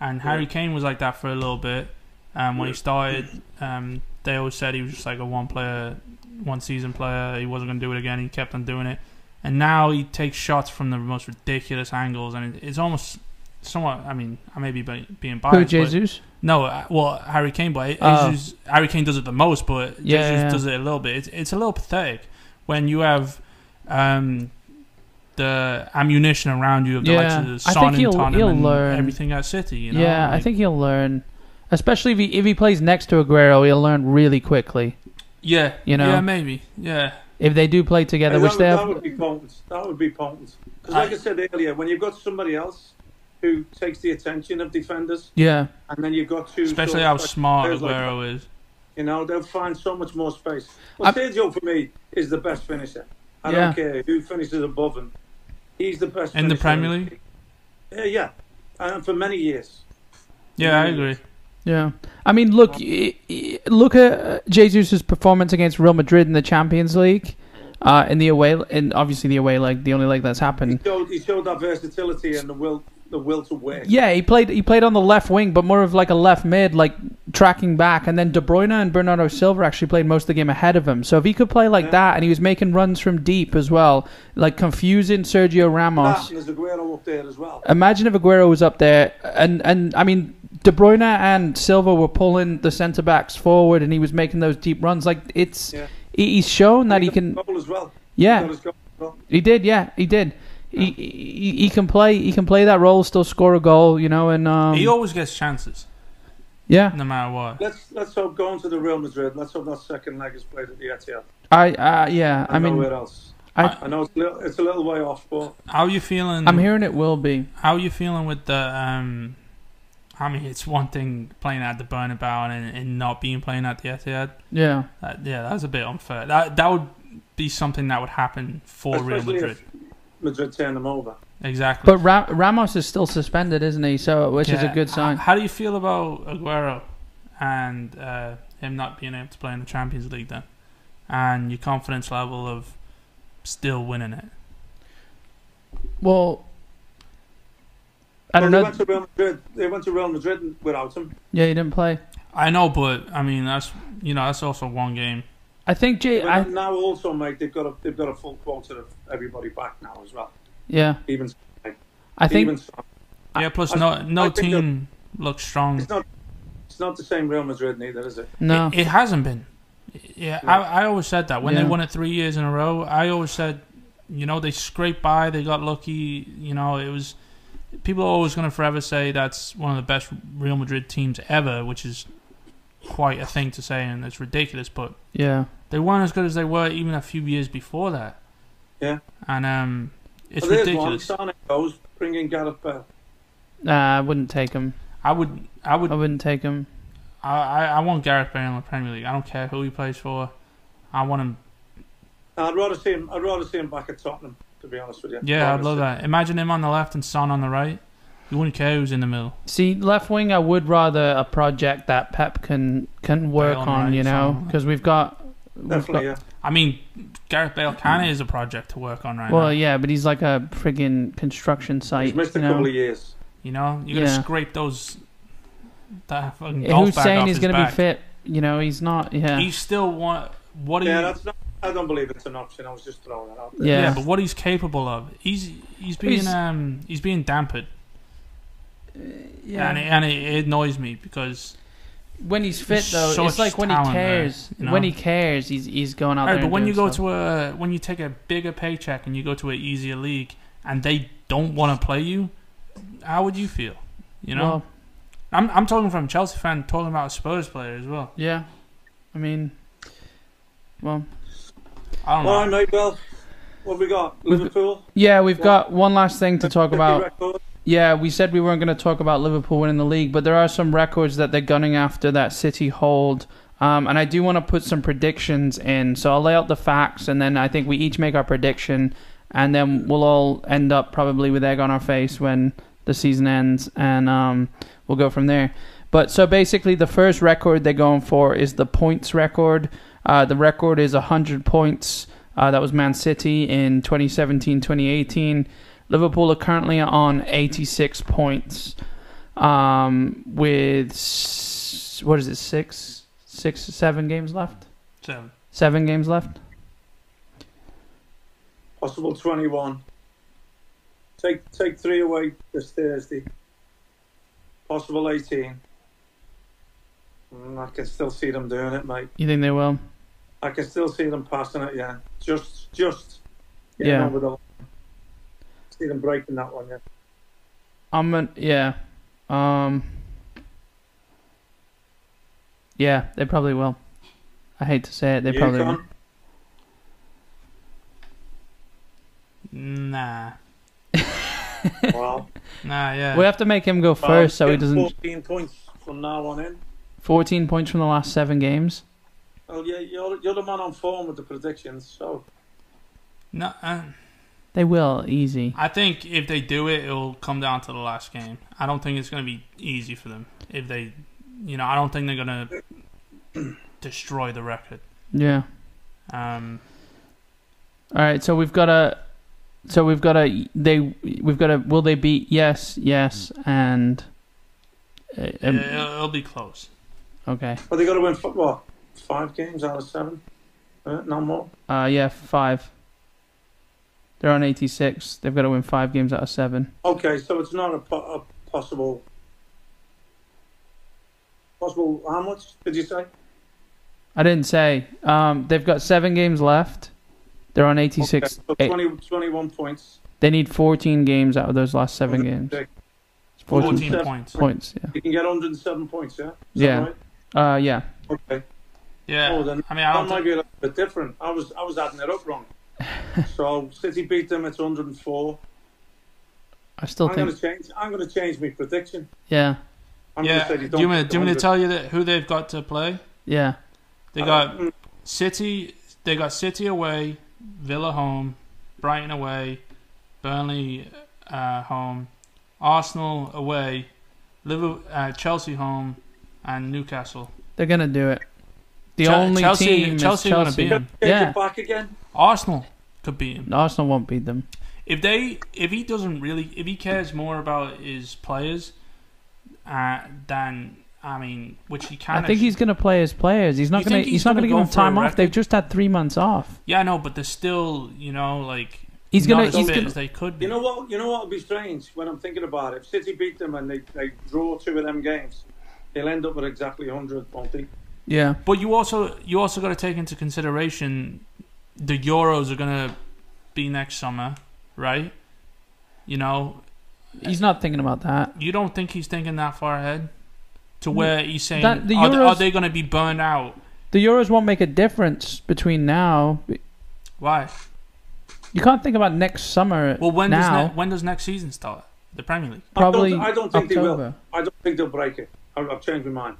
[SPEAKER 2] And Harry
[SPEAKER 3] Yeah.
[SPEAKER 2] Kane was like that for a little bit. Um, when he started, um, they always said he was just like a one player, one season player. He wasn't going to do it again. He kept on doing it, and now he takes shots from the most ridiculous angles, and it, it's almost somewhat. I mean, I may be bi- being biased.
[SPEAKER 1] who
[SPEAKER 2] but-
[SPEAKER 1] Jesus?
[SPEAKER 2] no, uh, well, Harry Kane, but
[SPEAKER 1] Oh.
[SPEAKER 2] Jesus, Harry Kane does it the most, but
[SPEAKER 1] Yeah, yeah,
[SPEAKER 2] Jesus
[SPEAKER 1] yeah.
[SPEAKER 2] does it a little bit. It's, it's a little pathetic when you have um, the ammunition around you of the likes
[SPEAKER 1] Yeah.
[SPEAKER 2] of the
[SPEAKER 1] I
[SPEAKER 2] Son
[SPEAKER 1] think he'll-
[SPEAKER 2] and Tottenham
[SPEAKER 1] he'll
[SPEAKER 2] and
[SPEAKER 1] learn.
[SPEAKER 2] everything at City. You know?
[SPEAKER 1] yeah, I
[SPEAKER 2] Like,
[SPEAKER 1] think he'll learn, especially if he if he plays next to Aguero, he'll learn really quickly.
[SPEAKER 2] Yeah,
[SPEAKER 1] you know.
[SPEAKER 2] yeah, maybe, yeah,
[SPEAKER 1] If they do play together,
[SPEAKER 3] Hey,
[SPEAKER 1] which
[SPEAKER 3] that, would,
[SPEAKER 1] they
[SPEAKER 3] that
[SPEAKER 1] have,
[SPEAKER 3] would be potent. That would be potent. Because, like I, said earlier, when you've got somebody else who takes the attention of defenders,
[SPEAKER 1] yeah,
[SPEAKER 3] and then you've got two,
[SPEAKER 2] especially
[SPEAKER 3] sort of
[SPEAKER 2] how
[SPEAKER 3] like-
[SPEAKER 2] smart
[SPEAKER 3] players like
[SPEAKER 2] Aguero is.
[SPEAKER 3] You know, they'll find so much more space. Well, Sergio for me is the best finisher. I
[SPEAKER 1] Yeah.
[SPEAKER 3] don't care who finishes above him. He's the best
[SPEAKER 2] In the
[SPEAKER 3] finisher
[SPEAKER 2] Premier League?
[SPEAKER 3] Yeah, yeah, and for many years.
[SPEAKER 2] Yeah, I agree.
[SPEAKER 1] yeah. I mean, look, y- y- look at uh, Jesus' performance against Real Madrid in the Champions League, uh, in the away, in obviously the away leg, the only leg that's
[SPEAKER 3] He
[SPEAKER 1] happened.
[SPEAKER 3] showed, he showed that versatility and the will, the will to win.
[SPEAKER 1] Yeah, he played. He played on the left wing, but more of like a left mid, like tracking back. And then De Bruyne and Bernardo Silva actually played most of the game ahead of him. So if he could play like
[SPEAKER 3] Yeah.
[SPEAKER 1] that, and he was making runs from deep as well, like confusing Sergio Ramos.
[SPEAKER 3] That, and there's Aguero up there as well.
[SPEAKER 1] Imagine if Aguero was up there, and and I mean, De Bruyne and Silva were pulling the centre backs forward, and he was making those deep runs. Like it's,
[SPEAKER 3] Yeah.
[SPEAKER 1] he, he's shown that he
[SPEAKER 3] got his
[SPEAKER 1] can.
[SPEAKER 3] goal as well. He got
[SPEAKER 1] Yeah,
[SPEAKER 3] his goal as well.
[SPEAKER 1] he did. Yeah, he did. He, he he can play. He can play that role. Still score a goal. You know, and um,
[SPEAKER 2] he always gets chances,
[SPEAKER 1] yeah.
[SPEAKER 2] no matter what.
[SPEAKER 3] Let's let's hope going to the Real Madrid. Let's hope that second leg is played at the Etihad.
[SPEAKER 1] I uh, yeah. I
[SPEAKER 3] and
[SPEAKER 1] mean,
[SPEAKER 3] nowhere else.
[SPEAKER 1] I-
[SPEAKER 3] I know it's a little, it's a little way off, but
[SPEAKER 2] How are you feeling?
[SPEAKER 1] I'm hearing it will be.
[SPEAKER 2] How are you feeling with the? Um, I mean, it's one thing playing at the Bernabeu and, and not being playing at the Etihad.
[SPEAKER 1] Yeah.
[SPEAKER 2] That, Uh, yeah, that was a bit unfair. That that would be something that would happen for Real
[SPEAKER 3] Especially if-
[SPEAKER 2] Madrid.
[SPEAKER 3] Madrid turned them over.
[SPEAKER 2] Exactly.
[SPEAKER 1] But Ra- Ramos is still suspended, isn't he? So, which is a
[SPEAKER 2] Yeah.
[SPEAKER 1] good
[SPEAKER 2] H-
[SPEAKER 1] sign.
[SPEAKER 2] How do you feel about Aguero and uh, him not being able to play in the Champions League then, and your confidence level of still winning it?
[SPEAKER 1] Well, I don't
[SPEAKER 3] Well,
[SPEAKER 1] know.
[SPEAKER 3] They went to Real Madrid. They went to Real Madrid without him.
[SPEAKER 1] Yeah, he didn't play.
[SPEAKER 2] I know, but I mean that's you know that's also one game.
[SPEAKER 1] I think Jay.
[SPEAKER 3] But
[SPEAKER 1] I,
[SPEAKER 3] now also, Mike, they've got a they've got a full quota of everybody back now as well.
[SPEAKER 1] yeah,
[SPEAKER 3] Even
[SPEAKER 1] I think
[SPEAKER 3] even so.
[SPEAKER 2] Yeah, plus
[SPEAKER 3] I-
[SPEAKER 2] no no
[SPEAKER 3] I think that-
[SPEAKER 2] team looks strong.
[SPEAKER 3] it's not it's not the same Real Madrid neither, is it?
[SPEAKER 1] no.
[SPEAKER 2] It, it hasn't been. Yeah, I, I always said that when they
[SPEAKER 1] Yeah.
[SPEAKER 2] won it three years in a row. I always said, you know, they scraped by, they got lucky. You know, it was. People are always going to forever say that's one of the best Real Madrid teams ever, which is quite a thing to say, and it's ridiculous. But
[SPEAKER 1] yeah,
[SPEAKER 2] they weren't as good as they were even a few years before that.
[SPEAKER 3] Yeah.
[SPEAKER 2] and um, it's
[SPEAKER 3] But there's
[SPEAKER 2] ridiculous.
[SPEAKER 3] One, Sane goes, bring in Gareth Bale.
[SPEAKER 1] nah, I wouldn't take him.
[SPEAKER 2] I would, I would
[SPEAKER 1] I wouldn't take him.
[SPEAKER 2] I, I, I want Gareth Bale in the Premier League. I don't care who he plays for. I want him.
[SPEAKER 3] I'd rather see him. I'd rather see him back at Tottenham. To be honest with you.
[SPEAKER 2] Yeah, I'd
[SPEAKER 3] Honestly.
[SPEAKER 2] love that. Imagine him on the left and Son on the right. You wouldn't care who's in the middle.
[SPEAKER 1] See, left wing, I would rather a project that Pep can can work
[SPEAKER 2] Bale,
[SPEAKER 1] on.
[SPEAKER 2] right,
[SPEAKER 1] You know,
[SPEAKER 2] something.
[SPEAKER 1] because we've got. We've got
[SPEAKER 3] Definitely, yeah.
[SPEAKER 2] I mean, Gareth Bale
[SPEAKER 3] Hmm.
[SPEAKER 2] kind of is a project to work on right
[SPEAKER 1] well,
[SPEAKER 2] now.
[SPEAKER 1] yeah, but he's like a friggin' construction site.
[SPEAKER 3] He's missed a
[SPEAKER 1] you know?
[SPEAKER 3] couple of years.
[SPEAKER 2] You know, you're gonna
[SPEAKER 1] yeah.
[SPEAKER 2] scrape those. That fucking
[SPEAKER 1] And
[SPEAKER 2] golf
[SPEAKER 1] Who's
[SPEAKER 2] bag off
[SPEAKER 1] saying he's
[SPEAKER 2] his
[SPEAKER 1] going to
[SPEAKER 2] back.
[SPEAKER 1] be fit? You know, he's not. Yeah,
[SPEAKER 2] He still want what he.
[SPEAKER 3] Yeah, that's not. I don't believe it's an option. I was just throwing it out. There.
[SPEAKER 1] yeah.
[SPEAKER 2] but what he's capable of, he's he's being
[SPEAKER 1] He's-
[SPEAKER 2] um he's being dampered,
[SPEAKER 1] yeah.
[SPEAKER 2] and it, and it, it annoys me because.
[SPEAKER 1] when he's fit
[SPEAKER 2] There's
[SPEAKER 1] though,
[SPEAKER 2] so
[SPEAKER 1] it's like
[SPEAKER 2] much
[SPEAKER 1] when he
[SPEAKER 2] talent there,
[SPEAKER 1] cares.
[SPEAKER 2] you know?
[SPEAKER 1] When he cares, he's he's going out
[SPEAKER 2] All right,
[SPEAKER 1] there.
[SPEAKER 2] but
[SPEAKER 1] and
[SPEAKER 2] when you
[SPEAKER 1] doing
[SPEAKER 2] go
[SPEAKER 1] stuff.
[SPEAKER 2] to a when you take a bigger paycheck and you go to an easier league and they don't want to play you, how would you feel? You know,
[SPEAKER 1] Well,
[SPEAKER 2] I'm I'm talking from a Chelsea fan, talking about a Spurs player as well.
[SPEAKER 1] yeah, I mean, well,
[SPEAKER 2] I don't
[SPEAKER 3] All right,
[SPEAKER 2] know.
[SPEAKER 3] mate. Well, what have we got?
[SPEAKER 1] We've-
[SPEAKER 3] Liverpool.
[SPEAKER 1] yeah, we've
[SPEAKER 3] Well,
[SPEAKER 1] got one last thing to talk
[SPEAKER 3] 50
[SPEAKER 1] about.
[SPEAKER 3] record.
[SPEAKER 1] Yeah, we said we weren't going to talk about Liverpool winning the league, but there are some records that they're gunning after that City hold. Um, and I do want to put some predictions in. So I'll lay out the facts, and then I think we each make our prediction, and then we'll all end up probably with egg on our face when the season ends, and um, we'll go from there. But so basically, the first record they're going for is the points record. Uh, the record is 100 points. Uh, that was Man City in 2017 2018. Liverpool are currently on 86 points, um, with s- what is it, six, six, seven games left?
[SPEAKER 2] Seven.
[SPEAKER 1] Seven games left.
[SPEAKER 3] Possible twenty-one. Take take three away this Thursday. Possible eighteen. Mm, I can still see them doing it, mate.
[SPEAKER 1] You think they will?
[SPEAKER 3] I can still see them passing it. Yeah, just just getting
[SPEAKER 1] Yeah.
[SPEAKER 3] over the line. See them breaking that one. Yeah.
[SPEAKER 1] I'm an, yeah, um, yeah, they probably will. I hate to say it, they
[SPEAKER 3] You,
[SPEAKER 1] probably will.
[SPEAKER 3] Con?
[SPEAKER 2] Nah,
[SPEAKER 3] Wow.
[SPEAKER 2] nah, yeah.
[SPEAKER 1] We have to make him go
[SPEAKER 3] Well,
[SPEAKER 1] first, so he
[SPEAKER 3] get
[SPEAKER 1] doesn't.
[SPEAKER 3] Fourteen points from now on in.
[SPEAKER 1] 14 points from the last seven games.
[SPEAKER 3] Well, yeah, you're you're the man on form with the predictions. So
[SPEAKER 2] no, uh,
[SPEAKER 1] They will easy.
[SPEAKER 2] I think if they do it, it'll come down to the last game. I don't think it's gonna be easy for them if they, you know, I don't think they're gonna destroy the record.
[SPEAKER 1] Yeah.
[SPEAKER 2] Um,
[SPEAKER 1] All right, so we've got a, so we've got a they we've got a will they beat yes yes and, uh, um,
[SPEAKER 2] it- it'll, it'll be close.
[SPEAKER 1] okay
[SPEAKER 3] But they got to win football. Five games out of seven. Uh, no more.
[SPEAKER 1] uh yeah five. They're on eighty six. They've got to win five games out of seven.
[SPEAKER 3] Okay, so it's not a, po- a possible. Possible. How much did you say?
[SPEAKER 1] I didn't say. Um, they've got seven games left. They're on eighty six.
[SPEAKER 3] Okay, so 20, 21 points.
[SPEAKER 1] They need fourteen games out of those last seven games.
[SPEAKER 3] Okay.
[SPEAKER 1] It's
[SPEAKER 2] 14,
[SPEAKER 1] 14
[SPEAKER 2] points.
[SPEAKER 1] points. Yeah.
[SPEAKER 3] You can get 107 points, yeah. Is that
[SPEAKER 1] Yeah.
[SPEAKER 3] right?
[SPEAKER 1] Uh yeah.
[SPEAKER 3] Okay.
[SPEAKER 2] Yeah.
[SPEAKER 3] Oh, then
[SPEAKER 2] I mean, I don't
[SPEAKER 3] That might
[SPEAKER 2] think,
[SPEAKER 3] be a little bit different. I was I was adding it up wrong. so City beat them at 104.
[SPEAKER 1] I still
[SPEAKER 3] I'm
[SPEAKER 1] think.
[SPEAKER 3] going to change. I'm going to change my prediction.
[SPEAKER 1] Yeah,
[SPEAKER 3] I'm
[SPEAKER 2] yeah.
[SPEAKER 3] going to say they
[SPEAKER 2] Do
[SPEAKER 3] don't.
[SPEAKER 2] you want me,
[SPEAKER 3] get
[SPEAKER 2] do you want me to tell
[SPEAKER 3] 100.
[SPEAKER 2] you that who they've got to play?
[SPEAKER 1] yeah.
[SPEAKER 2] They
[SPEAKER 3] Uh,
[SPEAKER 2] got
[SPEAKER 3] mm,
[SPEAKER 2] City. They got City away, Villa home, Brighton away, Burnley uh, home, Arsenal away, Liverpool, uh, Chelsea home, and Newcastle.
[SPEAKER 1] They're gonna do it. The
[SPEAKER 2] Chel-
[SPEAKER 1] only
[SPEAKER 2] Chelsea-
[SPEAKER 1] team
[SPEAKER 2] Chelsea
[SPEAKER 1] is
[SPEAKER 2] gonna
[SPEAKER 1] Chelsea.
[SPEAKER 2] beat 'em.
[SPEAKER 3] take
[SPEAKER 1] Yeah,
[SPEAKER 3] it back again.
[SPEAKER 2] Arsenal could beat him
[SPEAKER 1] Arsenal won't beat them.
[SPEAKER 2] if they if he doesn't really if he cares more about his players uh, than I mean, which he can.
[SPEAKER 1] I think
[SPEAKER 2] ach-
[SPEAKER 1] he's gonna play his players. He's not
[SPEAKER 2] You
[SPEAKER 1] gonna.
[SPEAKER 2] think
[SPEAKER 1] He's,
[SPEAKER 2] he's
[SPEAKER 1] not gonna
[SPEAKER 2] gonna
[SPEAKER 1] give
[SPEAKER 2] go
[SPEAKER 1] them
[SPEAKER 2] for a
[SPEAKER 1] time off.
[SPEAKER 2] record?
[SPEAKER 1] They've just had three months off.
[SPEAKER 2] Yeah, I know, but they're still you know like
[SPEAKER 1] He's
[SPEAKER 2] not
[SPEAKER 1] gonna.
[SPEAKER 2] as
[SPEAKER 1] He's
[SPEAKER 2] fit
[SPEAKER 1] gonna
[SPEAKER 2] as they could be.
[SPEAKER 3] You know what? You know what would be strange when I'm thinking about it. If City beat them and they, they draw two of them games, they'll end up with exactly 100, won't they?
[SPEAKER 1] yeah.
[SPEAKER 2] But you also you also got to take into consideration the Euros are gonna be next summer, right? You know,
[SPEAKER 1] He's not thinking about that.
[SPEAKER 2] you don't think he's thinking that far ahead to where he's saying
[SPEAKER 1] Mm, That- the
[SPEAKER 2] are, they,
[SPEAKER 1] Euros-
[SPEAKER 2] are they gonna be burned out?
[SPEAKER 1] The Euros won't make a difference between now.
[SPEAKER 2] Why?
[SPEAKER 1] You can't think about next summer.
[SPEAKER 2] Well, when
[SPEAKER 1] now
[SPEAKER 2] does ne- when does next season start? The Premier League.
[SPEAKER 1] probably
[SPEAKER 3] I don't, I don't think
[SPEAKER 1] October.
[SPEAKER 3] they will. I don't think they'll break it. I, I've changed my mind.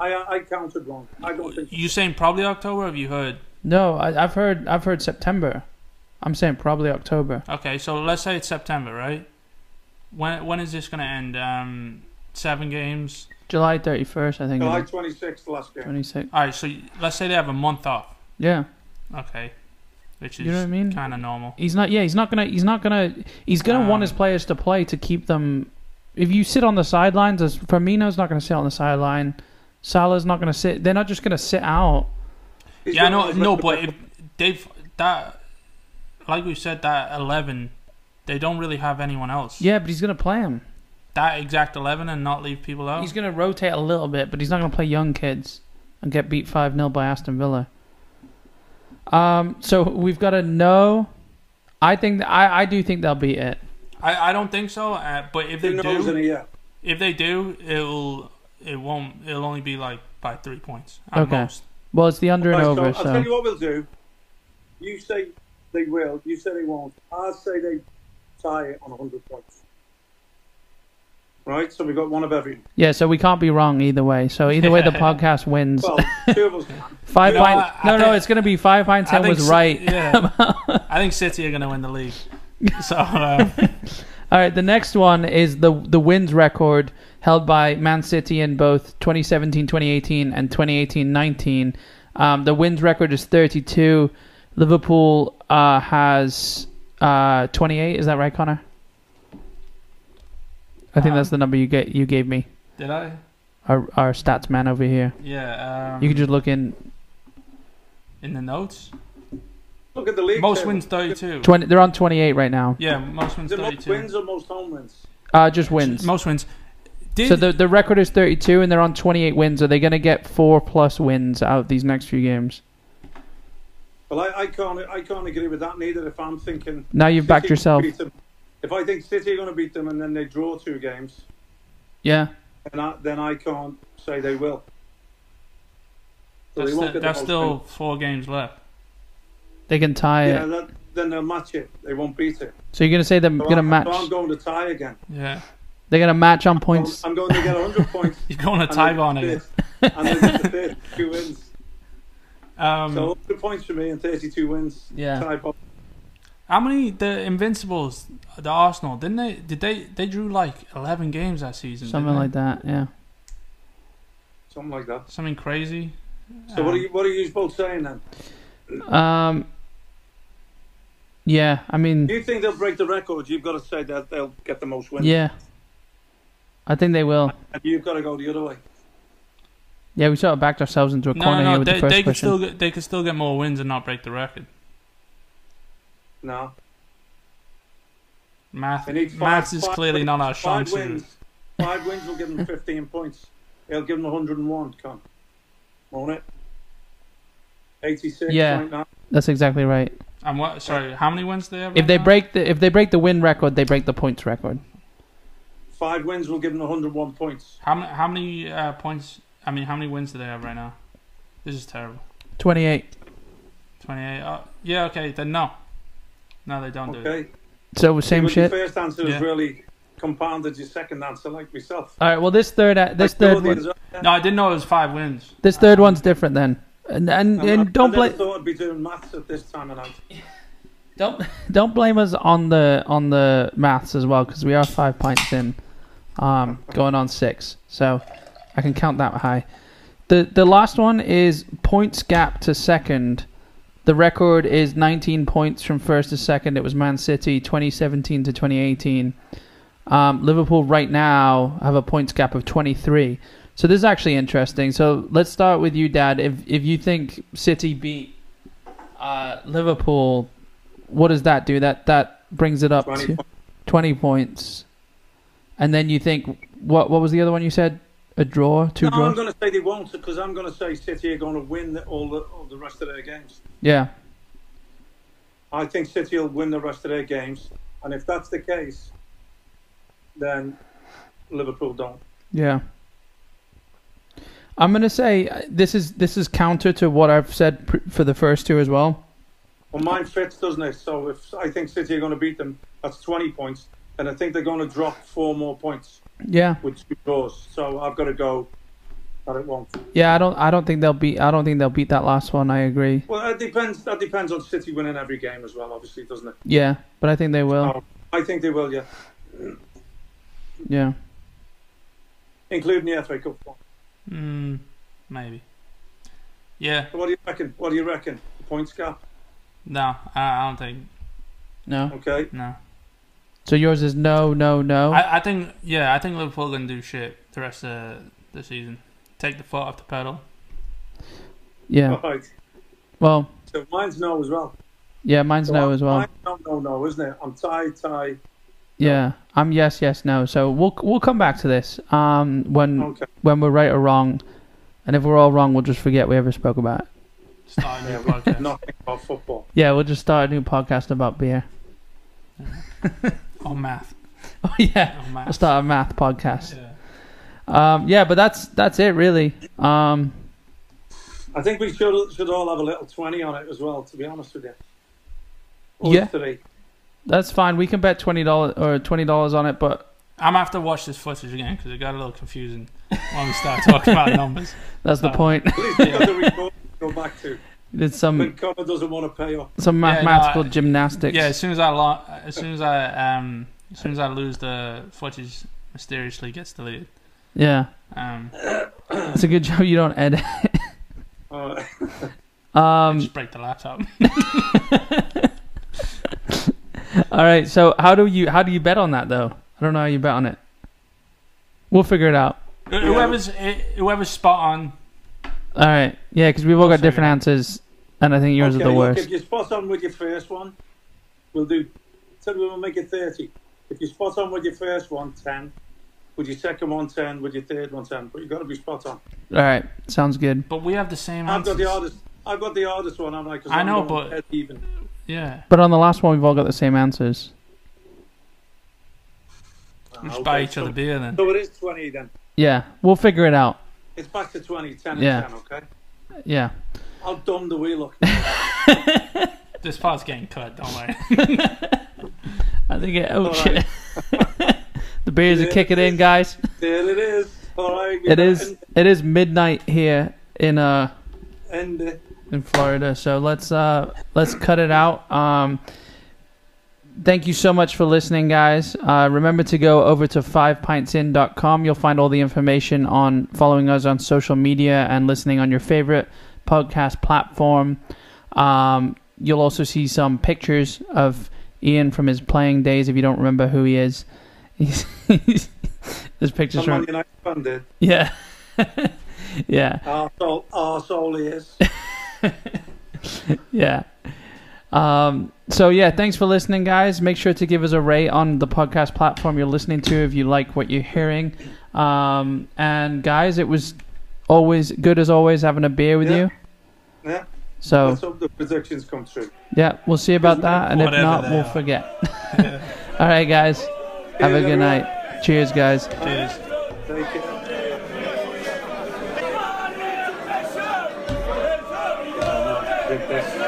[SPEAKER 3] I, uh, I I counted wrong. I don't think.
[SPEAKER 2] You saying probably October? Have you heard?
[SPEAKER 1] No, I, I've heard. I've heard September. I'm saying probably October.
[SPEAKER 2] Okay, so let's say it's September, right? When when is this gonna end? Um, seven games.
[SPEAKER 1] July 31st, I think.
[SPEAKER 3] July
[SPEAKER 1] July
[SPEAKER 3] 26th last game.
[SPEAKER 1] 26th.
[SPEAKER 2] All right, so let's say they have a month off.
[SPEAKER 1] Yeah.
[SPEAKER 2] Okay, which is
[SPEAKER 1] You know what I mean?
[SPEAKER 2] kind of normal.
[SPEAKER 1] He's not. Yeah, he's not gonna. He's not gonna. He's gonna want his
[SPEAKER 2] Um,
[SPEAKER 1] players to play to keep them. If you sit on the sidelines, as Firmino's not gonna sit on the sideline. Salah's not gonna sit. They're not just gonna sit out.
[SPEAKER 3] He's
[SPEAKER 2] yeah, I
[SPEAKER 3] gonna
[SPEAKER 2] know,
[SPEAKER 3] have
[SPEAKER 2] no,
[SPEAKER 3] the-
[SPEAKER 2] but if they've that, like we said, that eleven, they don't really have anyone else.
[SPEAKER 1] Yeah, but he's gonna play him.
[SPEAKER 2] That exact eleven, and not leave people
[SPEAKER 3] Oh.
[SPEAKER 2] out.
[SPEAKER 1] He's gonna rotate a little bit, but he's not gonna play young kids and get beat five 0 by Aston Villa. Um. So we've got a no. I think. I. I do think they'll beat it.
[SPEAKER 2] I, I don't think so. Uh, but if they
[SPEAKER 3] the nose in
[SPEAKER 2] do,
[SPEAKER 3] the air.
[SPEAKER 2] if they do, it'll it won't it'll only be like by three points at
[SPEAKER 1] Okay.
[SPEAKER 2] most.
[SPEAKER 1] Well, it's the under and
[SPEAKER 3] Right,
[SPEAKER 1] over.
[SPEAKER 3] I'll tell
[SPEAKER 1] So
[SPEAKER 3] you what we'll do. You say they will. You say they won't. I say they tie it on 100 points. Right? So we got one of every.
[SPEAKER 1] yeah. So we can't be wrong either way. So either way, the podcast wins.
[SPEAKER 3] Well, two of us. can.
[SPEAKER 1] Five
[SPEAKER 2] You know,
[SPEAKER 1] pint.
[SPEAKER 2] I- I
[SPEAKER 1] no, no,
[SPEAKER 2] think-
[SPEAKER 1] it's gonna be five pint ten was
[SPEAKER 2] Ci-
[SPEAKER 1] right.
[SPEAKER 2] Yeah. I think City are going to win the league. So um,
[SPEAKER 1] All right, the next one is the the wins record held by Man City in both 2017-2018 and 2018-19. Um, the wins record is 32. Liverpool uh, has uh, 28. Is that right, Connor? I think that's the number you get you gave me.
[SPEAKER 2] did I?
[SPEAKER 1] Our our stats man over here.
[SPEAKER 2] Yeah. Um,
[SPEAKER 1] You can just look in
[SPEAKER 2] in the notes,
[SPEAKER 3] Look at the league.
[SPEAKER 2] most
[SPEAKER 3] table.
[SPEAKER 2] wins thirty-two.
[SPEAKER 1] 20. They're on 28 right now.
[SPEAKER 2] Yeah, most wins
[SPEAKER 3] Is it most
[SPEAKER 2] thirty-two.
[SPEAKER 3] wins or most home wins?
[SPEAKER 1] Uh, just wins.
[SPEAKER 2] Most wins. Did,
[SPEAKER 1] So the the record is 32, and they're on 28 wins. Are they going to get four plus wins out these next few games?
[SPEAKER 3] Well, I, I can't. I can't agree with that neither. If I'm thinking
[SPEAKER 1] Now you've backed
[SPEAKER 3] City
[SPEAKER 1] yourself.
[SPEAKER 3] beat them- If I think City are going to beat them and then they draw two games,
[SPEAKER 1] Yeah,
[SPEAKER 3] then I, then I can't say they will. So
[SPEAKER 2] that's
[SPEAKER 3] they won't
[SPEAKER 2] the-
[SPEAKER 3] get the
[SPEAKER 2] that's
[SPEAKER 3] most
[SPEAKER 2] still
[SPEAKER 3] wins.
[SPEAKER 2] four games left.
[SPEAKER 1] they can tie
[SPEAKER 3] Yeah,
[SPEAKER 1] it.
[SPEAKER 3] that, then they'll match it. They won't beat it.
[SPEAKER 1] So you're going to say they're
[SPEAKER 3] So
[SPEAKER 1] going to
[SPEAKER 3] I'm,
[SPEAKER 1] match.
[SPEAKER 3] So I'm going to tie again.
[SPEAKER 2] Yeah,
[SPEAKER 1] They're going to match on points.
[SPEAKER 3] I'm going to get 100 points.
[SPEAKER 2] you're going to
[SPEAKER 3] and
[SPEAKER 2] tie
[SPEAKER 3] then
[SPEAKER 2] on
[SPEAKER 3] the
[SPEAKER 2] again.
[SPEAKER 3] fifth- And then the fifth, two wins.
[SPEAKER 2] Um,
[SPEAKER 3] So 100 points for me and 32 wins.
[SPEAKER 1] Yeah.
[SPEAKER 3] Tie Bob.
[SPEAKER 2] how many the Invincibles, the Arsenal? Didn't they? Did they? They drew like eleven games that season.
[SPEAKER 1] Something like that. Yeah.
[SPEAKER 3] Something like that.
[SPEAKER 2] Something crazy.
[SPEAKER 3] So what are you what are you both saying then?
[SPEAKER 1] Um. Yeah, I mean,
[SPEAKER 3] Do you think they'll break the record? You've got to say that they'll get the most wins.
[SPEAKER 1] yeah. I think they will.
[SPEAKER 3] And you've got to go the other way.
[SPEAKER 1] Yeah, we sort of backed ourselves into a
[SPEAKER 2] No,
[SPEAKER 1] corner
[SPEAKER 2] no,
[SPEAKER 1] here
[SPEAKER 2] no.
[SPEAKER 1] with
[SPEAKER 2] They,
[SPEAKER 1] the first
[SPEAKER 2] they could
[SPEAKER 1] question.
[SPEAKER 2] still get, they could still get more wins and not break the record.
[SPEAKER 3] No.
[SPEAKER 2] Math,
[SPEAKER 3] They need five-
[SPEAKER 2] maths is
[SPEAKER 3] five
[SPEAKER 2] clearly
[SPEAKER 3] wins.
[SPEAKER 2] not our strong
[SPEAKER 3] Five
[SPEAKER 2] suit.
[SPEAKER 3] wins. Five wins will give them 15 points. It'll give them 101, Con. Won't it? 86,
[SPEAKER 1] Yeah.
[SPEAKER 3] right now.
[SPEAKER 1] That's exactly right.
[SPEAKER 2] And what? Sorry, how many wins do they have?
[SPEAKER 1] If
[SPEAKER 2] right
[SPEAKER 1] they
[SPEAKER 2] now?
[SPEAKER 1] break the if they break the win record, they break the points record.
[SPEAKER 3] Five wins will give them 101 points.
[SPEAKER 2] how many? How many uh, points? I mean, how many wins do they have right now? This is terrible.
[SPEAKER 1] Twenty eight.
[SPEAKER 2] Twenty-eight. Uh, yeah. Okay. Then no. No, they don't do it.
[SPEAKER 3] Okay.
[SPEAKER 1] So same
[SPEAKER 3] But
[SPEAKER 1] shit.
[SPEAKER 3] Your first answer
[SPEAKER 2] Yeah.
[SPEAKER 3] is really compounded your second answer, like myself.
[SPEAKER 1] All right. Well, this third this
[SPEAKER 3] Like,
[SPEAKER 1] third
[SPEAKER 3] Jordan
[SPEAKER 1] one,
[SPEAKER 3] is up there.
[SPEAKER 2] No, I didn't know it was five wins.
[SPEAKER 1] this third one's different then. And and,
[SPEAKER 3] I'm-
[SPEAKER 1] and don't
[SPEAKER 3] I never
[SPEAKER 1] blame
[SPEAKER 3] thought I'd be doing maths at this time of night.
[SPEAKER 1] don't don't blame us on the on the maths as well because we are five pints in, um, going on six. So I can count that high. the The last one is points gap to second. The record is 19 points from first to second. It was Man City 2017 to 2018. Um, Liverpool right now have a points gap of 23. So this is actually interesting. So let's start with you, Dad. If if you think City beat uh, Liverpool, what does that do? That that brings it up
[SPEAKER 3] 20
[SPEAKER 1] to 20 points. And then you think what what was the other one you said? A draw, two
[SPEAKER 3] No, I'm
[SPEAKER 1] draws.
[SPEAKER 3] going to say they won't because I'm going to say City are going to win the, all, the, all the rest of their games.
[SPEAKER 1] Yeah.
[SPEAKER 3] I think City will win the rest of their games, and if that's the case, then Liverpool don't.
[SPEAKER 1] Yeah. I'm gonna say uh, this is this is counter to what I've said pr- for the first two as well.
[SPEAKER 3] Well, mine fits, doesn't it? So if I think City are going to beat them, that's 20 points, and I think they're going to drop four more points
[SPEAKER 1] Yeah,
[SPEAKER 3] with two draws. So I've got to go that it won't.
[SPEAKER 1] yeah. I don't I don't think they'll beat I don't think they'll beat that last one. I agree.
[SPEAKER 3] Well, it depends. That depends on City winning every game as well, obviously, doesn't it?
[SPEAKER 1] Yeah, but I think they will.
[SPEAKER 3] Oh. I think they will, yeah,
[SPEAKER 1] Yeah.
[SPEAKER 3] including the FA Cup. one.
[SPEAKER 2] Mm, maybe. Yeah.
[SPEAKER 3] So what do you reckon? What do you reckon? The points gap,
[SPEAKER 2] No, I, I don't think.
[SPEAKER 1] No.
[SPEAKER 3] okay?
[SPEAKER 2] No.
[SPEAKER 1] So yours is no, no, no.
[SPEAKER 2] I, I think. Yeah, I think Liverpool gonna do shit the rest of the season. Take the foot off the pedal.
[SPEAKER 1] yeah.
[SPEAKER 3] All right.
[SPEAKER 1] Well,
[SPEAKER 3] So mine's no as well.
[SPEAKER 1] yeah. Mine's
[SPEAKER 3] So
[SPEAKER 1] no
[SPEAKER 3] I'm-
[SPEAKER 1] as well.
[SPEAKER 3] I'm No, no, no, isn't it? I'm tie, tie.
[SPEAKER 1] Yeah. I'm yes, yes, no. So we'll we'll come back to this um when
[SPEAKER 3] Okay.
[SPEAKER 1] when we're right or wrong, and if we're all wrong, we'll just forget we ever spoke about it.
[SPEAKER 2] Start a
[SPEAKER 3] Yeah,
[SPEAKER 2] new
[SPEAKER 3] we
[SPEAKER 2] podcast.
[SPEAKER 3] nothing about football.
[SPEAKER 1] Yeah, we'll just start a new podcast about beer.
[SPEAKER 2] On math.
[SPEAKER 1] Oh yeah.
[SPEAKER 2] On math.
[SPEAKER 1] We'll start a math podcast.
[SPEAKER 2] Yeah.
[SPEAKER 1] Um, yeah, but that's that's it really. Um,
[SPEAKER 3] I think we should should all have a little twenty on it as well. To be honest with you. Us
[SPEAKER 1] Yeah.
[SPEAKER 3] three.
[SPEAKER 1] that's fine. We can bet twenty dollars or twenty dollars on it, but
[SPEAKER 2] I'm gonna have to watch this footage again because it got a little confusing when we start talking about numbers.
[SPEAKER 1] that's the
[SPEAKER 2] Oh.
[SPEAKER 1] point.
[SPEAKER 3] At least we got the record to go back to.
[SPEAKER 1] it's some
[SPEAKER 3] But Connor doesn't want to pay up.
[SPEAKER 1] some
[SPEAKER 2] Yeah, no,
[SPEAKER 1] mathematical
[SPEAKER 2] I-
[SPEAKER 1] gymnastics.
[SPEAKER 2] Yeah, as soon as I lo- as soon as I um as soon as I lose the footage mysteriously gets deleted.
[SPEAKER 1] yeah.
[SPEAKER 2] Um,
[SPEAKER 1] It's a good job you don't edit.
[SPEAKER 3] Uh,
[SPEAKER 1] Um,
[SPEAKER 2] just break the laptop.
[SPEAKER 1] all right. So how do you how do you bet on that though? I don't know how you bet on it. We'll figure it out.
[SPEAKER 2] whoever's eh, whoever's spot on.
[SPEAKER 1] All right. Yeah, because we've all got
[SPEAKER 2] We'll figure
[SPEAKER 1] different
[SPEAKER 2] it out.
[SPEAKER 1] answers, and I think yours
[SPEAKER 3] okay,
[SPEAKER 1] are the
[SPEAKER 3] look,
[SPEAKER 1] worst.
[SPEAKER 3] if you spot on with your first one, we'll do. So we'll make it thirty. If you spot on with your first one, ten. With your second one, ten. With your third one, ten. But you've got to be spot on.
[SPEAKER 1] All right. Sounds good.
[SPEAKER 2] But we have the same
[SPEAKER 3] I've
[SPEAKER 2] answers.
[SPEAKER 3] got the hardest. I've got the hardest one. I'm like. 'cause
[SPEAKER 2] I
[SPEAKER 3] I'm
[SPEAKER 2] know,
[SPEAKER 3] going
[SPEAKER 2] but-
[SPEAKER 3] even.
[SPEAKER 2] Yeah,
[SPEAKER 1] But on the last one, we've all got the same answers.
[SPEAKER 2] we
[SPEAKER 3] Ah,
[SPEAKER 2] just buy
[SPEAKER 3] okay,
[SPEAKER 2] each other
[SPEAKER 3] so-
[SPEAKER 2] beer then.
[SPEAKER 3] So it is twenty then.
[SPEAKER 1] Yeah, we'll figure it out.
[SPEAKER 3] It's back to 20, 10
[SPEAKER 1] Yeah.
[SPEAKER 3] and 10, okay?
[SPEAKER 1] Yeah.
[SPEAKER 3] How dumb do we look?
[SPEAKER 2] This part's getting cut. Don't worry.
[SPEAKER 1] I think it. Oh
[SPEAKER 3] All
[SPEAKER 1] shit! the beers are
[SPEAKER 3] Yeah.
[SPEAKER 1] kicking in, guys.
[SPEAKER 3] there it is. All right. we
[SPEAKER 1] It
[SPEAKER 3] gotta
[SPEAKER 1] is.
[SPEAKER 3] End,
[SPEAKER 1] It is midnight here in uh
[SPEAKER 3] end it.
[SPEAKER 1] in Florida. So let's uh let's cut it out. Um, thank you so much for listening, guys. Uh, remember to go over to fivepintsin.com. You'll find all the information on following us on social media and listening on your favorite podcast platform. Um, you'll also see some pictures of Ian from his playing days. If you don't remember who he is, he's, he's there's pictures
[SPEAKER 3] I'm Man
[SPEAKER 1] from
[SPEAKER 3] United fan, dude.
[SPEAKER 1] yeah. yeah.
[SPEAKER 3] Arsehole, arsehole he is.
[SPEAKER 1] yeah. Um, so yeah, thanks for listening, guys. Make sure to give us a rate on the podcast platform you're listening to if you like what you're hearing. Um, and guys, it was always good as always having a beer with
[SPEAKER 3] Yeah.
[SPEAKER 1] you.
[SPEAKER 3] Yeah.
[SPEAKER 1] So
[SPEAKER 3] Let's hope the predictions come true.
[SPEAKER 1] yeah, we'll see about that, and if
[SPEAKER 2] Whatever
[SPEAKER 1] not,
[SPEAKER 2] they
[SPEAKER 1] we'll
[SPEAKER 2] are.
[SPEAKER 1] forget. All right, guys. Have a good
[SPEAKER 3] Cheers, everyone.
[SPEAKER 1] night. Cheers, guys.
[SPEAKER 2] Cheers.
[SPEAKER 3] Take care. Take care.